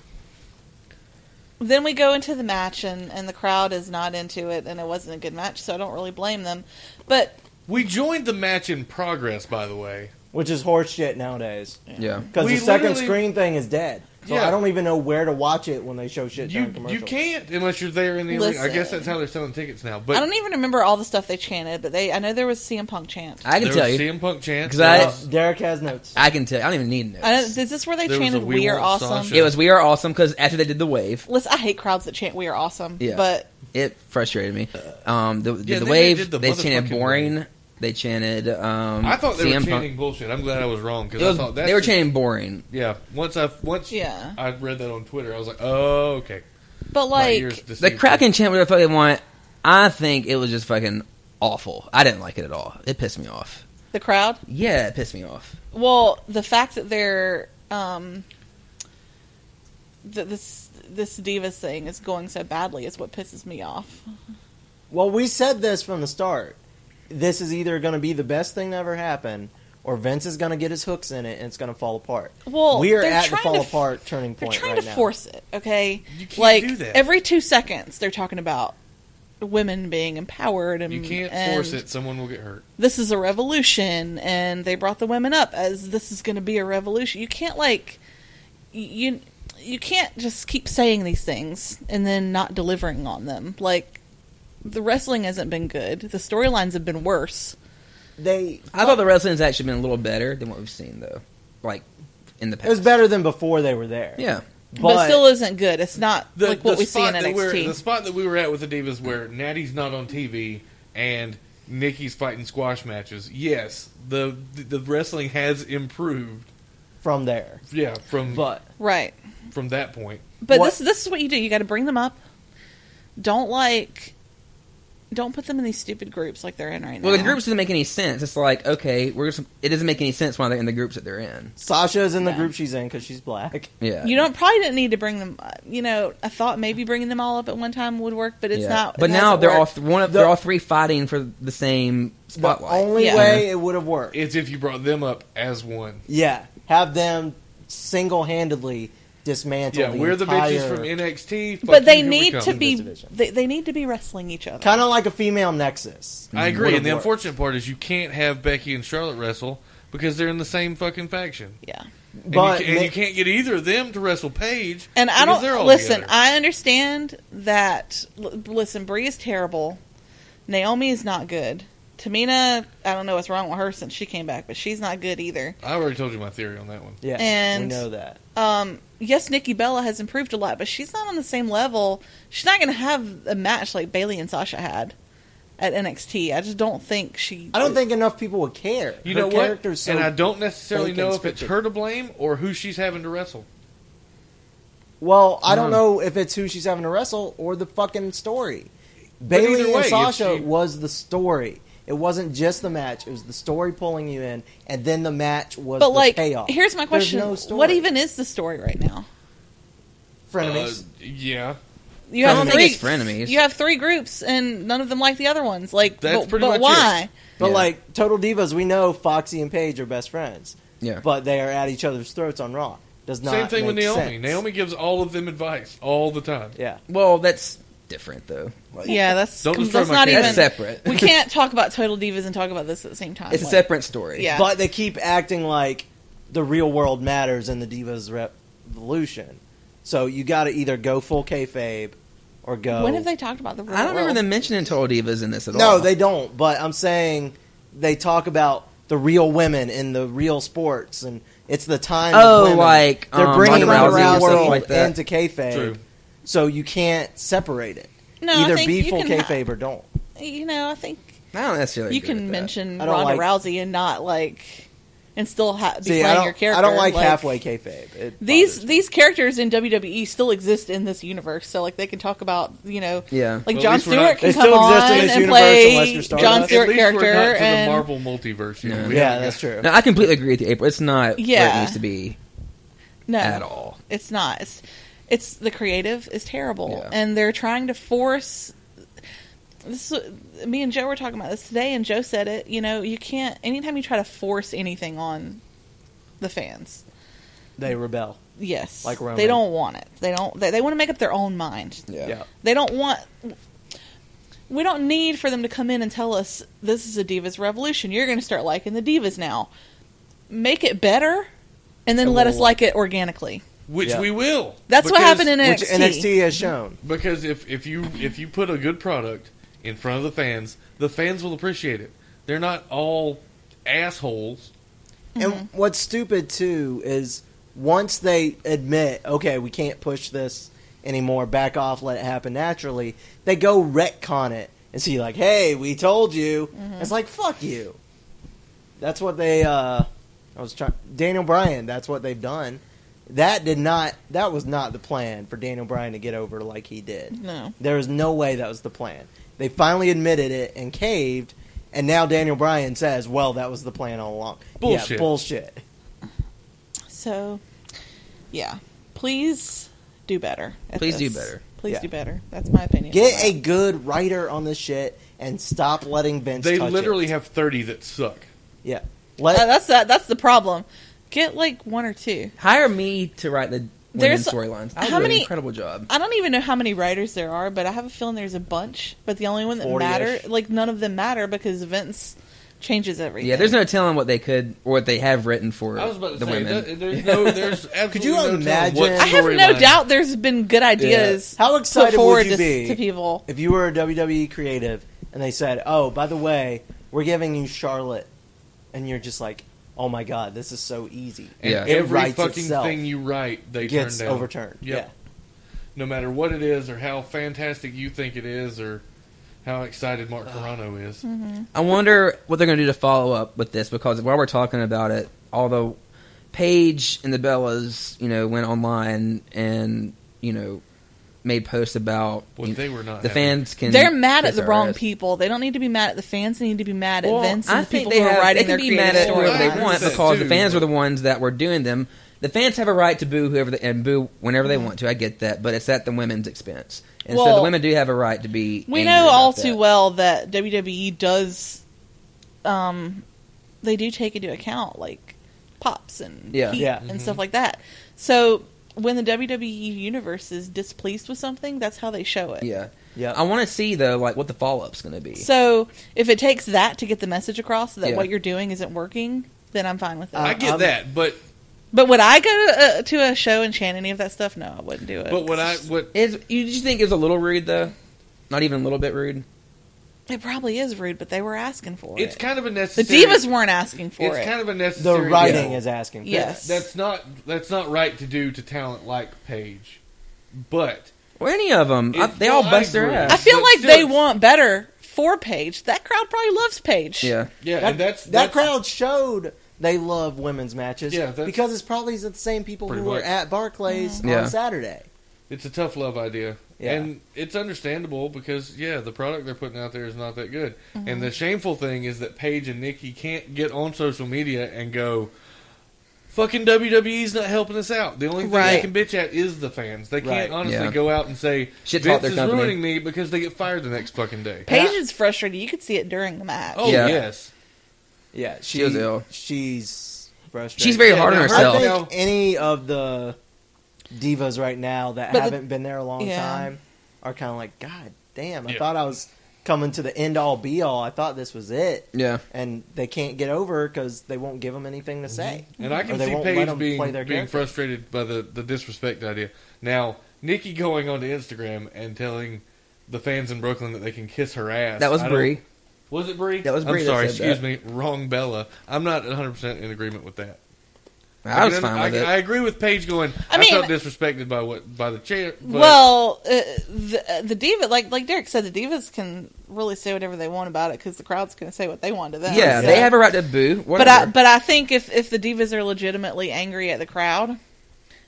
Speaker 3: Then we go into the match, and, and the crowd is not into it, and it wasn't a good match, so I don't really blame them. But
Speaker 5: We joined the match in progress, by the way.
Speaker 6: Which is horse shit nowadays.
Speaker 4: Yeah.
Speaker 6: Because
Speaker 5: We
Speaker 6: the second
Speaker 5: literally-
Speaker 6: screen thing is dead. So
Speaker 5: Yeah.
Speaker 6: I don't even know where to watch it when they show shit
Speaker 5: You
Speaker 6: during commercials.
Speaker 5: you can't unless you're there in the arena. I guess
Speaker 3: Listen.
Speaker 5: that's how they're selling tickets now. But
Speaker 3: I don't even remember all the stuff they chanted, but they I know there was CM Punk chant. I,
Speaker 4: I can
Speaker 5: there
Speaker 4: tell
Speaker 5: was
Speaker 4: you.
Speaker 5: CM Punk chant.
Speaker 4: 'Cause
Speaker 5: There
Speaker 4: I-
Speaker 6: Uh,
Speaker 5: was-
Speaker 6: Derek has notes.
Speaker 4: I can tell. you. I don't even need notes.
Speaker 3: don't, is this where they
Speaker 5: There was
Speaker 3: chanted
Speaker 5: a
Speaker 3: "We,
Speaker 5: We
Speaker 3: are
Speaker 5: Want
Speaker 3: awesome"?
Speaker 5: Sasha.
Speaker 4: it was we are awesome because after they did the wave,
Speaker 3: Listen, I hate crowds that chant "We are awesome,"
Speaker 4: Yeah.
Speaker 3: but
Speaker 4: it frustrated me. Um, the
Speaker 5: Uh, Yeah,
Speaker 4: the
Speaker 5: they
Speaker 4: wave
Speaker 5: did the
Speaker 4: they chanted
Speaker 5: motherfucking
Speaker 4: boring.
Speaker 5: wave.
Speaker 4: They chanted. Um,
Speaker 5: I thought they
Speaker 4: CM
Speaker 5: were
Speaker 4: Punk.
Speaker 5: chanting bullshit. I'm glad I was wrong because
Speaker 4: It was-
Speaker 5: I thought that's
Speaker 4: they were
Speaker 5: just-
Speaker 4: chanting boring.
Speaker 5: Yeah, once I once
Speaker 3: Yeah.
Speaker 5: I read that on Twitter, I was like, oh okay.
Speaker 3: But
Speaker 5: My
Speaker 3: like,
Speaker 5: ears
Speaker 4: The
Speaker 5: deceived
Speaker 4: crowd
Speaker 5: me.
Speaker 4: can chant whatever the fuck they want. I think it was just fucking awful. I didn't like it at all. It pissed me off.
Speaker 3: the crowd.
Speaker 4: Yeah, it pissed me off.
Speaker 3: Well, the fact that they're um, that this this divas thing is going so badly is what pisses me off.
Speaker 6: Well, we said this from the start. This is either going to be the best thing to ever happen, or Vince is going to get his hooks in it and it's going to fall apart.
Speaker 3: Well,
Speaker 6: we are
Speaker 3: they're
Speaker 6: at the
Speaker 3: trying
Speaker 6: fall
Speaker 3: to f-
Speaker 6: apart turning
Speaker 3: They're
Speaker 6: point
Speaker 3: trying
Speaker 6: right
Speaker 3: to
Speaker 6: now.
Speaker 3: force it. Okay,
Speaker 5: You can't
Speaker 3: like
Speaker 5: do that.
Speaker 3: every two seconds they're talking about women being empowered and
Speaker 5: You can't
Speaker 3: and
Speaker 5: force it. Someone will get hurt.
Speaker 3: This is a revolution, and they brought the women up as this is going to be a revolution. You can't like y- you you can't just keep saying these things and then not delivering on them. Like the wrestling hasn't been good. The storylines have been worse.
Speaker 6: They
Speaker 4: I thought the wrestling's actually been a little better than what we've seen though, like in the past.
Speaker 6: it was better than before they were there.
Speaker 4: Yeah,
Speaker 6: but,
Speaker 3: But, it still isn't good. It's not like what we see in
Speaker 5: that we're- The
Speaker 3: NXT.
Speaker 5: spot that we were at with the Divas where Natty's not on TV and Nikki's fighting squash matches. Yes, the the wrestling has improved.
Speaker 6: from there.
Speaker 5: Yeah, from
Speaker 6: But
Speaker 3: Right.
Speaker 5: from that point.
Speaker 3: But
Speaker 6: What-
Speaker 3: this this is what you do. You got to bring them up. Don't like. Don't put them in these stupid groups like they're in right now.
Speaker 4: Well, the groups doesn't make any sense. It's like okay, we're just, it doesn't make any sense why they're in the groups that they're in.
Speaker 6: Sasha's in the
Speaker 3: Yeah.
Speaker 6: group she's in because she's black.
Speaker 4: Yeah,
Speaker 3: You don't probably didn't need to bring them. uh, You know, I thought maybe bringing them all up at one time would work, but it's
Speaker 4: Yeah.
Speaker 3: not.
Speaker 4: But
Speaker 3: it
Speaker 4: now
Speaker 3: hasn't
Speaker 4: they're all
Speaker 3: worked.
Speaker 4: th- one. Of,
Speaker 6: The-
Speaker 4: they're all three fighting for the same
Speaker 6: The
Speaker 4: spotlight.
Speaker 6: only
Speaker 3: Yeah.
Speaker 6: way it would have worked,
Speaker 5: It's if you brought them up as one.
Speaker 6: yeah, have them single-handedly dismantle.
Speaker 5: Yeah,
Speaker 6: the
Speaker 5: we're the bitches
Speaker 6: entire-
Speaker 5: from NXT. fuck
Speaker 3: But
Speaker 5: you,
Speaker 3: they
Speaker 5: here we
Speaker 3: need
Speaker 5: come.
Speaker 3: to be.
Speaker 6: This division.
Speaker 3: They, they need to be wrestling each other.
Speaker 6: kind of like a female nexus.
Speaker 5: I agree.
Speaker 6: Would've
Speaker 5: And the
Speaker 6: worked.
Speaker 5: unfortunate part is you can't have Becky and Charlotte wrestle because they're in the same fucking faction.
Speaker 3: yeah.
Speaker 6: But
Speaker 5: and, you, ca- and
Speaker 6: ma-
Speaker 5: you can't get either of them to wrestle Paige.
Speaker 3: And I
Speaker 5: because they're all
Speaker 3: don't listen.
Speaker 5: together.
Speaker 3: I understand that. l- Listen, Bree is terrible. Naomi is not good. Tamina, I don't know what's wrong with her since she came back, but she's not good either.
Speaker 5: I already told you my theory on that one.
Speaker 6: Yeah,
Speaker 3: And-
Speaker 6: we know that.
Speaker 3: um, yes, Nikki Bella has improved a lot, but she's not on the same level. She's not going to have a match like Bailey and Sasha had at NXT. I just don't think she.
Speaker 6: I don't think enough people would care.
Speaker 5: You
Speaker 6: Her
Speaker 5: know what?
Speaker 6: character's So
Speaker 5: and I don't necessarily
Speaker 6: fake and
Speaker 5: know if it's
Speaker 6: scripted.
Speaker 5: her to blame or who she's having to wrestle.
Speaker 6: Well, I don't
Speaker 5: Uh-huh.
Speaker 4: Mm.
Speaker 6: know if it's who she's having to wrestle or the fucking story. Bailey
Speaker 5: either
Speaker 6: and
Speaker 5: way, if
Speaker 6: Sasha
Speaker 5: she-
Speaker 6: was the story. It wasn't just the match; it was the story pulling you in, and then the match was
Speaker 3: But
Speaker 6: the
Speaker 3: like,
Speaker 6: payoff.
Speaker 3: here's my
Speaker 6: There's
Speaker 3: question:
Speaker 6: no story.
Speaker 3: What even is the story right now?
Speaker 6: frenemies?
Speaker 5: Uh, yeah,
Speaker 3: You
Speaker 4: I
Speaker 3: have
Speaker 4: don't
Speaker 3: three
Speaker 4: think it's frenemies.
Speaker 3: You have three groups, and none of them like the other ones. Like,
Speaker 5: That's
Speaker 3: but,
Speaker 5: pretty
Speaker 3: but
Speaker 5: much
Speaker 3: why?
Speaker 6: but
Speaker 4: Yeah.
Speaker 6: like Total Divas, we know Foxy and Paige are best friends,
Speaker 4: Mm-hmm. yeah,
Speaker 6: but they are at each other's throats on Raw. Does not
Speaker 5: same thing with
Speaker 6: make
Speaker 5: Naomi.
Speaker 6: sense.
Speaker 5: Naomi gives all of them advice all the time.
Speaker 6: yeah,
Speaker 4: well, that's different though. Like,
Speaker 3: Yeah, that's
Speaker 5: Don't destroy
Speaker 3: that's
Speaker 5: my
Speaker 3: not
Speaker 5: character.
Speaker 4: that's
Speaker 3: even.
Speaker 4: separate.
Speaker 3: [LAUGHS] We can't talk about Total Divas and talk about this at the same time.
Speaker 4: [LAUGHS] it's a
Speaker 3: Like,
Speaker 4: separate story.
Speaker 3: Yeah.
Speaker 6: but they keep acting like the real world matters in the Divas revolution. So you got to either go full kayfabe or go.
Speaker 3: When have they talked about the? Real
Speaker 4: I don't remember
Speaker 3: world?
Speaker 4: them mentioning Total Divas in this at all.
Speaker 6: No, they don't. But I'm saying they talk about the real women in the real sports, and it's the time.
Speaker 4: Oh,
Speaker 6: of women.
Speaker 4: like,
Speaker 6: they're
Speaker 4: um,
Speaker 6: bringing
Speaker 4: Ronda
Speaker 6: the
Speaker 4: Rousey
Speaker 6: real
Speaker 4: and stuff
Speaker 6: world
Speaker 4: like that.
Speaker 6: into kayfabe.
Speaker 5: True.
Speaker 6: So you can't separate it.
Speaker 3: No, I
Speaker 6: either
Speaker 3: think
Speaker 6: be
Speaker 3: you
Speaker 6: full
Speaker 3: can-
Speaker 6: kayfabe or don't.
Speaker 3: You know, I think
Speaker 4: I don't necessarily.
Speaker 3: you
Speaker 4: agree with
Speaker 3: can
Speaker 4: that.
Speaker 3: mention
Speaker 6: I don't
Speaker 3: Ronda
Speaker 6: like-
Speaker 3: Rousey and not like and still ha- be
Speaker 6: See,
Speaker 3: playing
Speaker 6: I don't.
Speaker 3: your character.
Speaker 6: I don't like, halfway kayfabe. It
Speaker 3: These
Speaker 6: bothers me.
Speaker 3: these characters in WWE still exist in this universe, so like they can talk about you know
Speaker 4: Yeah.
Speaker 3: like
Speaker 5: Well, at
Speaker 3: John
Speaker 5: least we're
Speaker 3: Stewart
Speaker 5: not-
Speaker 3: can
Speaker 6: They
Speaker 3: come
Speaker 6: still exist in
Speaker 3: on
Speaker 6: this
Speaker 3: and
Speaker 6: univeress
Speaker 3: play
Speaker 6: unless you're Stardust.
Speaker 3: John Stewart
Speaker 5: At least
Speaker 3: character
Speaker 5: we're not to the
Speaker 3: and
Speaker 5: Marvel multiverse. yet.
Speaker 4: No.
Speaker 5: We
Speaker 6: yeah,
Speaker 5: haven't
Speaker 6: that's
Speaker 5: got-
Speaker 6: true.
Speaker 4: No, I completely agree with you, April. It's not where
Speaker 3: Yeah.
Speaker 4: it needs to be
Speaker 3: no,
Speaker 4: at all.
Speaker 3: it's not. It's, it's the creative is terrible,
Speaker 4: Yeah.
Speaker 3: and they're trying to force. This is- me and Joe were talking about this today, and Joe said it. You know, you can't. Anytime you try to force anything on the fans,
Speaker 6: They rebel.
Speaker 3: Yes.
Speaker 6: Like Roman.
Speaker 3: They don't want it. They don't. They, they want to make up their own mind.
Speaker 4: Yeah.
Speaker 6: Yeah.
Speaker 3: They don't want. We don't need for them to come in and tell us this is a divas revolution. You're going to start liking the divas now. Make it better, and then
Speaker 6: And
Speaker 3: let
Speaker 6: we'll
Speaker 3: us like it organically.
Speaker 5: Which
Speaker 6: Yeah.
Speaker 5: we will.
Speaker 3: That's what
Speaker 5: Because-
Speaker 3: happened in NXT.
Speaker 6: Which NXT has shown.
Speaker 5: Because if, if you if you put a good product in front of the fans, the fans will appreciate it. They're not all assholes.
Speaker 6: And what's stupid too is once they admit, okay, we can't push this anymore. Back off, let it happen naturally. They go retcon it and see, like, hey, we told you. It's like, fuck you. That's what they. Uh, I was trying. Daniel Bryan. That's what they've done. That did not. That was not the plan for Daniel Bryan to get over like he did.
Speaker 3: No.
Speaker 6: There was no way that was the plan. They finally admitted it and caved, and now Daniel Bryan says, "Well, that was the plan all along." Yeah,
Speaker 5: Bullshit.
Speaker 6: bullshit.
Speaker 3: So, yeah. Please do better. at
Speaker 4: Please do
Speaker 3: this.
Speaker 4: better.
Speaker 3: Please
Speaker 6: Yeah.
Speaker 3: do better. That's my opinion.
Speaker 6: Get a good writer on this shit and stop letting Vince.
Speaker 5: They
Speaker 6: touch
Speaker 5: literally
Speaker 6: it.
Speaker 5: have 30 that suck.
Speaker 6: yeah.
Speaker 3: Uh,
Speaker 6: Let
Speaker 3: that's that. That's the problem. Get like one or two.
Speaker 4: Hire me to write the
Speaker 3: There's-
Speaker 4: women's storylines. I'll
Speaker 3: how
Speaker 4: do
Speaker 3: many-
Speaker 4: an incredible job.
Speaker 3: I don't even know how many writers there are, but I have a feeling there's a bunch. But the only one that
Speaker 6: 40-ish.
Speaker 3: matter, like none of them matter because Vince changes everything.
Speaker 4: Yeah, there's no telling what they could or what they have written for
Speaker 5: I was about
Speaker 4: the
Speaker 5: to say,
Speaker 4: women.
Speaker 5: th- there's no, there's absolutely
Speaker 6: [LAUGHS] Could you
Speaker 5: no telling
Speaker 6: imagine-
Speaker 5: what
Speaker 3: I have no
Speaker 5: storyline-
Speaker 3: doubt there's been good ideas.
Speaker 6: How
Speaker 3: put
Speaker 6: excited would
Speaker 3: forward
Speaker 6: you
Speaker 3: to,
Speaker 6: be
Speaker 3: to people?
Speaker 6: if you were a WWE creative and they said, "Oh, by the way, we're giving you Charlotte," and you're just like, "Oh my god, this is so easy."
Speaker 5: And
Speaker 4: Yeah. It
Speaker 5: every
Speaker 6: writes
Speaker 5: fucking
Speaker 6: itself.
Speaker 5: thing you write, they
Speaker 6: Gets
Speaker 5: turn down.
Speaker 6: overturned.
Speaker 5: Yep.
Speaker 6: Yeah.
Speaker 5: No matter what it is, or how fantastic you think it is, or how excited Mark Carano is.
Speaker 6: Mm-hmm.
Speaker 4: I wonder what they're going to do to follow up with this because while we're talking about it, although Paige and the Bellas, you know, went online and you know made posts about
Speaker 5: Well,
Speaker 4: you-
Speaker 5: they were not
Speaker 4: the
Speaker 5: happy.
Speaker 4: fans can
Speaker 3: They're mad at
Speaker 4: kiss
Speaker 3: the
Speaker 4: our
Speaker 3: wrong
Speaker 4: ass.
Speaker 3: people. They don't need to be mad at the fans. They need to be mad at
Speaker 4: Well,
Speaker 3: Vince and
Speaker 4: I
Speaker 3: the
Speaker 4: think
Speaker 3: people
Speaker 4: they
Speaker 3: who
Speaker 4: have,
Speaker 3: are writing
Speaker 4: they
Speaker 3: their
Speaker 4: can be mad at
Speaker 3: creative
Speaker 4: whoever they
Speaker 5: storylines.
Speaker 4: want
Speaker 5: That
Speaker 4: because the
Speaker 5: too,
Speaker 4: fans were the
Speaker 5: but-
Speaker 4: ones that were doing them. The fans have a right to boo whoever they, and boo whenever they want to. I get that, but it's at the women's expense, and so
Speaker 3: Well,
Speaker 4: the women do have a right to be.
Speaker 3: We
Speaker 4: angry
Speaker 3: know
Speaker 4: about
Speaker 3: all
Speaker 4: that.
Speaker 3: too well that WWE does, um, they do take into account like pops and
Speaker 4: Yeah.
Speaker 3: heat
Speaker 6: Yeah.
Speaker 3: and
Speaker 5: Mm-hmm.
Speaker 3: stuff like that. So when the WWE universe is displeased with something, that's how they show it.
Speaker 4: Yeah,
Speaker 6: Yeah.
Speaker 4: I want to see though, like what the follow up's going to be.
Speaker 3: So if it takes that to get the message across that
Speaker 4: Yeah. Um,
Speaker 3: what you're doing isn't working, then I'm fine with it.
Speaker 5: I get
Speaker 6: I'm-
Speaker 5: that, but
Speaker 3: but would I go to a, to a show and chant any of that stuff? No, I wouldn't do it.
Speaker 5: but what I what
Speaker 4: Is you just think it was a little rude though? Not even a little bit rude.
Speaker 3: it probably is rude, but they were asking for
Speaker 5: it's
Speaker 3: it.
Speaker 5: kind of a
Speaker 3: the
Speaker 5: necessary.
Speaker 3: divas weren't asking for
Speaker 5: It's
Speaker 3: it.
Speaker 5: kind of a
Speaker 6: the
Speaker 5: necessary.
Speaker 6: writing
Speaker 5: evil.
Speaker 6: is asking. for
Speaker 3: Yes.
Speaker 5: That's not that's not right to do to talent like Paige, but
Speaker 4: Or any of them. I,
Speaker 5: It's-
Speaker 4: they all
Speaker 5: well, I
Speaker 4: bust their
Speaker 5: agree.
Speaker 3: I
Speaker 4: ass.
Speaker 3: feel
Speaker 5: But
Speaker 3: like
Speaker 5: still,
Speaker 3: they
Speaker 5: it's-
Speaker 3: want better for Paige. That crowd probably loves Paige.
Speaker 4: Yeah.
Speaker 5: yeah,
Speaker 6: That,
Speaker 5: and that's
Speaker 6: that
Speaker 5: that's-
Speaker 6: crowd showed they love women's matches
Speaker 5: Yeah, that's-
Speaker 6: because it's probably the same people who
Speaker 5: Pretty
Speaker 6: were
Speaker 5: much.
Speaker 6: at Barclays
Speaker 4: Yeah.
Speaker 6: on Saturday.
Speaker 5: It's a tough love idea,
Speaker 6: Yeah.
Speaker 5: and it's understandable because yeah, the product they're putting out there is not that good.
Speaker 4: Mm-hmm.
Speaker 5: And the shameful thing is that Paige and Nikki can't get on social media and go, "Fucking WWE's not helping us out." The only thing
Speaker 3: Right.
Speaker 5: they can bitch at is the fans. They
Speaker 6: Right.
Speaker 5: can't honestly
Speaker 4: Yeah.
Speaker 5: go out and say
Speaker 4: Shit talk
Speaker 5: Vince
Speaker 4: their
Speaker 5: is
Speaker 4: company.
Speaker 5: ruining me because they get fired the next fucking day.
Speaker 3: Paige is frustrated. You could see it during the match.
Speaker 5: Oh
Speaker 4: Yeah.
Speaker 5: yes,
Speaker 6: Yeah, she,
Speaker 4: She was ill.
Speaker 6: She's frustrated.
Speaker 4: She's very
Speaker 5: Yeah,
Speaker 4: hard on
Speaker 5: now her
Speaker 4: herself.
Speaker 6: I
Speaker 5: herself.
Speaker 6: think any of the divas right now that
Speaker 3: But the-
Speaker 6: haven't been there a long
Speaker 3: Yeah.
Speaker 6: time are kind of like, God damn! I
Speaker 5: Yeah.
Speaker 6: thought I was coming to the end all be all. I thought this was it,
Speaker 4: yeah.
Speaker 6: and they can't get over because they won't give them anything to say.
Speaker 5: Mm-hmm. And I can
Speaker 6: Or they
Speaker 5: see
Speaker 6: won't let
Speaker 5: Paige
Speaker 6: 'em
Speaker 5: being,
Speaker 6: play their
Speaker 5: being
Speaker 6: character.
Speaker 5: frustrated by the, the disrespect idea. Now, Nikki going onto Instagram and telling the fans in Brooklyn that they can kiss her ass.
Speaker 4: That was
Speaker 5: I don't-
Speaker 4: Bree.
Speaker 5: Was it Brie?
Speaker 4: That was Bree
Speaker 5: I'm
Speaker 4: that
Speaker 5: sorry,
Speaker 4: said
Speaker 5: excuse me. Wrong Bella. I'm not 100% in agreement with that.
Speaker 4: I was
Speaker 5: can-
Speaker 4: fine with
Speaker 5: I,
Speaker 4: it.
Speaker 5: I agree with Paige going,
Speaker 3: I
Speaker 5: I,
Speaker 3: mean-
Speaker 5: felt disrespected by what by the chair. but-
Speaker 3: Well, uh, the the diva, like like Derek said, the divas can really say whatever they want about it because the crowd's going to say what they want to them.
Speaker 4: yeah,
Speaker 3: So-
Speaker 4: they have a right to boo. Whatever.
Speaker 3: But I but I think if if the divas are legitimately angry at the crowd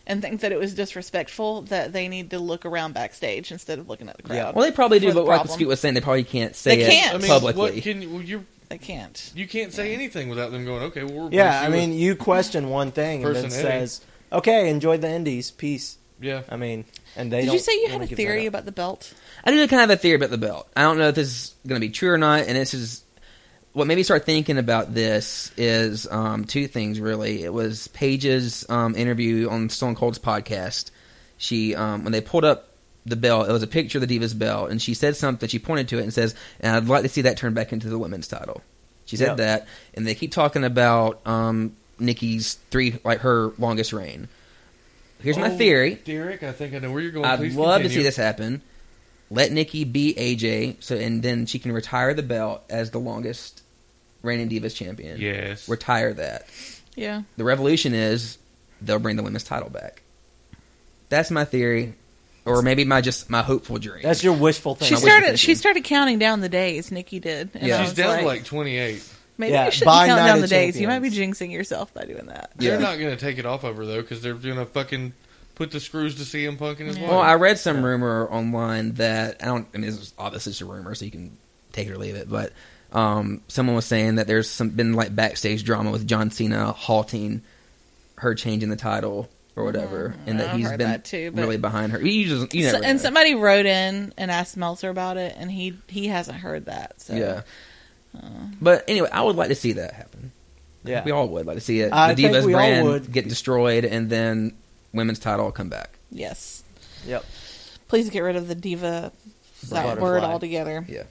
Speaker 3: and think that it was disrespectful, that they need to look around backstage instead of looking at the crowd.
Speaker 4: well, they probably do,
Speaker 3: for the
Speaker 4: but like the
Speaker 3: problem.
Speaker 4: Scoot was saying, they probably can't say
Speaker 3: They
Speaker 4: it
Speaker 3: can't.
Speaker 5: I mean,
Speaker 4: publicly.
Speaker 5: What can you, well, you,
Speaker 3: they can't.
Speaker 5: you can't say anything without them going, okay, well, we're
Speaker 6: Yeah, I
Speaker 5: she was-
Speaker 6: mean, you question one thing and then
Speaker 5: Person A.
Speaker 6: says, "Okay, enjoy the indies, peace."
Speaker 5: yeah.
Speaker 6: I mean, and they
Speaker 3: Did
Speaker 6: don't
Speaker 3: you say you had
Speaker 6: wanna
Speaker 3: a
Speaker 6: give that
Speaker 3: theory
Speaker 6: up.
Speaker 3: about the belt?
Speaker 4: I do kind of have a theory about the belt. I don't know if this is going to be true or not, and this is what made me start thinking about this is um, two things really. It was Paige's um, interview on Stone Cold's podcast. She um, when they pulled up the belt, it was a picture of the Divas belt, and she said something. She pointed to it and says, "And I'd like to see that turned back into the women's title." She said
Speaker 6: Yeah.
Speaker 4: that, and they keep talking about um, Nikki's three like her longest reign. Here's my
Speaker 5: Oh,
Speaker 4: theory.
Speaker 5: Derek, I think I know where you're going.
Speaker 4: I'd
Speaker 5: Please
Speaker 4: love to
Speaker 5: continue.
Speaker 4: see this happen. Let Nikki be AJ, so and then she can retire the belt as the longest reigning divas champion.
Speaker 5: Yes.
Speaker 4: retire that.
Speaker 3: Yeah.
Speaker 4: The revolution is they'll bring the women's title back. That's my theory. or maybe my just my hopeful dream.
Speaker 6: That's your wishful
Speaker 3: She
Speaker 6: thinking.
Speaker 4: I wish I
Speaker 3: started.
Speaker 4: could
Speaker 3: She
Speaker 4: see.
Speaker 3: started counting down the days. Nikki did. And
Speaker 4: Yeah.
Speaker 3: I
Speaker 5: She's
Speaker 3: was
Speaker 5: down to like 28.
Speaker 3: Maybe
Speaker 6: Yeah,
Speaker 3: you
Speaker 6: by
Speaker 3: shouldn't count
Speaker 6: Night
Speaker 3: down
Speaker 6: of
Speaker 3: the days. You might be jinxing yourself by doing that.
Speaker 4: Yeah.
Speaker 5: They're not going to take it off of her, though, because they're going to fucking put the screws to CM Punk in his
Speaker 3: Yeah.
Speaker 5: wife.
Speaker 4: well, I read some rumor online that I don't. I mean, this is obviously just a rumor, so you can take it or leave it. But um, someone was saying that there's some been like backstage drama with John Cena halting her changing the title or whatever, and that
Speaker 3: Mm, I've
Speaker 4: he's
Speaker 3: heard
Speaker 4: been
Speaker 3: that too, but-
Speaker 4: really behind her. You just you never
Speaker 3: So- and
Speaker 4: know.
Speaker 3: somebody wrote in and asked Meltzer about it, and he he hasn't heard that. So
Speaker 4: yeah.
Speaker 3: Uh.
Speaker 4: but anyway, I would like to see that happen.
Speaker 6: yeah.
Speaker 4: We all would like to see it.
Speaker 6: I
Speaker 4: the
Speaker 6: think
Speaker 4: Divas
Speaker 6: we all
Speaker 4: brand
Speaker 6: would.
Speaker 4: get destroyed, and then women's title come back.
Speaker 3: yes,
Speaker 6: Yep.
Speaker 3: please get rid of the diva that
Speaker 6: Butterfly.
Speaker 3: word altogether.
Speaker 4: Yeah.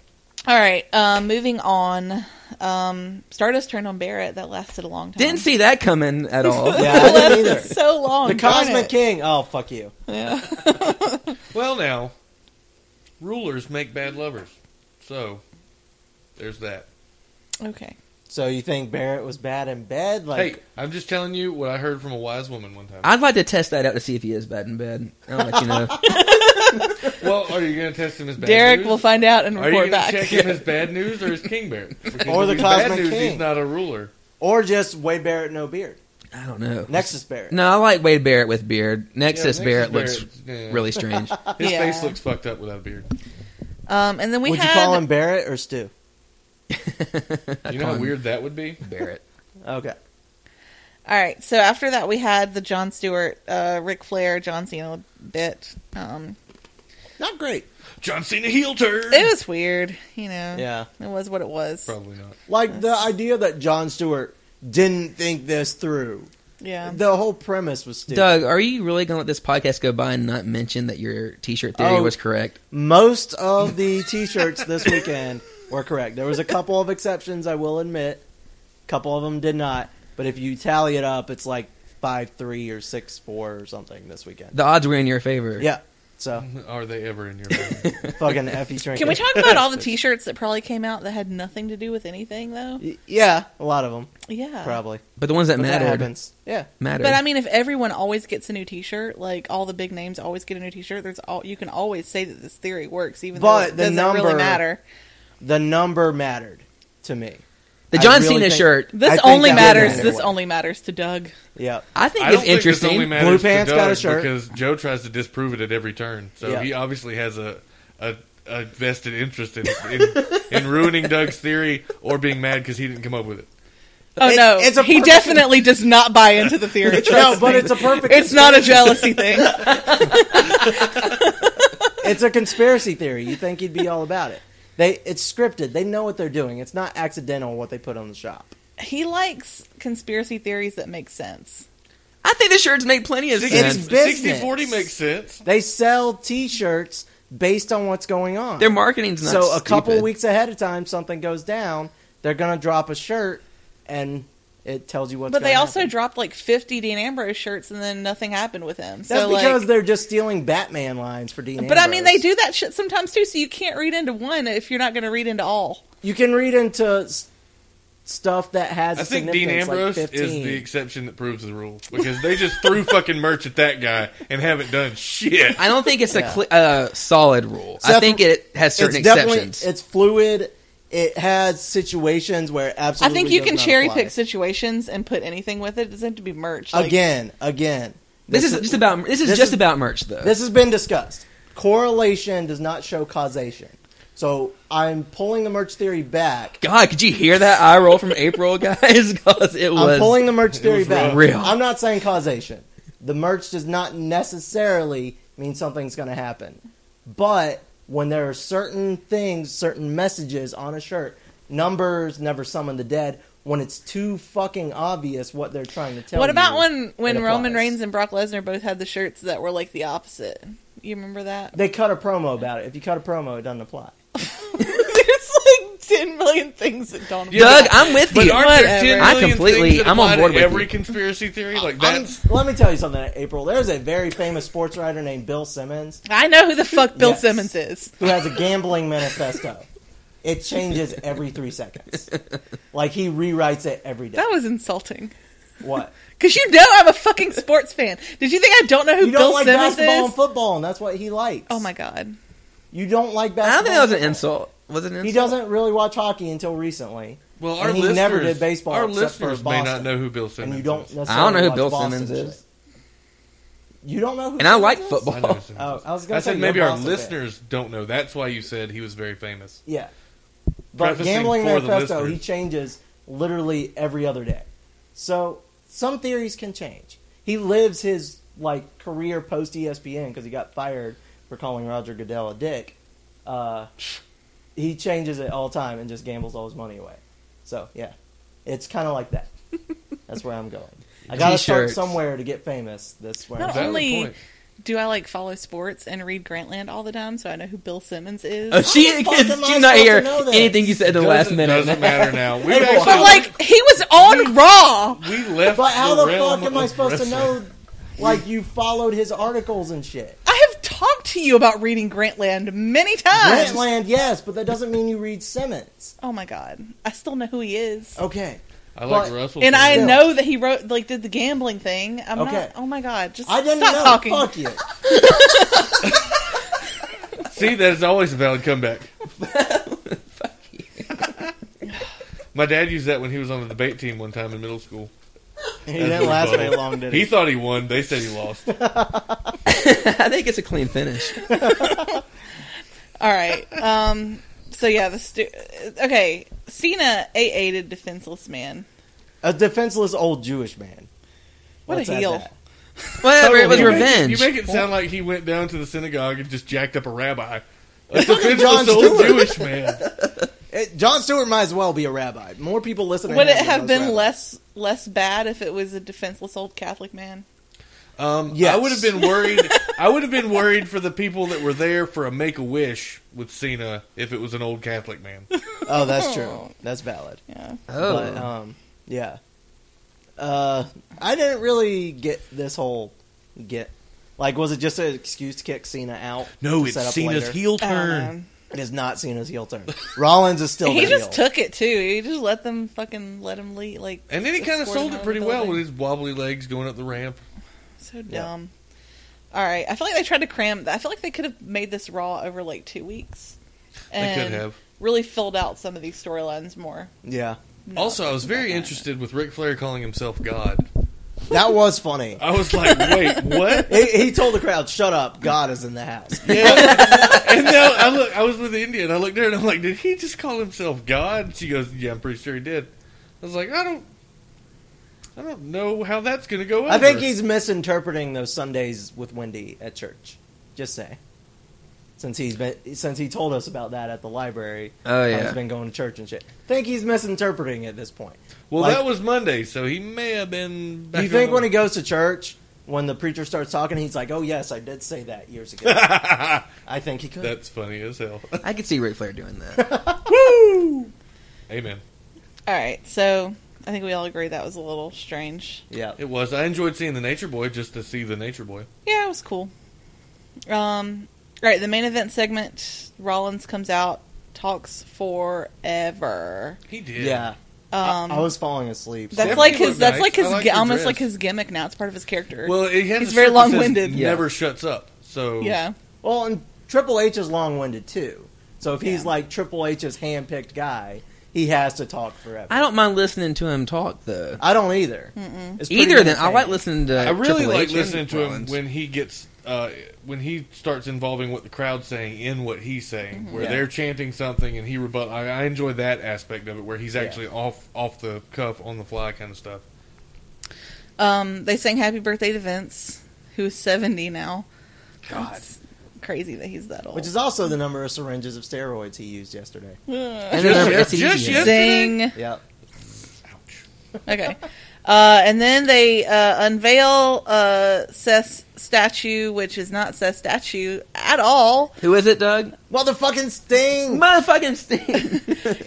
Speaker 3: All right, um, moving on. Um, Stardust turned on Barrett. That lasted a long time. [LAUGHS]
Speaker 4: Didn't see that coming at all.
Speaker 6: [LAUGHS] Yeah, I didn't either.
Speaker 3: That's so long.
Speaker 6: The
Speaker 3: darn
Speaker 6: Cosmic
Speaker 3: it.
Speaker 6: King. Oh, fuck you.
Speaker 3: Yeah. [LAUGHS]
Speaker 5: Well, now, rulers make bad lovers. So, there's that.
Speaker 3: Okay.
Speaker 6: So you think Barrett was bad in bed? Like,
Speaker 5: hey, I'm just telling you what I heard from a wise woman one time.
Speaker 4: I'd like to test that out to see if he is bad in bed. I'll let
Speaker 6: [LAUGHS]
Speaker 4: you know.
Speaker 5: well, are you going to test him as bad
Speaker 3: Derek
Speaker 5: news?
Speaker 3: will find out and
Speaker 5: Are you
Speaker 3: report
Speaker 5: gonna
Speaker 3: back.
Speaker 5: check him as bad news or as King Barrett? Because
Speaker 6: Or
Speaker 5: if
Speaker 6: the
Speaker 5: he's bad
Speaker 6: Cosmic
Speaker 5: news,
Speaker 6: King.
Speaker 5: He's not a ruler.
Speaker 6: or just Wade Barrett, no beard.
Speaker 4: I don't know.
Speaker 6: Nexus Barrett.
Speaker 4: No, I like Wade Barrett with beard. Nexus
Speaker 5: Nexus
Speaker 4: Barrett, looks
Speaker 5: Barrett, yeah.
Speaker 4: really
Speaker 5: [LAUGHS]
Speaker 4: strange.
Speaker 5: His
Speaker 3: Yeah.
Speaker 5: face looks fucked up without a beard.
Speaker 3: Um, and then we
Speaker 6: Would
Speaker 3: had
Speaker 6: you call him Barrett or Stu?
Speaker 5: You know how weird that would be?
Speaker 4: Barrett.
Speaker 6: Okay.
Speaker 3: All right. So after that, we had the John Stewart, uh, Ric Flair, John Cena bit. Um,
Speaker 6: Not great.
Speaker 5: John Cena heel turn.
Speaker 3: it was weird, you know.
Speaker 6: Mm. Yeah.
Speaker 3: It was what it was.
Speaker 5: Probably not.
Speaker 6: Like the idea that John Stewart didn't think this through.
Speaker 3: Yeah.
Speaker 6: The whole premise was stupid.
Speaker 4: Doug, are you really going to let this podcast go by and not mention that your T-shirt theory
Speaker 6: Oh.
Speaker 4: was correct?
Speaker 6: Most of the T-shirts this weekend were correct. There was a couple of exceptions, I will admit. A couple of them did not. But if you tally it up, it's like five three or six four or something this weekend.
Speaker 4: The odds were in your favor.
Speaker 6: Yeah. So
Speaker 5: Are they ever in your family?
Speaker 6: fucking
Speaker 3: [LAUGHS]
Speaker 6: E effie drink.
Speaker 3: Can we talk about
Speaker 6: [LAUGHS]
Speaker 3: all the T-shirts that probably came out that had nothing to do with anything, though?
Speaker 6: Yeah, a lot of them
Speaker 3: Yeah,
Speaker 6: probably.
Speaker 4: But the ones that
Speaker 6: But that
Speaker 4: mattered
Speaker 6: happens. Yeah.
Speaker 4: mattered.
Speaker 3: But I mean, if everyone always gets a new T-shirt, like all the big names always get a new T-shirt, there's all you can always say that this theory works, even
Speaker 6: But
Speaker 3: though it
Speaker 6: the
Speaker 3: doesn't really
Speaker 6: number-
Speaker 3: matter.
Speaker 6: The number mattered to me.
Speaker 4: the
Speaker 6: I
Speaker 4: John
Speaker 6: really
Speaker 4: Cena
Speaker 6: think-
Speaker 4: shirt.
Speaker 6: I
Speaker 3: This
Speaker 6: think
Speaker 3: only
Speaker 6: that would
Speaker 3: matters.
Speaker 6: matter.
Speaker 3: This only matters to Doug.
Speaker 6: Yep.
Speaker 4: I think
Speaker 5: I
Speaker 4: it's
Speaker 5: don't think this only
Speaker 4: interesting.
Speaker 5: matters
Speaker 6: Blue
Speaker 5: to
Speaker 6: pants got
Speaker 5: Doug
Speaker 6: a shirt.
Speaker 5: because Joe tries to disprove it at every turn. So
Speaker 6: Yeah.
Speaker 5: he obviously has a a, a vested interest in, in in ruining Doug's theory or being mad because he didn't come up with it.
Speaker 3: Oh
Speaker 6: It-
Speaker 3: no,
Speaker 6: it's a
Speaker 3: he
Speaker 6: perfect-
Speaker 3: definitely does not buy into the theory.
Speaker 6: [LAUGHS] No,
Speaker 3: trust
Speaker 6: but
Speaker 3: me.
Speaker 6: it's a perfect.
Speaker 3: it's not a jealousy
Speaker 6: [LAUGHS]
Speaker 3: thing.
Speaker 6: it's a conspiracy theory. You think he'd be all about it? They it's scripted. They know what they're doing. It's not accidental what they put on the shop.
Speaker 3: He likes conspiracy theories that make sense.
Speaker 4: I think the shirts make plenty of
Speaker 6: It's
Speaker 4: sense.
Speaker 6: business.
Speaker 5: 60-40 makes sense.
Speaker 6: They sell T-shirts based on what's going on.
Speaker 4: Their marketing's not
Speaker 6: so a couple
Speaker 4: stupid.
Speaker 6: weeks ahead of time, something goes down. They're gonna drop a shirt, and it tells you what's.
Speaker 3: But they
Speaker 6: gonna
Speaker 3: also
Speaker 6: happen.
Speaker 3: dropped like 50 Dean Ambrose shirts, and then nothing happened with him. So
Speaker 6: That's because
Speaker 3: like,
Speaker 6: they're just stealing Batman lines for Dean.
Speaker 3: But I mean, they
Speaker 6: Ambrose.
Speaker 3: do that shit sometimes too. So you can't read into one if you're not going to read into all.
Speaker 6: You can read into s- stuff that has.
Speaker 5: I
Speaker 6: a
Speaker 5: think Dean
Speaker 6: significance, like
Speaker 5: Ambrose is
Speaker 6: 15.
Speaker 5: the exception that proves the rule because they just
Speaker 6: [LAUGHS]
Speaker 5: threw fucking merch at that guy and haven't done shit.
Speaker 4: I don't think it's
Speaker 6: Yeah.
Speaker 4: a cle uh, solid rule. I
Speaker 6: Seth-
Speaker 4: think it has certain
Speaker 6: it's definitely-
Speaker 4: exceptions.
Speaker 6: It's fluid. It has situations where it
Speaker 3: I
Speaker 6: absolutely.
Speaker 3: think you
Speaker 6: does
Speaker 3: can
Speaker 6: not
Speaker 3: cherry
Speaker 6: apply.
Speaker 3: pick situations and put anything with it. It doesn't have to be merch. Like,
Speaker 6: again, again.
Speaker 4: this, is just about this is
Speaker 6: this
Speaker 4: just
Speaker 6: is-
Speaker 4: about merch though.
Speaker 6: This has been discussed. Correlation does not show causation. So I'm pulling the merch theory back.
Speaker 4: God, could you hear that eye roll from April, [LAUGHS] guys? Because it
Speaker 6: I'm
Speaker 4: was
Speaker 6: pulling the merch theory
Speaker 5: was
Speaker 6: back.
Speaker 4: real.
Speaker 6: I'm not saying causation. The merch does not necessarily mean something's going to happen. But when there are certain things, certain messages on a shirt, numbers never summon the dead. When it's too fucking obvious what they're trying to tell
Speaker 3: What
Speaker 6: you,
Speaker 3: about when
Speaker 6: it
Speaker 3: when Roman
Speaker 6: applies.
Speaker 3: Reigns and Brock Lesnar both had the shirts that were like the opposite? You remember
Speaker 6: [LAUGHS]
Speaker 3: that? [LAUGHS]
Speaker 6: they cut a promo about it? If you cut a promo, it doesn't apply.
Speaker 3: There's like 10 million things that don't.
Speaker 4: Doug, I'm with
Speaker 5: But
Speaker 4: you.
Speaker 5: aren't there 10
Speaker 3: Whatever.
Speaker 4: I
Speaker 5: million
Speaker 4: completely-
Speaker 5: things that
Speaker 4: I'm on
Speaker 5: apply to
Speaker 4: board with
Speaker 5: every
Speaker 4: you.
Speaker 5: conspiracy theory. Like
Speaker 6: I'm-
Speaker 5: that's
Speaker 6: let me tell you something, April. There's a very famous sports writer named Bill Simmons
Speaker 3: I know who the fuck Bill
Speaker 6: Yes.
Speaker 3: Simmons is.
Speaker 6: who has a gambling manifesto. It changes every three seconds. Like he rewrites it every day.
Speaker 3: That was insulting.
Speaker 6: What?
Speaker 3: Because you know I'm a fucking sports fan. Did you think I don't know who
Speaker 6: You
Speaker 3: Bill
Speaker 6: don't like
Speaker 3: Simmons
Speaker 6: basketball and
Speaker 3: is?
Speaker 6: football, and that's what he likes.
Speaker 3: Oh my god.
Speaker 6: You don't like
Speaker 4: I don't
Speaker 6: basketball.
Speaker 4: think that was an
Speaker 6: and
Speaker 4: insult. Was it an insult?
Speaker 6: football. He doesn't really watch hockey until recently,
Speaker 5: Well, our
Speaker 6: And he
Speaker 5: listeners,
Speaker 6: never did baseball
Speaker 5: Our
Speaker 6: except for
Speaker 5: listeners may not
Speaker 6: Boston.
Speaker 5: know who Bill Simmons
Speaker 6: and you don't.
Speaker 5: is.
Speaker 6: Necessarily
Speaker 4: I don't know who
Speaker 6: watch
Speaker 4: Bill
Speaker 6: Boston
Speaker 4: Simmons is.
Speaker 6: shit. You don't know who.
Speaker 4: And I like
Speaker 6: Simmons is?
Speaker 4: football.
Speaker 5: I, know who Simmons
Speaker 6: Oh,
Speaker 5: is.
Speaker 6: I was gonna
Speaker 5: I
Speaker 6: say
Speaker 5: said
Speaker 6: you're
Speaker 5: maybe
Speaker 6: a
Speaker 5: our
Speaker 6: Boston fan.
Speaker 5: listeners don't know. That's why you said he was very famous.
Speaker 6: Yeah, but
Speaker 5: Prefacing
Speaker 6: gambling
Speaker 5: for the
Speaker 6: manifesto he
Speaker 5: listeners.
Speaker 6: changes literally every other day, so some theories can change. He lives his like career post ESPN because he got fired for calling Roger Goodell a dick. Uh, he changes it all the time and just gambles all his money away. So yeah, it's kind of like that. That's where I'm going. I gotta start
Speaker 4: T-shirts.
Speaker 6: somewhere to get famous. That's where. I'm
Speaker 3: Not
Speaker 5: Valid
Speaker 3: only
Speaker 5: point.
Speaker 3: do I like follow sports and read Grantland all the time, so I know who Bill Simmons is.
Speaker 4: Oh, she
Speaker 6: How the fuck am I
Speaker 4: she's not
Speaker 6: supposed to
Speaker 4: here.
Speaker 6: know this?
Speaker 4: Anything you said at the
Speaker 5: Doesn't-
Speaker 4: last minute. [LAUGHS]
Speaker 5: doesn't
Speaker 6: [LAUGHS]
Speaker 5: matter now. We
Speaker 6: Hey,
Speaker 5: actually,
Speaker 3: but like he was on Raw.
Speaker 5: we left.
Speaker 6: But how
Speaker 5: the,
Speaker 6: the
Speaker 5: realm
Speaker 6: fuck am I
Speaker 5: of
Speaker 6: supposed to
Speaker 5: wrestling.
Speaker 6: know?
Speaker 5: [LAUGHS]
Speaker 6: Like you followed his articles and shit.
Speaker 3: I have talked to you about reading Grantland many times.
Speaker 6: Grantland, yes, but that doesn't mean you read Simmons.
Speaker 3: Oh my god. I still know who he is.
Speaker 6: Okay,
Speaker 5: I like
Speaker 6: But-
Speaker 5: Russell.
Speaker 3: And I
Speaker 5: Simmons.
Speaker 6: Still.
Speaker 3: know that he wrote like did the gambling thing. I'm
Speaker 6: Okay.
Speaker 3: not oh my god, just
Speaker 6: I didn't
Speaker 3: stop
Speaker 6: know.
Speaker 3: talking.
Speaker 6: Fuck you.
Speaker 5: See, that is always a
Speaker 6: [LAUGHS]
Speaker 5: valid comeback. My dad used that when he was on the debate team one time in middle school.
Speaker 6: [LAUGHS] He
Speaker 5: That's
Speaker 6: didn't
Speaker 5: pretty
Speaker 6: last
Speaker 5: funny.
Speaker 6: very long, did
Speaker 5: He
Speaker 6: he?
Speaker 5: thought he won. They said
Speaker 6: [LAUGHS]
Speaker 5: he lost.
Speaker 4: I think it's a clean finish.
Speaker 3: All right. Um so yeah, the stu- okay, Cena a a defenseless man.
Speaker 6: A defenseless old Jewish man.
Speaker 3: What
Speaker 6: Let's
Speaker 3: a
Speaker 6: add
Speaker 3: heel.
Speaker 6: that.
Speaker 4: [LAUGHS] Whatever, it was
Speaker 5: You make-
Speaker 4: revenge.
Speaker 5: You make it sound like he went down to the synagogue and just jacked up a rabbi. A defenseless
Speaker 6: John
Speaker 5: old
Speaker 6: Stewart.
Speaker 5: Jewish man.
Speaker 6: It- John Stewart might as well be a rabbi. More people listen. to
Speaker 3: Would
Speaker 6: him
Speaker 3: it
Speaker 6: than
Speaker 3: have
Speaker 6: those
Speaker 3: been
Speaker 6: rabbis.
Speaker 3: less less bad if it was a defenseless old Catholic man?
Speaker 5: Um,
Speaker 6: Yes.
Speaker 5: I would have been worried. I would have been worried for the people that were there for a make a wish with Cena if it was an old Catholic man.
Speaker 6: Oh, that's true. That's valid.
Speaker 3: Yeah.
Speaker 4: oh.
Speaker 6: But um, yeah. Uh, I didn't really get this whole get. Like, was it just an excuse to kick Cena out? to set up later? Oh,
Speaker 5: heel
Speaker 3: I don't know.
Speaker 6: It is not Cena's heel turn. Rollins is still.
Speaker 3: [LAUGHS] he
Speaker 6: the
Speaker 3: just
Speaker 6: heel.
Speaker 3: took it too. He just let them fucking let him lead. Like,
Speaker 5: And then he
Speaker 3: escort
Speaker 5: kind of
Speaker 3: him
Speaker 5: sold
Speaker 3: out
Speaker 5: it
Speaker 3: of
Speaker 5: pretty
Speaker 3: the
Speaker 5: well
Speaker 3: building.
Speaker 5: with his wobbly legs going up the ramp.
Speaker 3: So
Speaker 6: Yeah.
Speaker 3: dumb. All right, I feel like they tried to cram. I feel like they could have made this Raw over like two weeks.
Speaker 5: They
Speaker 3: And
Speaker 5: could have.
Speaker 3: really filled out some of these storylines more.
Speaker 6: Yeah,
Speaker 3: No,
Speaker 5: Also, I was very
Speaker 3: okay.
Speaker 5: interested with Ric Flair calling himself God.
Speaker 6: that was funny.
Speaker 5: I was like, wait, [LAUGHS] what?
Speaker 6: he, he told the crowd, "Shut up, God is in the house."
Speaker 5: And now I look. I was with the Indian. I looked at her and I'm like, did he just call himself God? She goes, yeah, I'm pretty sure he did. I was like, I don't. I don't know how that's going to go. Over.
Speaker 6: I think he's misinterpreting those Sundays with Wendy at church. Just say, since he's been since he told us about that at the library.
Speaker 4: Oh,
Speaker 6: how
Speaker 4: yeah.
Speaker 6: he's been going to church and shit. think he's misinterpreting at this point.
Speaker 5: Well,
Speaker 6: Like-
Speaker 5: that was Monday, so he may have been. Back
Speaker 6: you think
Speaker 5: on-
Speaker 6: when he goes to church, when the preacher starts talking, he's like, "Oh yes, I did say that years ago."
Speaker 4: [LAUGHS]
Speaker 6: I think he could.
Speaker 5: [LAUGHS] That's funny as hell.
Speaker 4: I could see Ric Flair doing that.
Speaker 5: Amen.
Speaker 3: All right, so I think we all agree that was a little strange.
Speaker 6: yeah,
Speaker 5: It was. I enjoyed seeing the Nature Boy just to see the Nature Boy.
Speaker 3: Yeah, it was cool. Um, all right, the main event segment. Rollins comes out, talks forever.
Speaker 5: He did.
Speaker 6: yeah.
Speaker 3: Um,
Speaker 6: I was falling asleep.
Speaker 3: That's
Speaker 5: Stephanie
Speaker 3: like his.
Speaker 5: looked
Speaker 3: That's
Speaker 5: nice.
Speaker 3: like his.
Speaker 5: I liked
Speaker 3: gi-
Speaker 5: her
Speaker 3: almost
Speaker 5: dress.
Speaker 3: like his gimmick now. It's part of his character.
Speaker 5: Well, he has
Speaker 3: He's
Speaker 5: a
Speaker 3: very
Speaker 5: shirt that says
Speaker 3: long-winded.
Speaker 4: Yeah.
Speaker 5: Never shuts up. So
Speaker 3: yeah.
Speaker 6: Well, and Triple H is long winded too. So if he's
Speaker 3: Yeah.
Speaker 6: like Triple H's hand picked guy, he has to talk forever.
Speaker 4: [LAUGHS] I don't mind listening to him talk though.
Speaker 6: I don't either. It's pretty
Speaker 4: Either of them, I like
Speaker 6: entertaining.
Speaker 4: listening to.
Speaker 5: I really
Speaker 4: Triple
Speaker 5: like
Speaker 4: H and
Speaker 5: listening to him
Speaker 4: Rollins.
Speaker 5: when he gets uh, when he starts involving what the crowd's saying in what he's saying, where
Speaker 6: Yeah.
Speaker 5: they're chanting something and he rebut. I, I enjoy that aspect of it, where he's actually off off the cuff, on the fly kind of stuff.
Speaker 3: Um, they sang "Happy Birthday" to Vince, who's seventy now. God, crazy that he's that old.
Speaker 6: Which is also the number of syringes of steroids he used yesterday.
Speaker 4: And then
Speaker 5: Just
Speaker 4: I'm-
Speaker 5: yes-
Speaker 4: it's
Speaker 5: just
Speaker 4: easy.
Speaker 5: yes.
Speaker 3: Zing.
Speaker 6: Yep.
Speaker 3: [LAUGHS] Okay. Uh, and then they uh, unveil uh, Seth's statue, which is not Seth's statue at all.
Speaker 4: Who is it, Doug?
Speaker 6: Motherfucking Sting!
Speaker 4: Motherfucking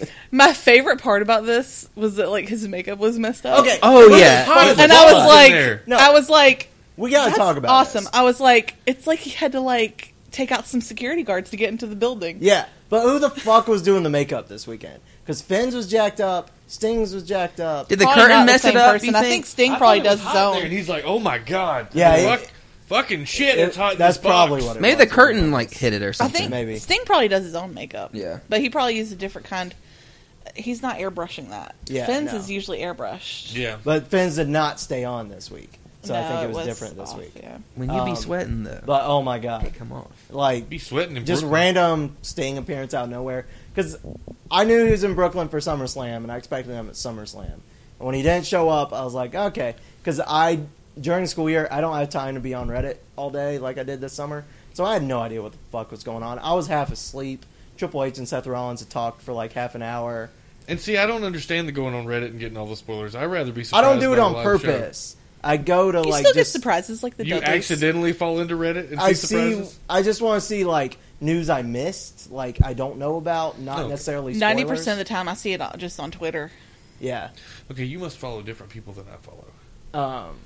Speaker 4: [LAUGHS] Sting.
Speaker 3: My favorite part about this was that like his makeup was messed up.
Speaker 6: Okay.
Speaker 4: Oh
Speaker 6: Look
Speaker 4: yeah.
Speaker 6: at how-
Speaker 5: Oh,
Speaker 3: and I was
Speaker 5: Wasn't there?
Speaker 3: like,
Speaker 6: No.
Speaker 3: I was like,
Speaker 6: We gotta
Speaker 3: That's
Speaker 6: talk about
Speaker 3: awesome.
Speaker 6: this.
Speaker 3: I was like, it's like he had to like take out some security guards to get into the building.
Speaker 6: Yeah. But who the fuck was doing the makeup this weekend? Because Finn's was jacked up, Sting's was jacked up.
Speaker 4: Did the
Speaker 3: Probably not
Speaker 4: curtain
Speaker 3: the
Speaker 4: mess
Speaker 3: same
Speaker 4: it up?
Speaker 3: person.
Speaker 4: You
Speaker 3: I think
Speaker 4: think?
Speaker 3: Sting
Speaker 5: I
Speaker 3: probably
Speaker 5: thought it was
Speaker 3: does his
Speaker 5: hot in there, and
Speaker 3: own.
Speaker 5: he's like, "Oh my god,
Speaker 6: Yeah,
Speaker 5: yeah,
Speaker 6: it-
Speaker 5: fucking shit,
Speaker 6: It-
Speaker 5: it's hot." in
Speaker 6: that's
Speaker 5: this
Speaker 6: probably
Speaker 5: box.
Speaker 6: what it
Speaker 4: Maybe
Speaker 6: was.
Speaker 4: the curtain like hit it or
Speaker 3: I
Speaker 4: something.
Speaker 3: think
Speaker 6: Maybe.
Speaker 3: Sting probably does his own makeup.
Speaker 4: Yeah.
Speaker 3: but he probably uses a different kind. He's not airbrushing that.
Speaker 6: Yeah,
Speaker 3: Finn's
Speaker 6: no.
Speaker 3: is usually airbrushed.
Speaker 5: Yeah,
Speaker 6: But Finn's did not stay on this week, so I
Speaker 3: No,
Speaker 6: think it was, different this
Speaker 3: off,
Speaker 6: week.
Speaker 3: Yeah.
Speaker 4: when you
Speaker 6: um,
Speaker 4: be sweating though,
Speaker 6: But oh my god,
Speaker 4: it come off.
Speaker 6: like
Speaker 5: be sweating and
Speaker 6: just random Sting appearance out of nowhere. Because I knew he was in Brooklyn for SummerSlam, and I expected him at SummerSlam. And when he didn't show up, I was like, okay. Because I during the school year, I don't have time to be on Reddit all day like I did this summer, so I had no idea what the fuck was going on. I was half asleep. Triple H and Seth Rollins had talked for like half an hour.
Speaker 5: And see, I don't understand the going on Reddit and getting all the spoilers. I would rather be.
Speaker 6: I
Speaker 5: Surprised
Speaker 6: don't do it
Speaker 5: by a
Speaker 6: on
Speaker 5: live
Speaker 6: purpose. I go to
Speaker 3: You
Speaker 6: like
Speaker 3: still get
Speaker 6: just
Speaker 3: surprises like the
Speaker 5: show. You
Speaker 3: Dudleys.
Speaker 5: accidentally fall into Reddit and see
Speaker 6: I see.
Speaker 5: surprises.
Speaker 6: I just want to see like news I missed, like I don't know about, not
Speaker 5: Oh, Okay.
Speaker 6: necessarily
Speaker 3: Ninety percent of the
Speaker 6: spoilers.
Speaker 3: time, I see it on- just on Twitter.
Speaker 6: Yeah.
Speaker 5: Okay, you must follow different people than I follow.
Speaker 6: Um,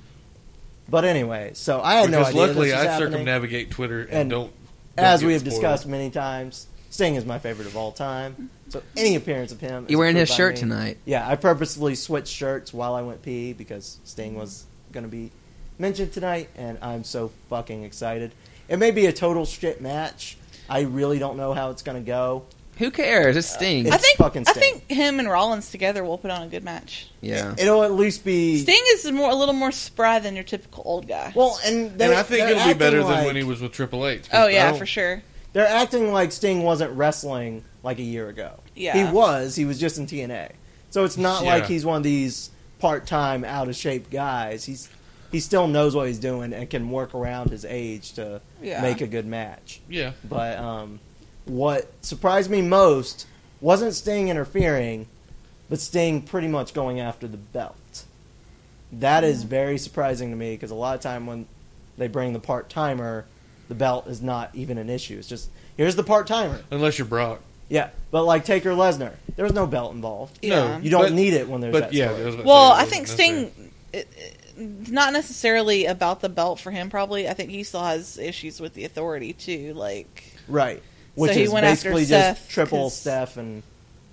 Speaker 6: but anyway, so I had
Speaker 5: because
Speaker 6: no idea.
Speaker 5: luckily,
Speaker 6: this
Speaker 5: I
Speaker 6: was happening.
Speaker 5: circumnavigate Twitter and,
Speaker 6: And
Speaker 5: don't. don't
Speaker 6: As
Speaker 5: get
Speaker 6: we have
Speaker 5: spoiled.
Speaker 6: discussed many times, Sting is my favorite of all time. So any appearance of him, is
Speaker 4: You wearing his
Speaker 6: approved by
Speaker 4: shirt
Speaker 6: me.
Speaker 4: tonight?
Speaker 6: Yeah, I purposefully switched shirts while I went pee because Sting was going to be mentioned tonight, and I'm so fucking excited. It may be a total shit match. I really don't know how it's going to go.
Speaker 4: Who cares? It's Sting.
Speaker 6: It's
Speaker 3: I think
Speaker 6: fucking
Speaker 3: I
Speaker 6: Sting.
Speaker 3: think him and Rollins together will put on a good match.
Speaker 4: yeah.
Speaker 6: It'll at least be
Speaker 3: Sting is more a little more spry than your typical old guy.
Speaker 6: Well, and, they,
Speaker 5: and I think
Speaker 6: they're
Speaker 5: it'll be
Speaker 6: acting
Speaker 5: better
Speaker 6: like,
Speaker 5: than when he was with Triple H. 'cause
Speaker 3: oh
Speaker 5: I
Speaker 3: yeah,
Speaker 5: don't-
Speaker 3: for sure.
Speaker 6: They're acting like Sting wasn't wrestling like a year ago.
Speaker 3: Yeah.
Speaker 6: he was. He was just in TNA, so it's not
Speaker 5: Yeah.
Speaker 6: like he's one of these part-time, out of shape guys. He's he still knows what he's doing and can work around his age to
Speaker 3: Yeah.
Speaker 6: make a good match.
Speaker 5: Yeah,
Speaker 6: But um, what surprised me most wasn't Sting interfering, but Sting pretty much going after the belt. That
Speaker 3: Mm-hmm.
Speaker 6: is very surprising to me because a lot of time when they bring the part timer, the belt is not even an issue. It's just here's the part timer.
Speaker 5: unless you're Brock.
Speaker 6: Yeah, but like Taker Lesnar, there was no belt involved.
Speaker 3: Yeah.
Speaker 6: You don't
Speaker 5: But-
Speaker 6: need it when there's
Speaker 5: But
Speaker 6: that
Speaker 5: yeah,
Speaker 6: story.
Speaker 5: I was gonna
Speaker 3: Well,
Speaker 5: say, it
Speaker 3: I
Speaker 5: wasn't
Speaker 3: think
Speaker 5: necessary.
Speaker 3: Sting, it, it- not necessarily about the belt for him. Probably, I think he still has issues with the authority too. Like,
Speaker 6: right? Which
Speaker 3: he
Speaker 6: is
Speaker 3: went after
Speaker 6: basically
Speaker 3: Seth
Speaker 6: just triple
Speaker 3: 'cause-
Speaker 6: Steph and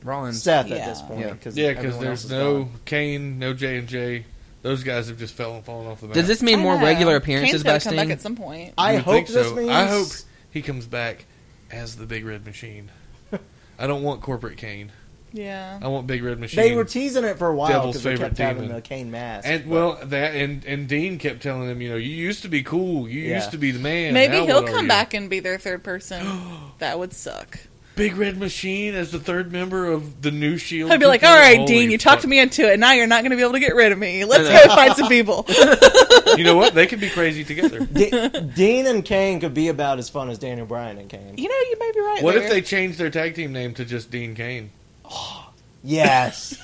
Speaker 4: Rollins.
Speaker 6: Seth
Speaker 3: Yeah.
Speaker 6: at this
Speaker 4: Yeah.
Speaker 6: point. Cause
Speaker 5: Yeah, because
Speaker 6: everyone else
Speaker 5: there's
Speaker 6: is
Speaker 5: no
Speaker 6: gone.
Speaker 5: Kane, no J and J. Those guys have just fell and fallen off the map.
Speaker 4: Does this mean
Speaker 3: I
Speaker 4: more
Speaker 3: know.
Speaker 4: regular
Speaker 3: Kane's
Speaker 4: appearances
Speaker 3: gotta
Speaker 4: by
Speaker 3: come back
Speaker 4: Sting?
Speaker 3: at some point.
Speaker 6: I
Speaker 5: You would
Speaker 6: hope
Speaker 5: think
Speaker 6: this
Speaker 5: so.
Speaker 6: means.
Speaker 5: I hope he comes back as the Big Red Machine.
Speaker 6: [LAUGHS]
Speaker 5: I don't want corporate Kane.
Speaker 3: Yeah,
Speaker 5: I want Big Red Machine.
Speaker 6: They were teasing it for a while because
Speaker 5: Devil's
Speaker 6: they kept
Speaker 5: favorite
Speaker 6: having
Speaker 5: demon.
Speaker 6: the cane mask.
Speaker 5: and well, that and and Dean kept telling him, you know, you used to be cool. You
Speaker 6: Yeah.
Speaker 5: used to be the man.
Speaker 3: maybe
Speaker 5: Now
Speaker 3: he'll
Speaker 5: what are
Speaker 3: come
Speaker 5: you?
Speaker 3: back and be their third person. that would suck.
Speaker 5: Big Red Machine as the third member of the new Shield.
Speaker 3: I'd be like,
Speaker 5: E people?
Speaker 3: all right,
Speaker 5: Holy
Speaker 3: Dean, you talked
Speaker 5: fuck."
Speaker 3: me into it. Now you're not going to be able to get rid of me. Let's go find some people.
Speaker 5: You
Speaker 3: [LAUGHS]
Speaker 5: know what? They could be crazy together. [LAUGHS]
Speaker 6: De- Dean and Kane could be about as fun as Daniel Bryan and Kane.
Speaker 3: you know, you may be right.
Speaker 5: What if
Speaker 3: there.
Speaker 5: they changed their tag team name to just Dean Kane? [LAUGHS]
Speaker 6: Yes,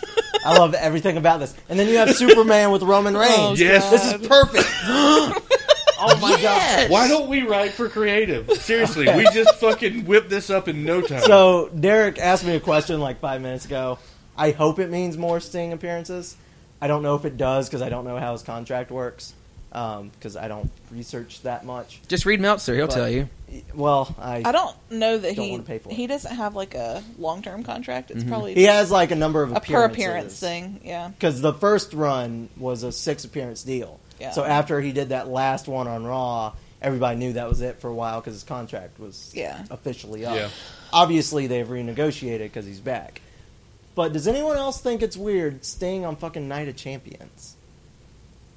Speaker 6: I love everything about this. And then you have Superman with
Speaker 5: [LAUGHS]
Speaker 6: Roman
Speaker 3: Oh,
Speaker 6: Reigns.
Speaker 5: Yes.
Speaker 6: this is perfect. oh my god!
Speaker 5: Why don't we write for creative? Seriously, we just fucking whip this up in no time.
Speaker 6: So Derek asked me a question like five minutes ago. I hope it means more Sting appearances. I don't know if it does because I don't know how his contract works because I don't research that much.
Speaker 4: Just read Meltzer. He'll
Speaker 6: But-
Speaker 4: tell you.
Speaker 6: Well, I,
Speaker 3: I don't know that
Speaker 6: Don't
Speaker 3: he
Speaker 6: wanna pay for it. Mm-hmm.
Speaker 3: he doesn't have like a long term contract. It's probably
Speaker 6: He has like a number of
Speaker 3: a per
Speaker 6: appearances.
Speaker 3: appearance thing. Yeah,
Speaker 6: because the first run was a six appearance deal.
Speaker 3: Yeah.
Speaker 6: So after he did that last one on Raw, everybody knew that was it for a while because his contract was
Speaker 3: Yeah.
Speaker 6: officially up.
Speaker 5: Yeah.
Speaker 6: Obviously, they've renegotiated because he's back. But does anyone else think it's weird staying on fucking Night of Champions?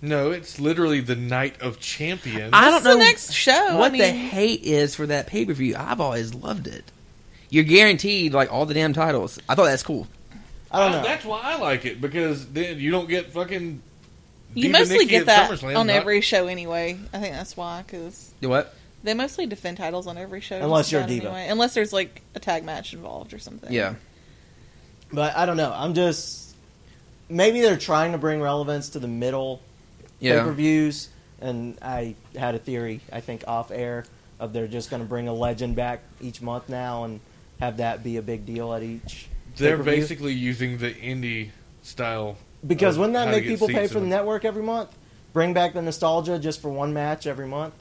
Speaker 5: No, it's literally the Night of Champions.
Speaker 4: I
Speaker 3: It's
Speaker 4: don't
Speaker 3: the
Speaker 4: know
Speaker 3: next show.
Speaker 4: what
Speaker 3: I
Speaker 4: the
Speaker 3: mean-
Speaker 4: hate is for that pay per view. I've always loved it. You're guaranteed like all the damn titles. I thought that's cool.
Speaker 6: I
Speaker 3: Uh,
Speaker 6: don't know.
Speaker 5: Oh, That's why I like it because then you don't get fucking.
Speaker 3: you
Speaker 5: Diva
Speaker 3: mostly
Speaker 5: Nikki
Speaker 3: get
Speaker 5: at
Speaker 3: that
Speaker 5: SummerSlam,
Speaker 3: on
Speaker 5: not-
Speaker 3: every show anyway. I think that's why because
Speaker 4: You what?
Speaker 3: they mostly defend titles on every show.
Speaker 6: Unless
Speaker 3: just
Speaker 6: you're a
Speaker 3: about
Speaker 6: diva.
Speaker 3: unless there's like a tag match involved or something.
Speaker 4: Yeah.
Speaker 6: But I don't know. I'm just maybe they're trying to bring relevance to the middle pay per
Speaker 4: Yeah.
Speaker 6: views. And I had a theory, I think, off air of they're just going to bring a legend back each month now and have that be a big deal at each.
Speaker 5: They're
Speaker 6: pay-per-view.
Speaker 5: basically using the indie style.
Speaker 6: because
Speaker 5: of
Speaker 6: wouldn't that
Speaker 5: how to
Speaker 6: make
Speaker 5: get
Speaker 6: people pay
Speaker 5: seats
Speaker 6: for the
Speaker 5: in.
Speaker 6: network every month? Bring back the nostalgia just for one match every month.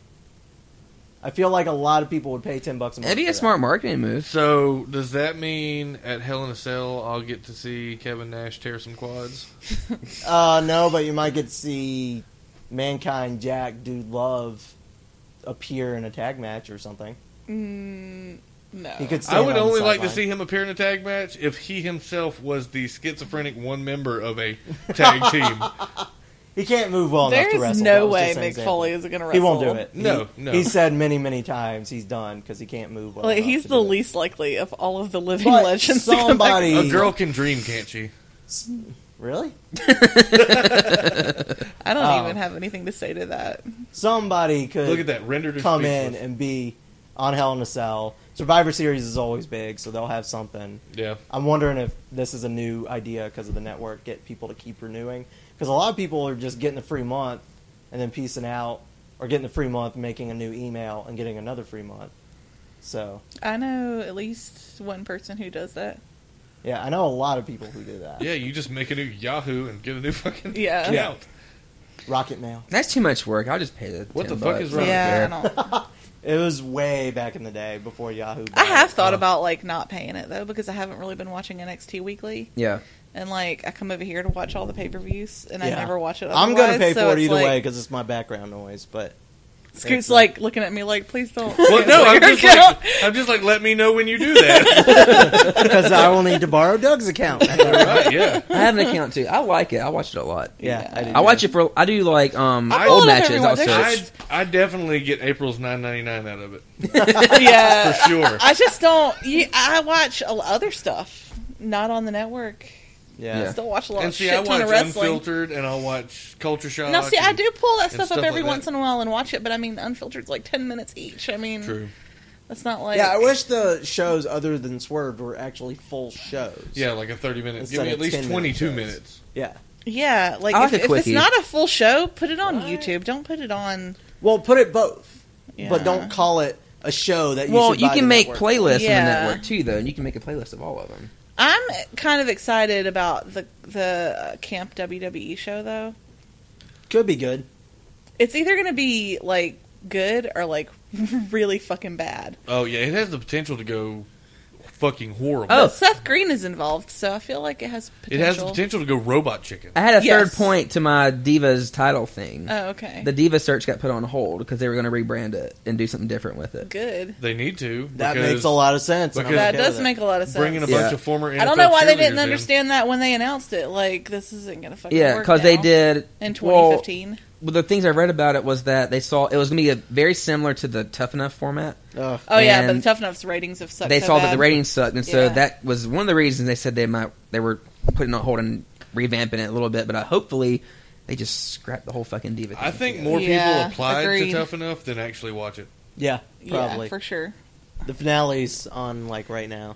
Speaker 6: I feel like a lot of people would pay ten bucks a month.
Speaker 4: That'd be
Speaker 6: for
Speaker 4: a
Speaker 6: that.
Speaker 4: smart marketing move.
Speaker 5: So does that mean at Hell in a Cell I'll get to see Kevin Nash tear some quads?
Speaker 6: Uh, no, but you might get to see Mankind, Jack, Dude Love appear in a tag match or something.
Speaker 3: Mm, no.
Speaker 6: He could.
Speaker 5: I
Speaker 6: stand
Speaker 5: would
Speaker 6: on the
Speaker 5: only like to
Speaker 6: sideline.
Speaker 5: see him appear in a tag match if he himself was the schizophrenic one member of a tag team.
Speaker 6: He can't move well enough to
Speaker 3: There's
Speaker 6: wrestle.
Speaker 3: no
Speaker 6: That was
Speaker 3: way
Speaker 6: just an
Speaker 3: Mick
Speaker 6: example.
Speaker 3: Foley is going to wrestle.
Speaker 6: He won't do it.
Speaker 5: No,
Speaker 6: He-
Speaker 5: no.
Speaker 6: He said many, many times he's done because he can't move well.
Speaker 3: Like
Speaker 6: enough
Speaker 3: he's
Speaker 6: to
Speaker 3: the
Speaker 6: do it.
Speaker 3: least likely of all of the living
Speaker 6: But
Speaker 3: legends. to come back.
Speaker 6: somebody-
Speaker 5: A girl can dream, can't she?
Speaker 6: Really?
Speaker 3: I don't
Speaker 6: Oh.
Speaker 3: even have anything to say to that.
Speaker 6: Somebody could
Speaker 5: Look at that rendered. her
Speaker 6: come in
Speaker 5: speechless.
Speaker 6: and be on Hell in a Cell. Survivor Series is always big, so they'll have something.
Speaker 5: yeah.
Speaker 6: I'm wondering if this is a new idea because of the network, get people to keep renewing. Because a lot of people are just getting a free month and then piecing out, or getting a free month, making a new email, and getting another free month. So,
Speaker 3: I know at least one person who does that.
Speaker 6: yeah, I know a lot of people who do that.
Speaker 5: Yeah, you just make a new Yahoo and get a new fucking
Speaker 3: Yeah. [LAUGHS]
Speaker 5: account.
Speaker 6: Rocket Mail.
Speaker 4: That's too much work. I'll just pay the.
Speaker 5: What the
Speaker 4: 10
Speaker 5: fuck
Speaker 4: bucks.
Speaker 5: is wrong? Right
Speaker 3: yeah, I don't.
Speaker 6: It was way back in the day before Yahoo.
Speaker 3: I have thought
Speaker 5: Uh.
Speaker 3: about like not paying it though because I haven't really been watching NXT weekly,
Speaker 4: Yeah.
Speaker 3: and like I come over here to watch all the pay per views, and I
Speaker 6: Yeah.
Speaker 3: never watch it.
Speaker 6: I'm gonna
Speaker 3: otherwise,
Speaker 6: pay
Speaker 3: so
Speaker 6: for it
Speaker 3: it's
Speaker 6: either way 'cause
Speaker 3: like,
Speaker 6: way because it's my background noise. But [LAUGHS]
Speaker 3: Scoot's
Speaker 6: Excellent.
Speaker 3: like looking at me like, please don't.
Speaker 5: Well, no, I'm
Speaker 3: [LAUGHS]
Speaker 5: just,
Speaker 3: Don't.
Speaker 5: like, I'm just like, let me know when you
Speaker 3: [LAUGHS]
Speaker 5: do that.
Speaker 6: because I will need to borrow Doug's account.
Speaker 5: right, yeah.
Speaker 4: [LAUGHS] I have an account too. I like it. I watch it a lot.
Speaker 6: yeah, I, do
Speaker 4: I watch it for. I do like um
Speaker 3: I
Speaker 4: old
Speaker 3: follow
Speaker 4: matches.
Speaker 3: everyone.
Speaker 4: Also,
Speaker 3: They're
Speaker 5: I, I definitely get April's 9.99 out of
Speaker 6: [LAUGHS]
Speaker 5: it
Speaker 3: yeah,
Speaker 5: for sure.
Speaker 3: Uh, [LAUGHS] I just don't. You, I watch a- other stuff, not on the network.
Speaker 6: Yeah.
Speaker 3: I just don't watch a lot.
Speaker 5: and see,
Speaker 3: shit
Speaker 5: I
Speaker 3: ton
Speaker 5: watch
Speaker 3: of wrestling.
Speaker 5: Unfiltered, and I'll watch Culture Shock.
Speaker 3: Now, see, I
Speaker 5: and-
Speaker 3: do pull that
Speaker 5: and
Speaker 3: stuff,
Speaker 5: stuff
Speaker 3: up every
Speaker 5: like that.
Speaker 3: once in a while and watch it, but I mean, unfiltered's like ten minutes each. I mean,
Speaker 5: True.
Speaker 3: that's not like
Speaker 6: Yeah, I wish the shows other than Swerved were actually full shows.
Speaker 5: Yeah, like a 30 minute.
Speaker 6: It's
Speaker 5: Give me
Speaker 6: like
Speaker 5: at
Speaker 6: a
Speaker 5: least
Speaker 6: 10 minute
Speaker 5: 22
Speaker 6: shows.
Speaker 5: minutes.
Speaker 6: Yeah.
Speaker 3: Yeah, like,
Speaker 4: I like a
Speaker 3: if, if it's
Speaker 4: quickie.
Speaker 3: not a full show, put it on YouTube. Don't put it on.
Speaker 6: Well, put it both,
Speaker 3: Yeah.
Speaker 6: but don't call it a show that you
Speaker 4: well,
Speaker 6: should
Speaker 4: you
Speaker 6: buy
Speaker 4: can
Speaker 6: the
Speaker 4: make
Speaker 6: network.
Speaker 4: playlists in the
Speaker 3: Yeah.
Speaker 4: network too, though, and you can make a playlist of all of them.
Speaker 3: I'm kind of excited about the the uh, Camp WWE show though.
Speaker 6: Could be good.
Speaker 3: It's either going to be like good or like [LAUGHS] really fucking bad.
Speaker 5: Oh, yeah. It has the potential to go fucking horrible.
Speaker 4: Oh.
Speaker 3: But Seth Green is involved, so I feel like it has
Speaker 5: It
Speaker 3: potential. Uh,
Speaker 5: has the potential to go robot chicken.
Speaker 4: I had a
Speaker 3: Yes.
Speaker 4: third point to my divas title thing.
Speaker 3: Oh, okay.
Speaker 4: the diva search got put on hold because they were going to rebrand it and do something different with it.
Speaker 3: good.
Speaker 5: They need to.
Speaker 6: That
Speaker 5: because
Speaker 6: makes a lot of sense. and I'm
Speaker 5: because-
Speaker 3: That
Speaker 6: okay
Speaker 3: does
Speaker 6: with it.
Speaker 3: make a lot of sense.
Speaker 5: Bringing a bunch
Speaker 4: Yeah.
Speaker 5: of former.
Speaker 3: I don't
Speaker 5: NFL
Speaker 3: know why they
Speaker 5: cheerleaders
Speaker 3: didn't
Speaker 5: in.
Speaker 3: understand that when they announced it. Like this isn't going to fucking
Speaker 4: Yeah,
Speaker 3: work
Speaker 4: because they
Speaker 3: now.
Speaker 4: did
Speaker 3: in
Speaker 4: well,
Speaker 3: 2015.
Speaker 4: well, the things I read about it was that they saw it was going to be a, very similar to the Tough Enough format.
Speaker 6: Ugh.
Speaker 3: oh yeah, but
Speaker 4: and
Speaker 3: the Tough Enough's ratings have sucked.
Speaker 4: they
Speaker 3: so
Speaker 4: saw
Speaker 3: bad.
Speaker 4: that the ratings sucked, and so
Speaker 3: Yeah.
Speaker 4: that was one of the reasons they said they might they were putting on hold and revamping it a little bit. But I, hopefully, they just scrapped the whole fucking diva.
Speaker 5: I
Speaker 4: thing
Speaker 5: think
Speaker 4: altogether.
Speaker 5: more
Speaker 3: Yeah,
Speaker 5: people applied
Speaker 3: agreed.
Speaker 5: to Tough Enough than actually watch it.
Speaker 6: yeah,
Speaker 3: Yeah,
Speaker 6: probably.
Speaker 3: for sure.
Speaker 6: The finale's on like right now.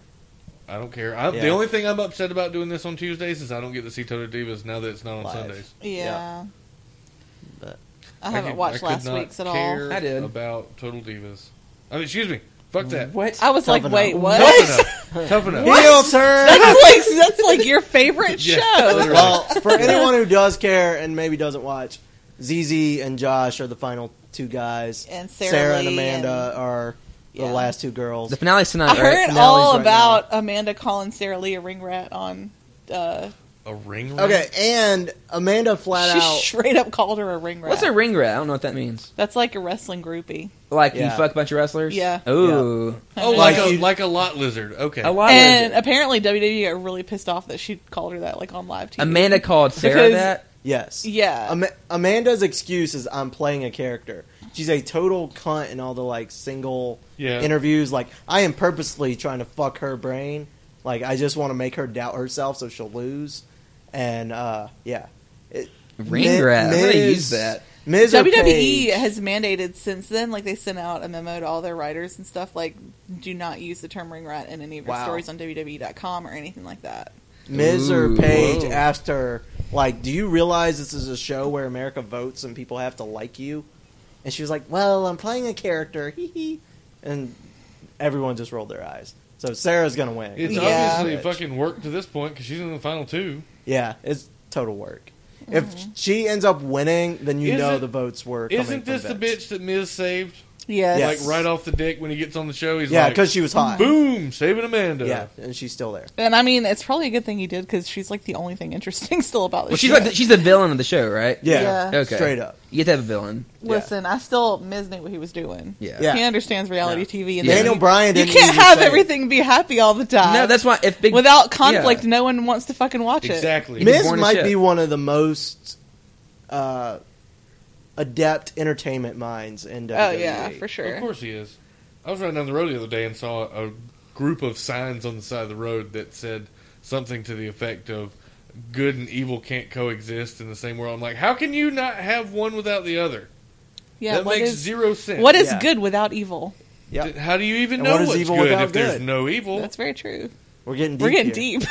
Speaker 5: I don't care. I, The
Speaker 6: Yeah.
Speaker 5: only thing I'm upset about doing this on Tuesdays is I don't get to see Total Divas now that it's not on
Speaker 6: Live.
Speaker 5: Sundays.
Speaker 3: Yeah.
Speaker 6: Yeah. But-
Speaker 3: I haven't
Speaker 5: could-
Speaker 3: watched
Speaker 5: could
Speaker 3: last
Speaker 5: not
Speaker 3: week's at all.
Speaker 5: care
Speaker 4: I did.
Speaker 5: about Total Divas. I mean, excuse me. Fuck that.
Speaker 4: What?
Speaker 3: I was like,
Speaker 6: Tough
Speaker 3: wait,
Speaker 6: Enough.
Speaker 3: what?
Speaker 5: Tough enough. Tough enough.
Speaker 6: Heel
Speaker 3: [LAUGHS]
Speaker 6: turn. [LAUGHS]
Speaker 3: that's like that's like your favorite
Speaker 5: Yeah,
Speaker 3: show.
Speaker 5: literally.
Speaker 6: well, for anyone who does care and maybe doesn't watch, ZZ and Josh are the final two guys.
Speaker 3: And Sarah
Speaker 6: and
Speaker 3: Lee
Speaker 6: Amanda
Speaker 3: and-
Speaker 6: are the
Speaker 3: yeah.
Speaker 6: last two girls.
Speaker 4: the finale's
Speaker 3: I
Speaker 4: tonight, right?
Speaker 3: heard
Speaker 6: Nellie's
Speaker 3: all
Speaker 6: right
Speaker 3: about Amanda calling Sarah Lee a ring rat on. Uh,
Speaker 5: A ring. rat?
Speaker 6: Okay, and Amanda flat
Speaker 3: she
Speaker 6: out.
Speaker 3: straight up called her a ring rat.
Speaker 4: What's a ring rat? I don't know what that means.
Speaker 3: That's like a wrestling groupie.
Speaker 4: Like
Speaker 6: Yeah.
Speaker 4: you fuck a bunch of wrestlers.
Speaker 3: Yeah.
Speaker 4: Ooh.
Speaker 5: Oh,
Speaker 6: Like
Speaker 5: like, a
Speaker 6: you-
Speaker 5: like a lot lizard. Okay.
Speaker 4: A lot
Speaker 3: And
Speaker 4: of
Speaker 3: apparently WWE got really pissed off that she called her that, like on live TV.
Speaker 4: Amanda called Sarah
Speaker 3: Because-
Speaker 4: that.
Speaker 6: yes.
Speaker 3: Yeah.
Speaker 6: Ama- Amanda's excuse is I'm playing a character. She's a total cunt in all the like single
Speaker 5: Yeah.
Speaker 6: interviews. Like I am purposely trying to fuck her brain. Like I just want to make her doubt herself so she'll lose. And uh yeah, it,
Speaker 4: Ring
Speaker 6: Mi-
Speaker 4: rat. I'm gonna
Speaker 6: Miz-
Speaker 4: use that.
Speaker 6: Miz or
Speaker 3: WWE
Speaker 6: Paige-
Speaker 3: E has mandated since then, like they sent out a memo to all their writers and stuff, like do not use the term ring rat in any of your
Speaker 6: Wow.
Speaker 3: stories on WWE.com or anything like that.
Speaker 6: Miz or
Speaker 4: Ooh.
Speaker 6: Paige
Speaker 4: Whoa.
Speaker 6: asked her, like, do you realize this is a show where America votes and people have to like you? And she was like, well, I'm playing a character, [LAUGHS] hee hee. And everyone just rolled their eyes. So Sarah's going to win.
Speaker 5: It's
Speaker 3: Yeah.
Speaker 5: obviously
Speaker 6: Bitch.
Speaker 5: fucking work to this point because she's in the final two.
Speaker 6: Yeah, it's total work. If she ends up winning, then you know
Speaker 5: Isn't-
Speaker 6: the votes were coming
Speaker 5: Isn't
Speaker 6: from
Speaker 5: this the
Speaker 6: Vince.
Speaker 5: bitch that Miz saved?
Speaker 3: Yes.
Speaker 6: Yes.
Speaker 5: Like right off the dick when he gets on the show, he's
Speaker 6: yeah,
Speaker 5: like,
Speaker 6: because she was hot.
Speaker 5: boom, saving Amanda.
Speaker 6: Yeah, and she's still there.
Speaker 3: And I mean, it's probably a good thing he did because she's like the only thing interesting [LAUGHS] still about this.
Speaker 4: Well, she's
Speaker 3: shit.
Speaker 4: like the, she's the villain of the show, right?
Speaker 6: Yeah,
Speaker 3: Yeah.
Speaker 4: Okay.
Speaker 6: straight up.
Speaker 4: You get to have a villain.
Speaker 3: listen. I still Miz knew what he was doing.
Speaker 4: Yeah.
Speaker 6: Yeah.
Speaker 3: he understands reality TV. And then
Speaker 4: Yeah.
Speaker 6: Daniel
Speaker 3: you-
Speaker 6: Bryan
Speaker 3: You
Speaker 6: didn't
Speaker 3: can't
Speaker 6: even
Speaker 3: have
Speaker 6: say it.
Speaker 3: everything be happy all the time.
Speaker 4: No, that's why if big
Speaker 3: Uh, without conflict,
Speaker 4: yeah.
Speaker 3: no one wants to fucking watch it.
Speaker 5: Exactly.
Speaker 4: Miss-
Speaker 6: Miz
Speaker 4: born a
Speaker 6: might
Speaker 4: ship.
Speaker 6: be one of the most uh, adept entertainment minds in E. WWE.
Speaker 3: Oh yeah, for
Speaker 5: Of
Speaker 3: sure.
Speaker 5: course he is. I was riding down the road the other day and saw a group of signs on the side of the road that said something to the effect of good and evil can't coexist in the same world. I'm like, how can you not have one without the other?
Speaker 3: Yeah,
Speaker 5: that
Speaker 3: what
Speaker 5: makes
Speaker 3: is-
Speaker 5: zero sense.
Speaker 3: what is
Speaker 6: Yeah.
Speaker 3: good without evil?
Speaker 6: Yeah,
Speaker 5: Th- How do you even
Speaker 6: And
Speaker 5: know
Speaker 6: what is
Speaker 5: what's
Speaker 6: evil
Speaker 5: good
Speaker 6: without
Speaker 5: if there's
Speaker 6: good?
Speaker 5: no evil?
Speaker 3: That's very true.
Speaker 6: we're getting deep
Speaker 3: We're getting
Speaker 6: here.
Speaker 3: deep.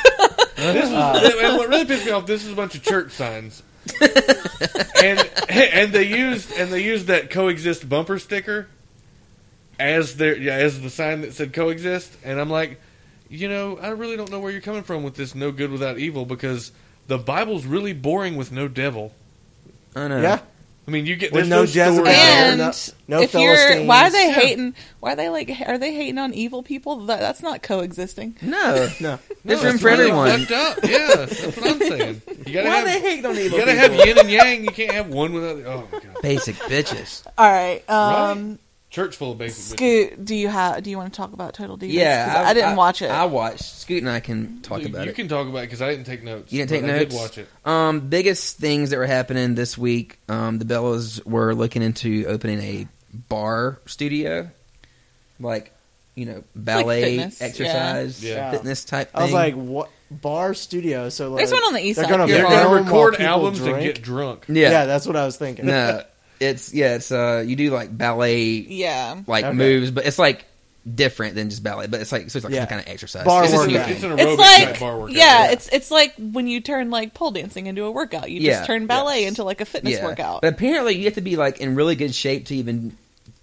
Speaker 5: This was, and what really pissed me off. This was a bunch of church signs, and and they used and they used that coexist bumper sticker as their yeah as the sign that said coexist. And I'm like, you know, I really don't know where you're coming from with this no good without evil because the Bible's really boring with no devil.
Speaker 4: I know.
Speaker 6: Yeah,
Speaker 5: I mean, you get
Speaker 6: With
Speaker 5: there's
Speaker 6: no
Speaker 5: no,
Speaker 6: Jezebel.
Speaker 5: story.
Speaker 6: Yeah.
Speaker 3: and
Speaker 6: No- no
Speaker 3: if you're, why are they
Speaker 5: Philistines.
Speaker 3: hating? Why are they like? Are they hating on evil people? That, that's not coexisting.
Speaker 4: No.
Speaker 6: [LAUGHS]
Speaker 3: [LAUGHS]
Speaker 6: no.
Speaker 4: There's
Speaker 5: No,
Speaker 4: room
Speaker 5: it's
Speaker 4: for
Speaker 5: really
Speaker 4: everyone.
Speaker 5: fucked up. Yeah, that's what I'm saying. You gotta
Speaker 4: Why
Speaker 5: have,
Speaker 4: they hate on
Speaker 5: you
Speaker 4: evil?
Speaker 5: gotta
Speaker 4: people?
Speaker 5: have yin and yang. You can't have one without the. Oh my god,
Speaker 3: [LAUGHS]
Speaker 4: basic bitches.
Speaker 3: All right. Um,
Speaker 5: Right? church full of basic. bitches.
Speaker 3: Scoot, do you have? Do you want to talk about Total Divas?
Speaker 4: Yeah,
Speaker 3: 'Cause I, didn't watch it.
Speaker 4: I watched. Scoot and I can talk
Speaker 5: Dude,
Speaker 4: about
Speaker 5: you
Speaker 4: it.
Speaker 5: can talk about it because I didn't take notes.
Speaker 4: You didn't take
Speaker 5: but
Speaker 4: notes.
Speaker 5: I did watch it.
Speaker 4: Um, biggest things that were happening this week. Um, the Bellas were looking into opening a bar studio, like you know, ballet,
Speaker 3: fitness, yeah.
Speaker 4: exercise,
Speaker 5: Yeah.
Speaker 4: fitness type. Thing.
Speaker 6: I was like, what bar studio? So like,
Speaker 3: There's one on the east
Speaker 6: they're
Speaker 3: side.
Speaker 6: Gonna
Speaker 3: They're
Speaker 5: They're
Speaker 3: Yeah.
Speaker 6: film
Speaker 5: going to
Speaker 6: while
Speaker 5: record
Speaker 6: people
Speaker 5: albums and
Speaker 6: drink?
Speaker 5: get drunk.
Speaker 6: Yeah.
Speaker 4: yeah,
Speaker 6: that's what I was thinking.
Speaker 4: no, it's yeah, it's uh, you do like ballet
Speaker 3: yeah.
Speaker 4: like
Speaker 6: Okay.
Speaker 4: moves, but it's like different than just ballet, but it's like so it's like
Speaker 6: Yeah.
Speaker 4: some kind of exercise.
Speaker 6: Bar
Speaker 4: It's just
Speaker 5: It's,
Speaker 6: workout.
Speaker 5: an,
Speaker 4: new
Speaker 5: it's
Speaker 4: thing.
Speaker 5: an aerobic
Speaker 3: It's
Speaker 5: type
Speaker 3: like,
Speaker 5: bar workout.
Speaker 3: yeah, it's it's like when you turn like pole dancing into a workout. You
Speaker 4: Yeah.
Speaker 3: just turn ballet into like a fitness
Speaker 4: yeah.
Speaker 3: workout.
Speaker 4: But apparently, you have to be like in really good shape to even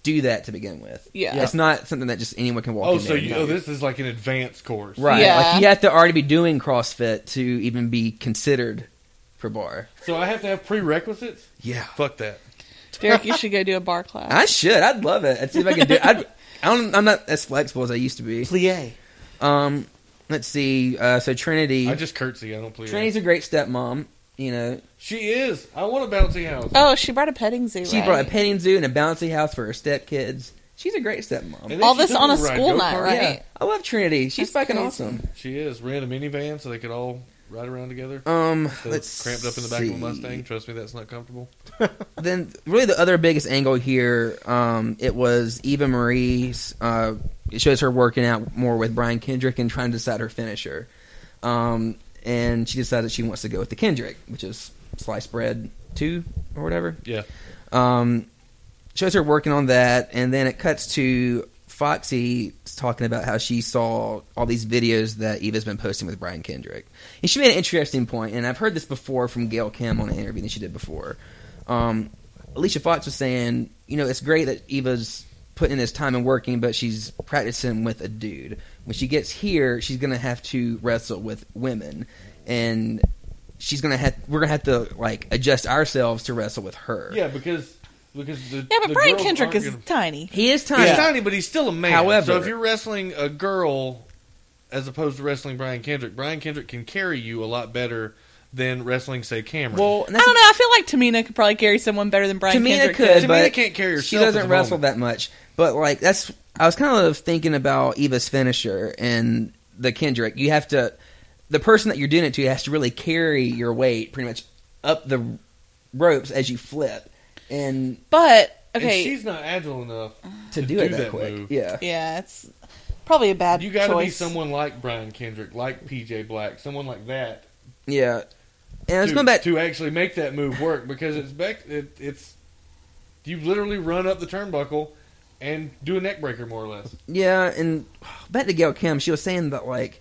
Speaker 4: do that to begin with.
Speaker 3: Yeah.
Speaker 4: it's not something that just anyone can walk.
Speaker 5: Oh,
Speaker 4: in
Speaker 5: so
Speaker 4: there and
Speaker 5: you,
Speaker 4: do.
Speaker 5: oh, this is like an advanced course.
Speaker 4: right?
Speaker 3: Yeah.
Speaker 4: Like you have to already be doing CrossFit to even be considered for bar.
Speaker 5: So I have to have prerequisites?
Speaker 4: Yeah,
Speaker 5: Fuck that.
Speaker 3: [LAUGHS] Derek, you should go do a bar class.
Speaker 4: I should. I'd love it. I'd see if I could do. I'd, I don't, I'm not as flexible as I used to be.
Speaker 6: Plie.
Speaker 4: Um, let's see. Uh, so Trinity,
Speaker 5: I just curtsy. I don't please.
Speaker 4: Trinity's a great stepmom. You know,
Speaker 5: She is. I want a bouncy house.
Speaker 3: oh, she brought a petting zoo.
Speaker 4: she
Speaker 3: right?
Speaker 4: brought a petting zoo and a bouncy house for her stepkids. She's a great stepmom.
Speaker 5: And then
Speaker 3: all
Speaker 5: she
Speaker 3: this
Speaker 5: took
Speaker 3: on
Speaker 5: me
Speaker 3: a
Speaker 5: to ride
Speaker 3: school
Speaker 5: go-kart.
Speaker 3: night, right?
Speaker 4: Yeah, I love Trinity. She's
Speaker 3: That's
Speaker 4: fucking
Speaker 3: crazy.
Speaker 4: awesome.
Speaker 5: She is. Ran a minivan so they could all ride around together.
Speaker 4: Um,
Speaker 5: So
Speaker 4: let's
Speaker 5: cramped up in the back
Speaker 4: see.
Speaker 5: of a Mustang. Trust me, that's not comfortable.
Speaker 4: Then, really, the other biggest angle here, um, it was Eva Marie's. Uh, it shows her working out more with Brian Kendrick and trying to decide her finisher. Um, and she decided she wants to go with the Kendrick, which is sliced bread two or whatever.
Speaker 5: Yeah.
Speaker 4: Um, shows her working on that, and then it cuts to Foxy talking about how she saw all these videos that Eva's been posting with Brian Kendrick. And she made an interesting point, and I've heard this before from Gail Kim on an interview that she did before. Um, Alicia Fox was saying, you know, it's great that Eva's putting in this time and working, but she's practicing with a dude. When she gets here, she's going to have to wrestle with women. And she's going to have, we're going to have to, like, adjust ourselves to wrestle with her.
Speaker 5: Yeah, because because the
Speaker 3: Yeah, but
Speaker 5: the
Speaker 3: Brian
Speaker 5: girls
Speaker 3: Kendrick
Speaker 5: aren't
Speaker 3: is
Speaker 5: gonna-
Speaker 3: tiny.
Speaker 4: He is tiny.
Speaker 5: He's tiny, but he's still a man.
Speaker 4: However-
Speaker 5: so if you're wrestling a girl as opposed to wrestling Brian Kendrick, Brian Kendrick can carry you a lot better than wrestling, say, Cameron.
Speaker 4: Well,
Speaker 3: I don't know. I feel like Tamina could probably carry someone better than Brian
Speaker 4: Tamina
Speaker 3: Kendrick.
Speaker 4: could,
Speaker 5: Tamina
Speaker 4: but
Speaker 5: can't carry herself.
Speaker 4: she
Speaker 5: at
Speaker 4: doesn't
Speaker 5: the
Speaker 4: wrestle
Speaker 5: moment.
Speaker 4: that much. But like that's, I was kind of thinking about Eva's finisher and the Kendrick. You have to, the person that you're doing it to has to really carry your weight pretty much up the ropes as you flip, and
Speaker 3: But
Speaker 5: And
Speaker 3: okay,
Speaker 5: she's not agile enough.
Speaker 4: to,
Speaker 5: To
Speaker 4: do,
Speaker 5: do
Speaker 4: it that,
Speaker 5: that
Speaker 4: quick,
Speaker 5: move.
Speaker 4: yeah.
Speaker 3: yeah, it's probably a bad.
Speaker 5: You got to
Speaker 3: choice.
Speaker 5: be someone like Brian Kendrick, like PJ Black, someone like that.
Speaker 4: yeah. And I was
Speaker 5: to,
Speaker 4: going back.
Speaker 5: to actually make that move work because it's back. It, it's you literally run up the turnbuckle and do a neck breaker more or less.
Speaker 4: Yeah, and back to Gail Kim, she was saying that like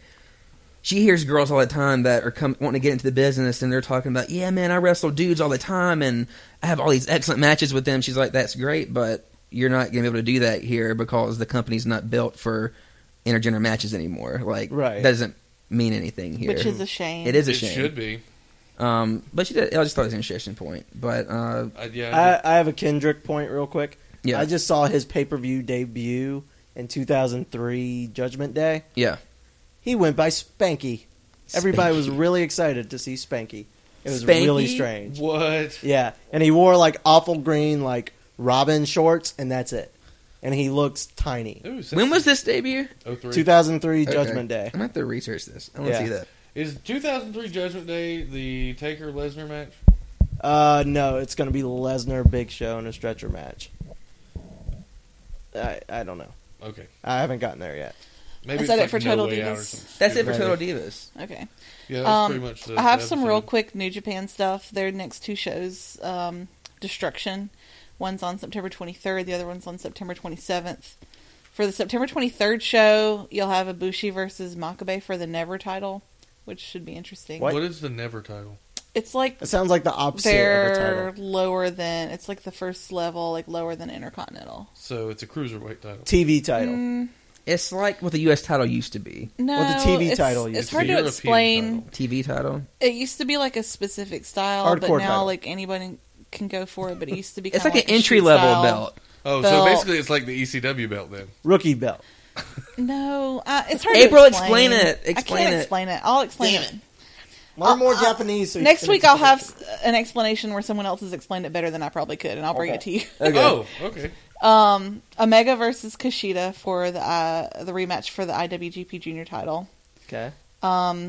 Speaker 4: she hears girls all the time that are come wanting to get into the business, and they're talking about, yeah, man, I wrestle dudes all the time, and I have all these excellent matches with them. She's like, that's great, but you're not going to be able to do that here because the company's not built for intergender matches anymore. Like,
Speaker 6: Right.
Speaker 4: doesn't mean anything here.
Speaker 3: which is a shame.
Speaker 4: it is a
Speaker 5: it
Speaker 4: shame.
Speaker 5: should be.
Speaker 4: Um, but she did, I just thought it was an interesting point. But uh,
Speaker 5: Uh, yeah,
Speaker 6: I, I have a Kendrick point real quick.
Speaker 4: Yeah.
Speaker 6: I just saw his pay per view debut in 2003 Judgment Day.
Speaker 4: Yeah.
Speaker 6: He went by Spanky. Everybody was
Speaker 4: Spanky.
Speaker 6: really excited to see Spanky. It was
Speaker 4: Spanky?
Speaker 6: really strange.
Speaker 5: What?
Speaker 6: Yeah, and he wore like awful green like Robin shorts, and that's it. And he looks tiny.
Speaker 5: Ooh, oh sexy.
Speaker 4: When was this debut?
Speaker 5: 03.
Speaker 6: 2003 Judgment
Speaker 4: Okay.
Speaker 6: Day.
Speaker 4: I'm going to have to research this. I want to
Speaker 6: Yeah.
Speaker 4: see that.
Speaker 5: Is 2003 Judgment Day the Taker Lesnar match?
Speaker 6: Uh, no, it's going to be Lesnar Big Show in a stretcher match. I I don't know.
Speaker 5: Okay,
Speaker 6: I haven't gotten there yet.
Speaker 5: maybe
Speaker 3: Is that
Speaker 5: it's
Speaker 3: it
Speaker 5: like
Speaker 3: for
Speaker 5: No
Speaker 3: Total
Speaker 5: Way Out or
Speaker 3: Divas?
Speaker 5: something
Speaker 4: That's it for
Speaker 5: stupid.
Speaker 4: Total Divas.
Speaker 3: Okay.
Speaker 5: Yeah, that's
Speaker 3: Um,
Speaker 5: pretty much. The,
Speaker 3: I have
Speaker 5: the
Speaker 3: some real
Speaker 5: episode.
Speaker 3: quick New Japan stuff. Their next two shows, um, Destruction. One's on September 23rd. The other one's on September 27th. For the September 23rd show, you'll have Ibushi versus Makabe for the Never title, which should be interesting.
Speaker 5: what is the Never title?
Speaker 3: It's like
Speaker 6: It sounds like the opposite of a
Speaker 3: they're
Speaker 6: title.
Speaker 3: lower than it's like the first level, like lower than Intercontinental.
Speaker 5: So it's a cruiserweight title.
Speaker 6: TV title.
Speaker 4: It's like what the U.S. title used to be.
Speaker 3: No,
Speaker 6: Well, the TV
Speaker 3: it's,
Speaker 6: title
Speaker 3: It's,
Speaker 6: used to
Speaker 3: hard
Speaker 5: be
Speaker 3: to
Speaker 5: European
Speaker 3: explain.
Speaker 5: title.
Speaker 4: TV title.
Speaker 3: It used to be like a specific style, but now
Speaker 6: Hardcore title.
Speaker 3: like anybody can go for it. But it used to be
Speaker 4: It's
Speaker 3: kinda
Speaker 4: like, an
Speaker 3: a
Speaker 4: entry
Speaker 3: shoot
Speaker 4: level
Speaker 3: style.
Speaker 4: belt.
Speaker 3: [LAUGHS]
Speaker 5: Oh,
Speaker 3: Belt.
Speaker 5: so basically it's like the ECW belt then.
Speaker 6: Rookie belt.
Speaker 3: No, uh, it's hard.
Speaker 4: April,
Speaker 3: to explain.
Speaker 4: explain it.
Speaker 3: I
Speaker 4: Explain
Speaker 3: can't
Speaker 4: it.
Speaker 3: explain it. I'll explain
Speaker 6: Damn
Speaker 3: it.
Speaker 6: Learn more
Speaker 3: I'll-
Speaker 6: Japanese. so you
Speaker 3: Next
Speaker 6: can
Speaker 3: week, I'll
Speaker 6: explain
Speaker 3: have s- an explanation where someone else has explained it better than I probably could, and I'll bring it to you. Um,
Speaker 4: Okay.
Speaker 3: [LAUGHS]
Speaker 5: Oh, okay.
Speaker 3: Omega versus Kushida for the uh, the rematch for the IWGP Junior title.
Speaker 6: it. Okay.
Speaker 3: Um,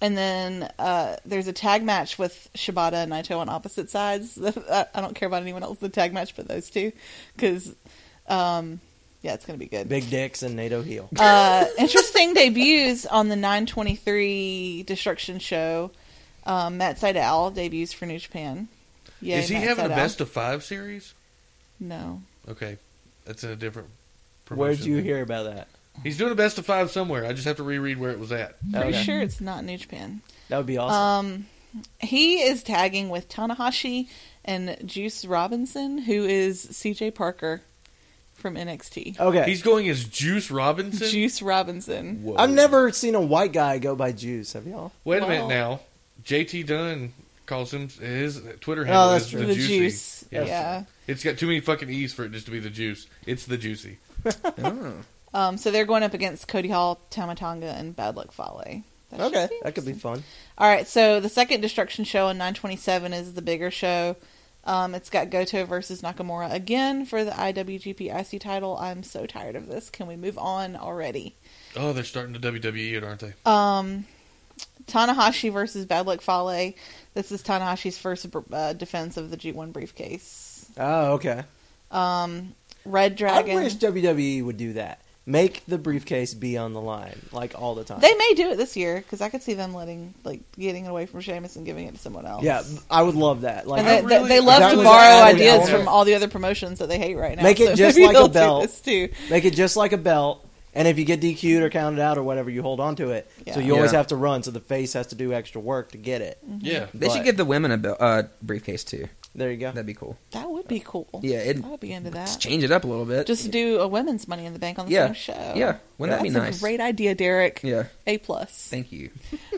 Speaker 3: And then uh, there's a tag match with Shibata and Naito on opposite sides. [LAUGHS] I I don't care about anyone else in the tag match but those two, because um, yeah, it's gonna be good.
Speaker 6: Big dicks and NATO heel.
Speaker 3: Uh, interesting debuts on the 923 Destruction Show. Um, Matt Seidel debuts for New Japan. Yay,
Speaker 5: is he
Speaker 3: Matt
Speaker 5: having a
Speaker 3: Sydal.
Speaker 5: best of five series?
Speaker 3: No.
Speaker 5: Okay, that's in a different.
Speaker 6: Where'd
Speaker 5: promotion
Speaker 6: you
Speaker 5: then.
Speaker 6: hear about that?
Speaker 5: He's doing a best of five somewhere. I just have to reread where it was at.
Speaker 3: Pretty
Speaker 6: Okay.
Speaker 3: sure it's not New Japan.
Speaker 6: That would be
Speaker 3: Uh,
Speaker 6: awesome.
Speaker 3: Um, He is tagging with Tanahashi and Juice Robinson, who is CJ Parker from NXT.
Speaker 6: okay.
Speaker 5: He's going as Juice Robinson.
Speaker 3: Juice Robinson.
Speaker 6: I've never seen a white guy go by Jews. Have y'all?
Speaker 5: Wait a minute
Speaker 3: Wow.
Speaker 5: now. JT Dunn calls him his Twitter handle
Speaker 6: that's
Speaker 5: is
Speaker 6: true.
Speaker 5: the,
Speaker 3: Oh, The
Speaker 5: juicy.
Speaker 3: Juice.
Speaker 5: Yes.
Speaker 3: Yeah.
Speaker 5: It's got too many fucking E's for it just to be the juice. It's the juicy.
Speaker 4: Oh,
Speaker 3: Um, so they're going up against Cody Hall, Tamatanga, and Bad Luck Fale. That should
Speaker 6: Okay,
Speaker 3: be
Speaker 6: that could be
Speaker 3: interesting.
Speaker 6: fun.
Speaker 3: All right, so the second Destruction show on 927 is the bigger show. Um, it's got Goto versus Nakamura again for the IWGP IC title. I'm so tired of this. Can we move on already?
Speaker 5: Oh, they're starting to WWE it, aren't they?
Speaker 3: Oh. Tanahashi versus Bad Luck Fale. This is Tanahashi's first uh, defense of the G1 briefcase.
Speaker 6: Oh, okay.
Speaker 3: Red Dragon.
Speaker 6: I wish WWE would do that. Make the briefcase be on the line like all the time.
Speaker 3: They may do it this year because I could see them letting, like, getting away from Sheamus and giving it to someone else.
Speaker 6: yeah, I would love that. Like
Speaker 3: And they,
Speaker 5: I
Speaker 3: they-
Speaker 5: really-
Speaker 3: they love
Speaker 6: That
Speaker 3: to
Speaker 6: was
Speaker 3: borrow
Speaker 6: added
Speaker 3: ideas
Speaker 6: element.
Speaker 3: from all the other promotions that they hate right now.
Speaker 6: Make it
Speaker 3: So [LAUGHS]
Speaker 6: just
Speaker 3: maybe
Speaker 6: like a
Speaker 3: they'll do
Speaker 6: belt.
Speaker 3: this too.
Speaker 6: make it just like a belt, and if you get DQ'd or counted out or whatever, you hold on to it. So
Speaker 3: Yeah. Mm.
Speaker 6: you always
Speaker 4: Yeah.
Speaker 6: have to run. So the face has to do extra work to get it.
Speaker 5: Yeah.
Speaker 4: They
Speaker 6: But-
Speaker 4: should give the women a bel- uh, briefcase too.
Speaker 6: There you go.
Speaker 4: That'd be cool.
Speaker 3: That would be cool.
Speaker 4: Yeah, it-
Speaker 3: I would be into
Speaker 4: Just
Speaker 3: that.
Speaker 4: change it up a little bit.
Speaker 3: Oh, Just do a women's Money in the Bank on the
Speaker 4: Yeah.
Speaker 3: same show.
Speaker 4: Yeah. Wouldn't that be
Speaker 3: That's a
Speaker 4: nice?
Speaker 3: great idea, Derek.
Speaker 4: Yeah.
Speaker 3: A plus. [LAUGHS]
Speaker 4: Thank you.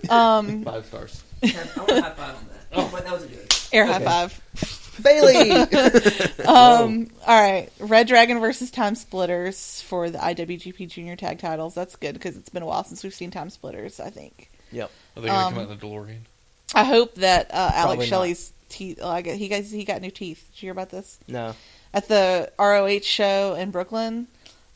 Speaker 3: Um,
Speaker 5: [LAUGHS] Five stars.
Speaker 4: I want to high five on that. Oh, but that was good.
Speaker 3: Air high five. [LAUGHS]
Speaker 4: Bailey.
Speaker 3: Um.
Speaker 6: Oh.
Speaker 3: All right. Red Dragon versus Time Splitters for the IWGP Junior Tag Titles. That's good because it's been a while since we've seen Time Splitters. I think.
Speaker 6: Yep.
Speaker 5: Are they Oh, gonna
Speaker 3: Um,
Speaker 5: come out in the DeLorean?
Speaker 3: I hope that uh, Alex
Speaker 6: Probably not.
Speaker 3: Shelley's teeth. Like he guys, he got new teeth. Did you hear about this?
Speaker 6: No.
Speaker 3: at the ROH show in Brooklyn,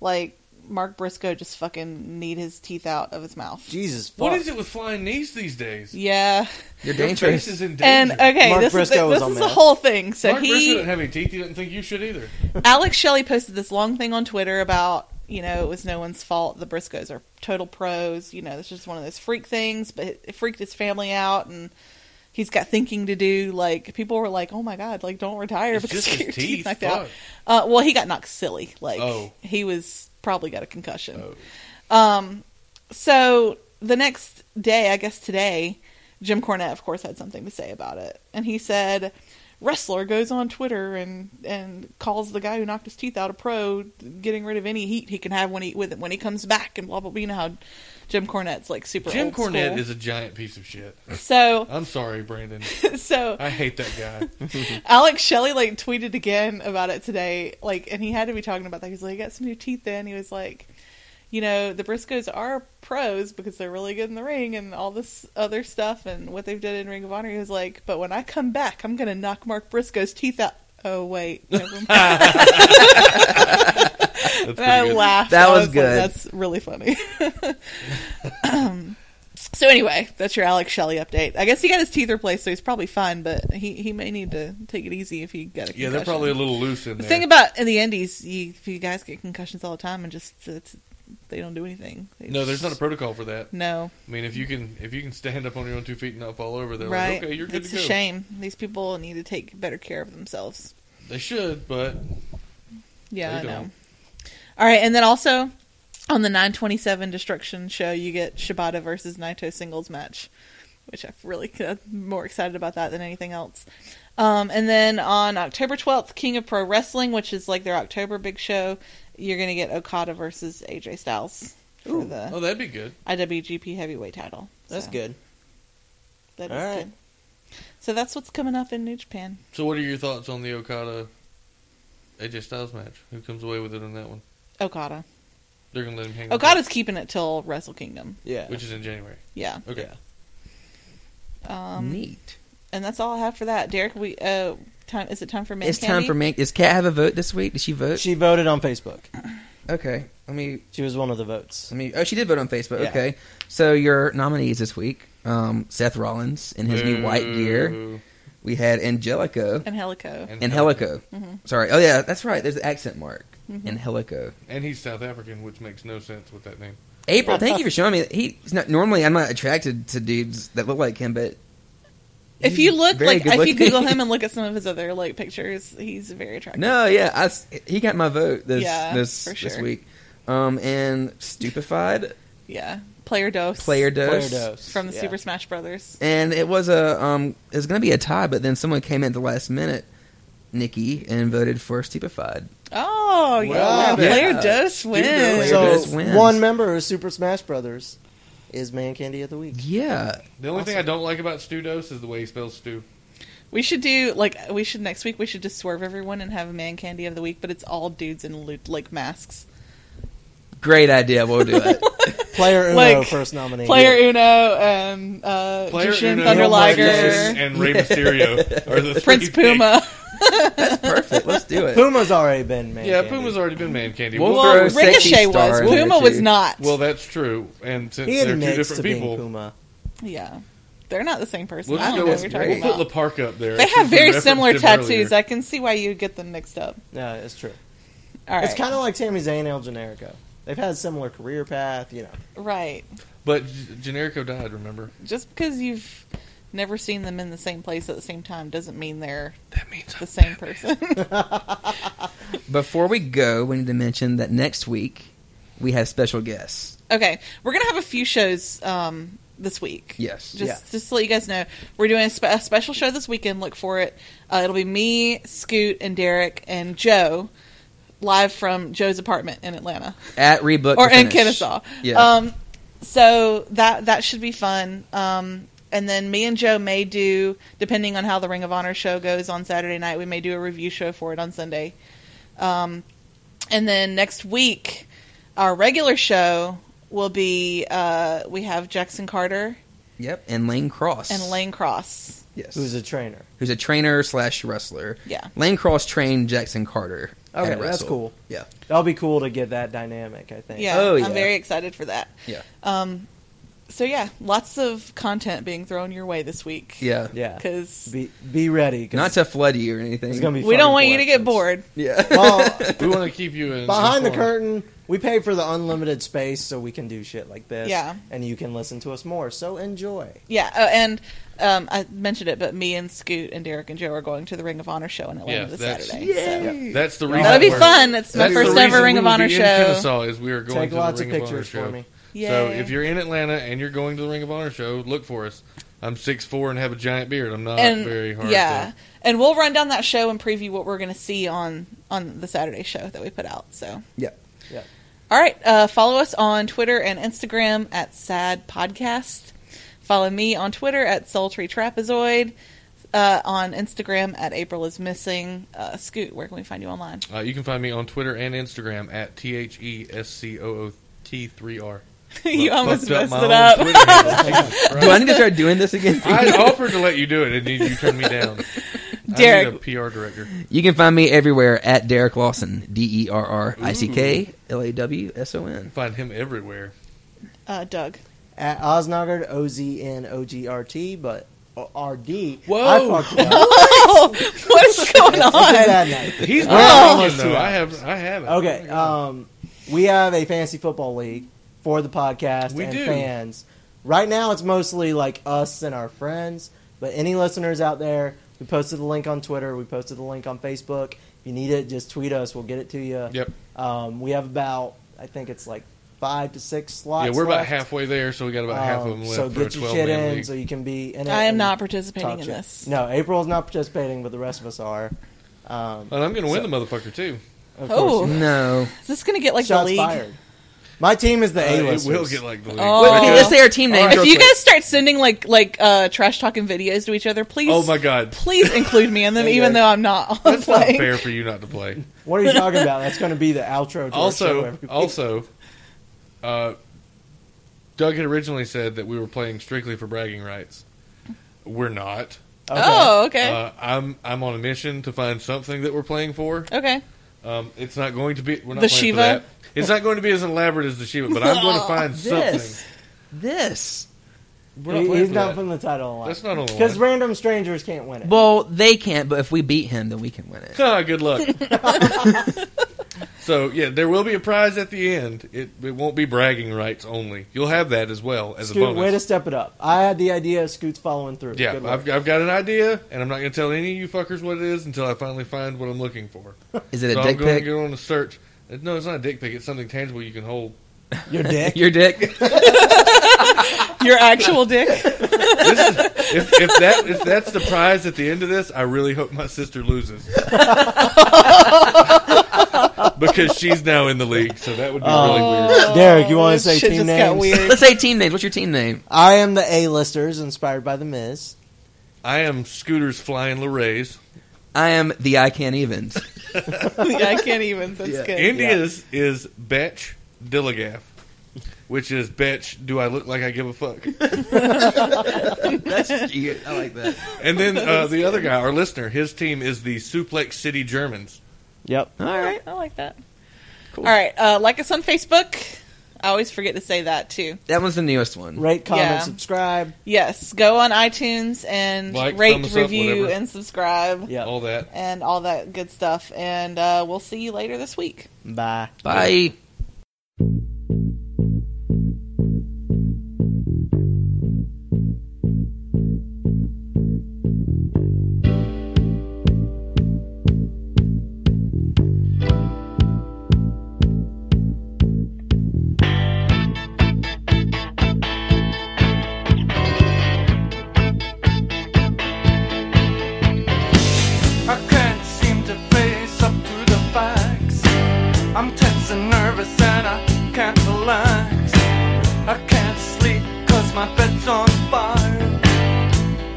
Speaker 3: like Mark Briscoe just fucking need his teeth out of his mouth.
Speaker 6: Jesus. Fuck.
Speaker 5: What is it with flying knees these days?
Speaker 3: Yeah,
Speaker 4: You're
Speaker 5: Your face
Speaker 4: dangerous.
Speaker 5: is in
Speaker 3: and
Speaker 5: danger.
Speaker 3: okay,
Speaker 6: Mark
Speaker 3: this is
Speaker 6: Briscoe was
Speaker 3: the,
Speaker 6: on
Speaker 3: this is the
Speaker 6: that.
Speaker 3: whole thing. So
Speaker 5: Mark Briscoe
Speaker 3: he,
Speaker 5: doesn't have any teeth. He doesn't think you should either.
Speaker 3: Alex Shelley, posted this long thing on Twitter about you know it was no one's fault. The Briscoes are total pros. You know, it's just one of those freak things, but it freaked his family out and. He's got thinking to do. Like people were like, "Oh my god! Like don't retire
Speaker 5: It's
Speaker 3: because
Speaker 5: just
Speaker 3: your
Speaker 5: his
Speaker 3: teeth,
Speaker 5: teeth.
Speaker 3: knocked
Speaker 5: Fuck.
Speaker 3: out." Uh, well, he got knocked silly. Like
Speaker 5: Oh.
Speaker 3: he was probably got a concussion. Um,
Speaker 5: Oh.
Speaker 3: So the next day, I guess today, Jim Cornette, of course, had something to say about it, and he said, "Wrestler goes on Twitter and and calls the guy who knocked his teeth out a pro, getting rid of any heat he can have when he with when he comes back, and blah blah blah." You know how Jim Cornette's like super.
Speaker 5: Jim
Speaker 3: old school.
Speaker 5: Cornette is a giant piece of shit.
Speaker 3: so
Speaker 5: [LAUGHS] I'm sorry, Brandon.
Speaker 3: so.
Speaker 5: Oh, I hate that
Speaker 3: [LAUGHS]
Speaker 5: guy.
Speaker 3: Alex Shelley like tweeted again about it today, like, and he had to be talking about that. He's like, I got some new teeth in. He was like, you know, the Briscoes are pros because they're really good in the ring and all this other stuff and what they've done in Ring of Honor. He was like, but when I come back, I'm gonna knock Mark Briscoe's teeth out. Oh
Speaker 4: [LAUGHS]
Speaker 3: wait, never mind. and
Speaker 5: That's
Speaker 3: I
Speaker 5: pretty good.
Speaker 3: laughed.
Speaker 4: That
Speaker 3: I
Speaker 4: was
Speaker 3: like,
Speaker 4: good.
Speaker 3: That's really funny. [LAUGHS] so anyway, that's your Alex Shelley update. I guess he got his teeth replaced, so he's probably fine. But he he may need to take it easy if he got a
Speaker 5: Yeah, they're
Speaker 3: concussion.
Speaker 5: probably a little loose in
Speaker 3: The
Speaker 5: there.
Speaker 3: thing about in the Indies, you, you guys get concussions all the time, and just it's, they don't do anything. They
Speaker 5: no, there's not a
Speaker 3: just-
Speaker 5: protocol for that.
Speaker 3: no
Speaker 5: I mean, if you can if you can stand up on your own two feet and not fall over, they're
Speaker 3: right.
Speaker 5: like, okay, you're good
Speaker 3: it's
Speaker 5: to
Speaker 3: a
Speaker 5: go.
Speaker 3: shame. These people need to take better care of themselves.
Speaker 5: They should, but
Speaker 3: Yeah,
Speaker 5: They
Speaker 3: I know.
Speaker 5: don't.
Speaker 3: All right, and then also on the 927 Destruction show, you get Shibata versus Naito singles match, which I'm really [LAUGHS] I'm more excited about that than anything else. Um, and then on October 12th, King of Pro Wrestling, which is like their October big show, you're going to get Okada versus AJ Styles for the
Speaker 5: oh, that'd be good.
Speaker 3: IWGP Heavyweight title.
Speaker 6: That's
Speaker 3: So,
Speaker 6: good.
Speaker 3: That is
Speaker 6: All right.
Speaker 3: good. So that's what's coming up in New Japan.
Speaker 5: So, what are your thoughts on the Okada AJ Styles match? Who comes away with it on that one?
Speaker 3: Okada.
Speaker 5: They're gonna let him hang. with
Speaker 3: Okada's keeping it till Wrestle Kingdom.
Speaker 6: Yeah.
Speaker 5: it, which is in January.
Speaker 3: Yeah.
Speaker 5: Okay,
Speaker 6: Yeah.
Speaker 3: Um,
Speaker 4: Neat.
Speaker 3: and that's all I have for that. Derek, we uh, time is it time for man
Speaker 4: It's
Speaker 3: candy?
Speaker 4: time for me. Does Kat have a vote this week? Did she vote?
Speaker 6: She voted on Facebook.
Speaker 4: okay. Let me.
Speaker 6: She was one of the votes.
Speaker 4: Let me. Oh, she did vote on Facebook.
Speaker 6: Yeah.
Speaker 4: Okay. So your nominees this week: um, Seth Rollins in his new white
Speaker 6: Mm.
Speaker 4: gear.
Speaker 5: Boo.
Speaker 4: We had Angelico
Speaker 3: and Helico.
Speaker 4: and Helico.
Speaker 3: Mm-hmm.
Speaker 4: Sorry. Oh yeah, that's right. There's the accent mark. Angelico.
Speaker 5: and he's South African, which makes no sense with that name.
Speaker 4: April, thank you for showing me. He's not normally I'm not attracted to dudes that look like him, but
Speaker 3: if you look
Speaker 4: very
Speaker 3: like
Speaker 4: good
Speaker 3: if you
Speaker 4: looking.
Speaker 3: Google
Speaker 4: [LAUGHS]
Speaker 3: him and look at some of his other like pictures, he's very attractive.
Speaker 4: no, yeah, I s he got my vote this
Speaker 3: Yeah,
Speaker 4: this
Speaker 3: for
Speaker 4: this
Speaker 3: sure.
Speaker 4: week. Um, and stupefied
Speaker 3: Yeah, player dose.
Speaker 4: player
Speaker 6: Player
Speaker 4: dose.
Speaker 6: dose.
Speaker 3: from the
Speaker 6: Yeah.
Speaker 3: Super Smash Brothers.
Speaker 4: and it was a um, it was going to be a tie, but then someone came in at the last minute, Nikki, and voted for stupefied.
Speaker 3: Oh yeah,
Speaker 6: Wow,
Speaker 3: player
Speaker 4: yeah.
Speaker 3: dose wins.
Speaker 4: Player
Speaker 6: So
Speaker 4: Dose wins.
Speaker 6: one member of Super Smash Brothers is Man Candy of the Week.
Speaker 4: Yeah,
Speaker 5: The only thing I don't like about Stu Dose is the way he spells Stu.
Speaker 3: We should do like we should next week. We should just swerve everyone and have man candy of the week, but it's all dudes in loot like masks.
Speaker 4: great idea. We'll
Speaker 3: [LAUGHS]
Speaker 4: do it.
Speaker 6: Player Uno
Speaker 3: Like,
Speaker 6: first nominee.
Speaker 3: Player Uno, um, uh,
Speaker 5: Player
Speaker 3: Jushin
Speaker 5: Uno,
Speaker 3: Thunder
Speaker 5: Mike Tyson,
Speaker 3: Liger,
Speaker 5: and Rey Mysterio
Speaker 3: [LAUGHS]
Speaker 5: are the
Speaker 3: Prince
Speaker 5: three big-
Speaker 3: Puma.
Speaker 4: Perfect. Let's do it.
Speaker 6: Puma's already been Man.
Speaker 5: Yeah,
Speaker 6: Candy.
Speaker 5: Puma's already been man candy.
Speaker 4: We'll
Speaker 5: Well,
Speaker 4: throw
Speaker 3: Well,
Speaker 4: sexy
Speaker 3: Ricochet
Speaker 4: star
Speaker 3: was.
Speaker 4: in there,
Speaker 3: Puma was
Speaker 4: too.
Speaker 3: not.
Speaker 5: well, that's true. And since
Speaker 6: He
Speaker 5: they're two
Speaker 6: admits to
Speaker 5: different
Speaker 6: being
Speaker 5: people,
Speaker 6: Puma.
Speaker 3: Yeah, they're not the same person.
Speaker 5: we'll
Speaker 3: I
Speaker 5: just
Speaker 3: don't
Speaker 5: go
Speaker 3: know what
Speaker 5: with,
Speaker 3: you're
Speaker 5: we'll
Speaker 3: talking
Speaker 5: put
Speaker 3: about.
Speaker 5: LaParck up there.
Speaker 3: They
Speaker 5: since
Speaker 3: have
Speaker 5: we
Speaker 3: very
Speaker 5: referenced
Speaker 3: similar
Speaker 5: him earlier.
Speaker 3: tattoos. I can see why you get them mixed up.
Speaker 6: Yeah, it's true.
Speaker 3: All right,
Speaker 6: It's kind of like Sami Zayn, El Generico. They've had a similar career path, you know.
Speaker 3: right.
Speaker 5: But G- Generico died. Remember?
Speaker 3: Just because you've never seen them in the same place at the same time doesn't mean they're
Speaker 5: That means
Speaker 3: the same person.
Speaker 4: Before we go, we need to mention that next week we have special guests.
Speaker 3: Okay, we're gonna have a few shows um, this week.
Speaker 4: Yes.
Speaker 3: just
Speaker 6: Yeah.
Speaker 3: just to let you guys know, we're doing a, spe- a special show this weekend. Look for it. Uh, it'll be me, Scoot, and Derek and Joe live from Joe's apartment in Atlanta
Speaker 4: At Rebook
Speaker 3: or
Speaker 4: to
Speaker 3: in
Speaker 4: Finish.
Speaker 3: Kennesaw.
Speaker 4: Yeah.
Speaker 3: Um, so that that should be fun. Um, and then me and Joe may do, depending on how the Ring of Honor show goes on Saturday night, we may do a review show for it on Sunday. Um, and then next week, our regular show will be uh, we have Jackson Carter
Speaker 4: Yep. And Lane Cross.
Speaker 3: and Lane Cross.
Speaker 4: Yes.
Speaker 6: Who's a trainer?
Speaker 4: who's a trainer slash wrestler.
Speaker 3: Yeah.
Speaker 4: Lane Cross trained Jackson Carter.
Speaker 6: Okay,
Speaker 4: at
Speaker 6: that's
Speaker 4: Wrestle.
Speaker 6: cool.
Speaker 4: Yeah.
Speaker 6: That'll be cool to get that dynamic. I think.
Speaker 3: Yeah,
Speaker 4: Oh, yeah.
Speaker 3: I'm very excited for that. Um,
Speaker 4: Yeah.
Speaker 3: So yeah, lots of content being thrown your way this week.
Speaker 4: yeah.
Speaker 6: Yeah.
Speaker 3: because
Speaker 6: Be be ready. 'cause
Speaker 4: Not to flood you or anything.
Speaker 6: It's gonna be.
Speaker 3: we don't
Speaker 6: fucking
Speaker 3: want you to get
Speaker 6: episodes.
Speaker 3: bored.
Speaker 4: Yeah.
Speaker 6: [LAUGHS]
Speaker 3: [LAUGHS]
Speaker 6: Well,
Speaker 5: we want to keep you in,
Speaker 6: behind the
Speaker 5: informed.
Speaker 6: curtain, we pay for the unlimited space so we can do shit like this.
Speaker 3: Yeah.
Speaker 6: And you can listen to us more. So enjoy.
Speaker 3: Yeah, uh, and um, I mentioned it, but me and Scoot and Derek and Joe are going to the Ring of Honor show in Atlanta
Speaker 5: Yeah,
Speaker 3: this
Speaker 5: that's-
Speaker 3: Saturday. So.
Speaker 5: That's the reason.
Speaker 3: That'll be
Speaker 5: we're-
Speaker 3: fun. It's my
Speaker 5: that's the
Speaker 3: first
Speaker 5: reason
Speaker 3: ever Ring
Speaker 5: we
Speaker 3: of
Speaker 5: will
Speaker 3: Honor
Speaker 5: be
Speaker 3: show.
Speaker 5: In Kennesaw is we are going
Speaker 6: Take
Speaker 5: to
Speaker 6: lots
Speaker 5: the
Speaker 6: of
Speaker 5: Ring of, Honor
Speaker 6: pictures
Speaker 5: show.
Speaker 6: for me.
Speaker 3: Yay.
Speaker 5: So if you're in Atlanta and you're going to the Ring of Honor show, look for us. I'm six four and have a giant beard. I'm not
Speaker 3: and
Speaker 5: very hard.
Speaker 3: yeah,
Speaker 5: to-
Speaker 3: and we'll run down that show and preview what we're going to see on on the Saturday show that we put out. So
Speaker 4: yeah.
Speaker 6: Yeah.
Speaker 3: All right. Uh, follow us on Twitter and Instagram at Sad Podcast. Follow me on Twitter at Sultry Trapezoid. Uh, on Instagram at April is Missing. Uh, Scoot, where can we find you online?
Speaker 5: Uh, you can find me on Twitter and Instagram at T H E S C O O T 3 R.
Speaker 3: [LAUGHS] you almost messed it up. [LAUGHS]
Speaker 5: up.
Speaker 4: Do I need to start doing this again?
Speaker 5: I offered to let you do it, and you, you turned me down. I need
Speaker 3: [LAUGHS]
Speaker 5: a
Speaker 3: Derek,
Speaker 5: PR director.
Speaker 4: You can find me everywhere at Derek Lawson, D E R R I C K L A W S O N.
Speaker 5: Find him everywhere.
Speaker 3: uh, Doug.
Speaker 6: At Osnogard, O Z N O G R T, but uh, R D.
Speaker 5: Whoa. [LAUGHS]
Speaker 6: I fucked it up.
Speaker 3: Oh, [LAUGHS] what [LAUGHS] is going
Speaker 6: It was
Speaker 3: on?
Speaker 6: that night.
Speaker 5: He's been
Speaker 6: Oh.
Speaker 5: on,
Speaker 6: Two
Speaker 5: though. I have. I haven't.
Speaker 6: Okay, um, we have a fantasy football league for the podcast
Speaker 5: We
Speaker 6: and
Speaker 5: do.
Speaker 6: fans. Right now, it's mostly like us and our friends, but any listeners out there, we posted the link on Twitter, we posted the link on Facebook. If you need it, just tweet us, we'll get it to you.
Speaker 5: Yep.
Speaker 6: Um, we have about, I think it's like five to six slots.
Speaker 5: Yeah, we're about
Speaker 6: left.
Speaker 5: halfway there, so we got about half of them
Speaker 6: Um,
Speaker 5: left.
Speaker 6: So
Speaker 5: for a
Speaker 6: get your
Speaker 5: 12
Speaker 6: shit
Speaker 5: man
Speaker 6: in,
Speaker 5: league.
Speaker 6: so you can be in. it
Speaker 3: I am
Speaker 6: and
Speaker 3: not participating
Speaker 6: talk
Speaker 3: in
Speaker 6: shit.
Speaker 3: this.
Speaker 6: No, April's not participating, but the rest of us are. Um,
Speaker 5: and I'm going to win the motherfucker too.
Speaker 6: of course
Speaker 3: Oh.
Speaker 6: you
Speaker 4: No.
Speaker 3: Is this going to get like
Speaker 6: Shots
Speaker 3: the league?
Speaker 6: fired. My team is the
Speaker 5: Uh,
Speaker 6: A
Speaker 5: it
Speaker 6: list.
Speaker 5: will get like the league.
Speaker 3: Oh.
Speaker 4: Wait, okay, let's say our team name.
Speaker 3: If you guys start sending like like uh, trash talking videos to each other, please,
Speaker 5: Oh my
Speaker 6: [LAUGHS]
Speaker 5: god,
Speaker 3: please include me in them,
Speaker 6: There you
Speaker 3: even
Speaker 6: go.
Speaker 3: though I'm not on
Speaker 5: that's not
Speaker 3: playing.
Speaker 5: fair for you not to play.
Speaker 6: What are
Speaker 3: [LAUGHS]
Speaker 6: you talking about? That's going to be the outro. To our show
Speaker 5: also,
Speaker 6: every week.
Speaker 5: also, uh, Doug had originally said that we were playing strictly for bragging rights. We're not.
Speaker 6: Okay.
Speaker 3: Oh, okay,
Speaker 5: Uh, I'm I'm on a mission to find something that we're playing for.
Speaker 3: okay.
Speaker 5: Um, it's not going to be we're not
Speaker 3: The
Speaker 5: playing for
Speaker 3: Shiva?
Speaker 5: that. It's not going to be as elaborate as the Shiva, but
Speaker 3: [LAUGHS]
Speaker 5: I'm going to find
Speaker 4: This.
Speaker 5: something.
Speaker 4: This.
Speaker 5: We're not
Speaker 6: He-
Speaker 5: playing
Speaker 6: he's
Speaker 5: for
Speaker 6: not
Speaker 5: that.
Speaker 6: putting the title on.
Speaker 5: That's not on the
Speaker 6: because
Speaker 5: line.
Speaker 6: random strangers can't win it.
Speaker 4: Well, they can't, but if we beat him, then we can win it.
Speaker 5: Ah, [LAUGHS] good luck. so yeah, there will be a prize at the end. It it won't be bragging rights only. You'll have that as well as a
Speaker 6: Scoot,
Speaker 5: bonus.
Speaker 6: way to step it up. I had the idea. Scoot's following through.
Speaker 5: yeah,
Speaker 6: Good
Speaker 5: I've,
Speaker 6: work.
Speaker 5: I've got an idea, and I'm not going to tell any of you fuckers what it is until I finally find what I'm looking for.
Speaker 4: Is it a
Speaker 5: so I'm
Speaker 4: dick
Speaker 5: going to
Speaker 4: pic?
Speaker 5: go on a search. Uh, No, it's not a dick pic. It's something tangible you can hold.
Speaker 6: your
Speaker 5: [LAUGHS]
Speaker 6: dick.
Speaker 4: [LAUGHS] Your [LAUGHS] dick?
Speaker 3: Your actual dick.
Speaker 5: This is, if, if that if that's the prize at the end of this, I really hope my sister loses [LAUGHS] because she's now in the league. So that would be really weird.
Speaker 6: [LAUGHS] Derek, you wanna
Speaker 3: this
Speaker 6: say
Speaker 3: Oh, shit
Speaker 6: team
Speaker 3: just got
Speaker 6: names?
Speaker 4: [LAUGHS]
Speaker 3: weird.
Speaker 4: Let's say team names. What's your team name?
Speaker 6: I am the A listers, inspired by the Miz.
Speaker 5: I am Scooters flying Larays.
Speaker 4: I am the I Can't Evens.
Speaker 3: Yeah, I can't even. That's good.
Speaker 5: India's is Betch Dilligaff, which is Betch, do I look like I give a fuck?
Speaker 4: [LAUGHS] That's cute. I like that.
Speaker 5: And then uh, the other guy, our listener, his team is the Suplex City Germans.
Speaker 6: Yep.
Speaker 3: All right, I like that. All right, uh, like us on Facebook. I always forget to say that too.
Speaker 4: That one's the newest one.
Speaker 6: Rate, comment,
Speaker 3: Yeah.
Speaker 6: subscribe.
Speaker 3: Yes, go on iTunes and
Speaker 5: Like,
Speaker 3: rate,
Speaker 5: thumbs up,
Speaker 3: review,
Speaker 5: whatever.
Speaker 3: and subscribe,
Speaker 6: Yep.
Speaker 5: All that.
Speaker 3: and all that good stuff. And uh, we'll see you later this week.
Speaker 6: Bye.
Speaker 4: Bye.
Speaker 7: I can't seem to face up to the facts. I'm tense and nervous and I can't relax. I can't sleep cause my bed's on fire.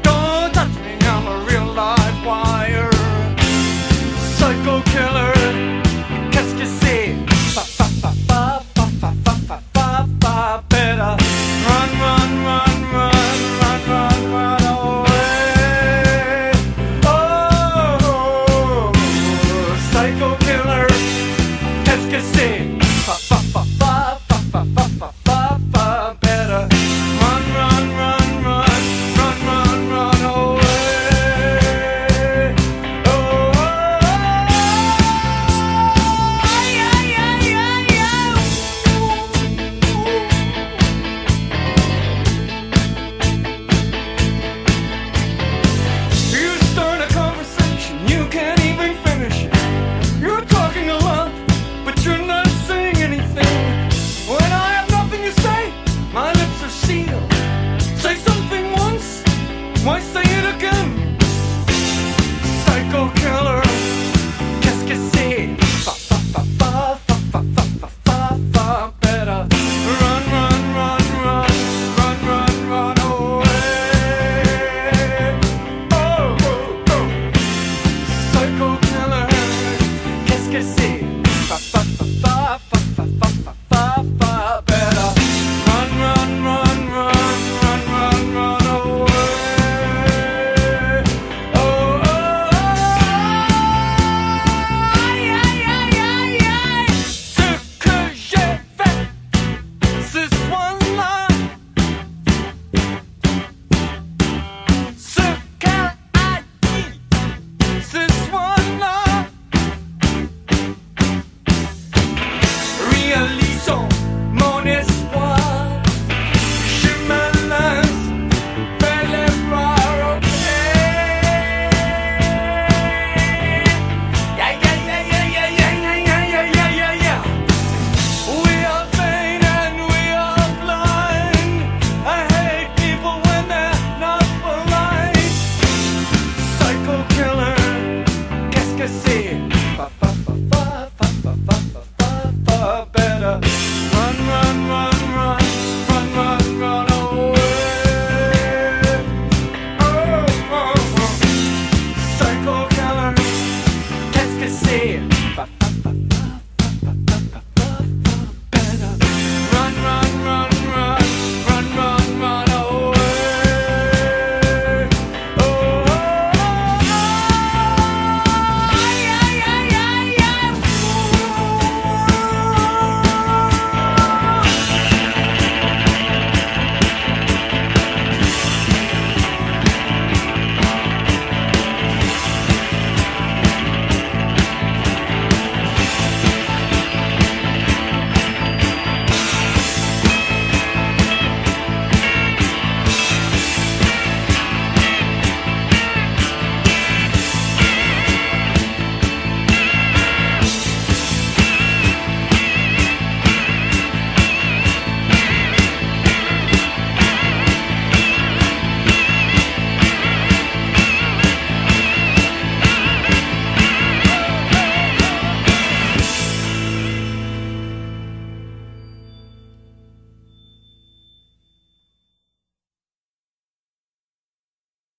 Speaker 7: Don't touch me, I'm a real live wire. Psycho killer, oh, oh, eh. oh, Oh, Oh,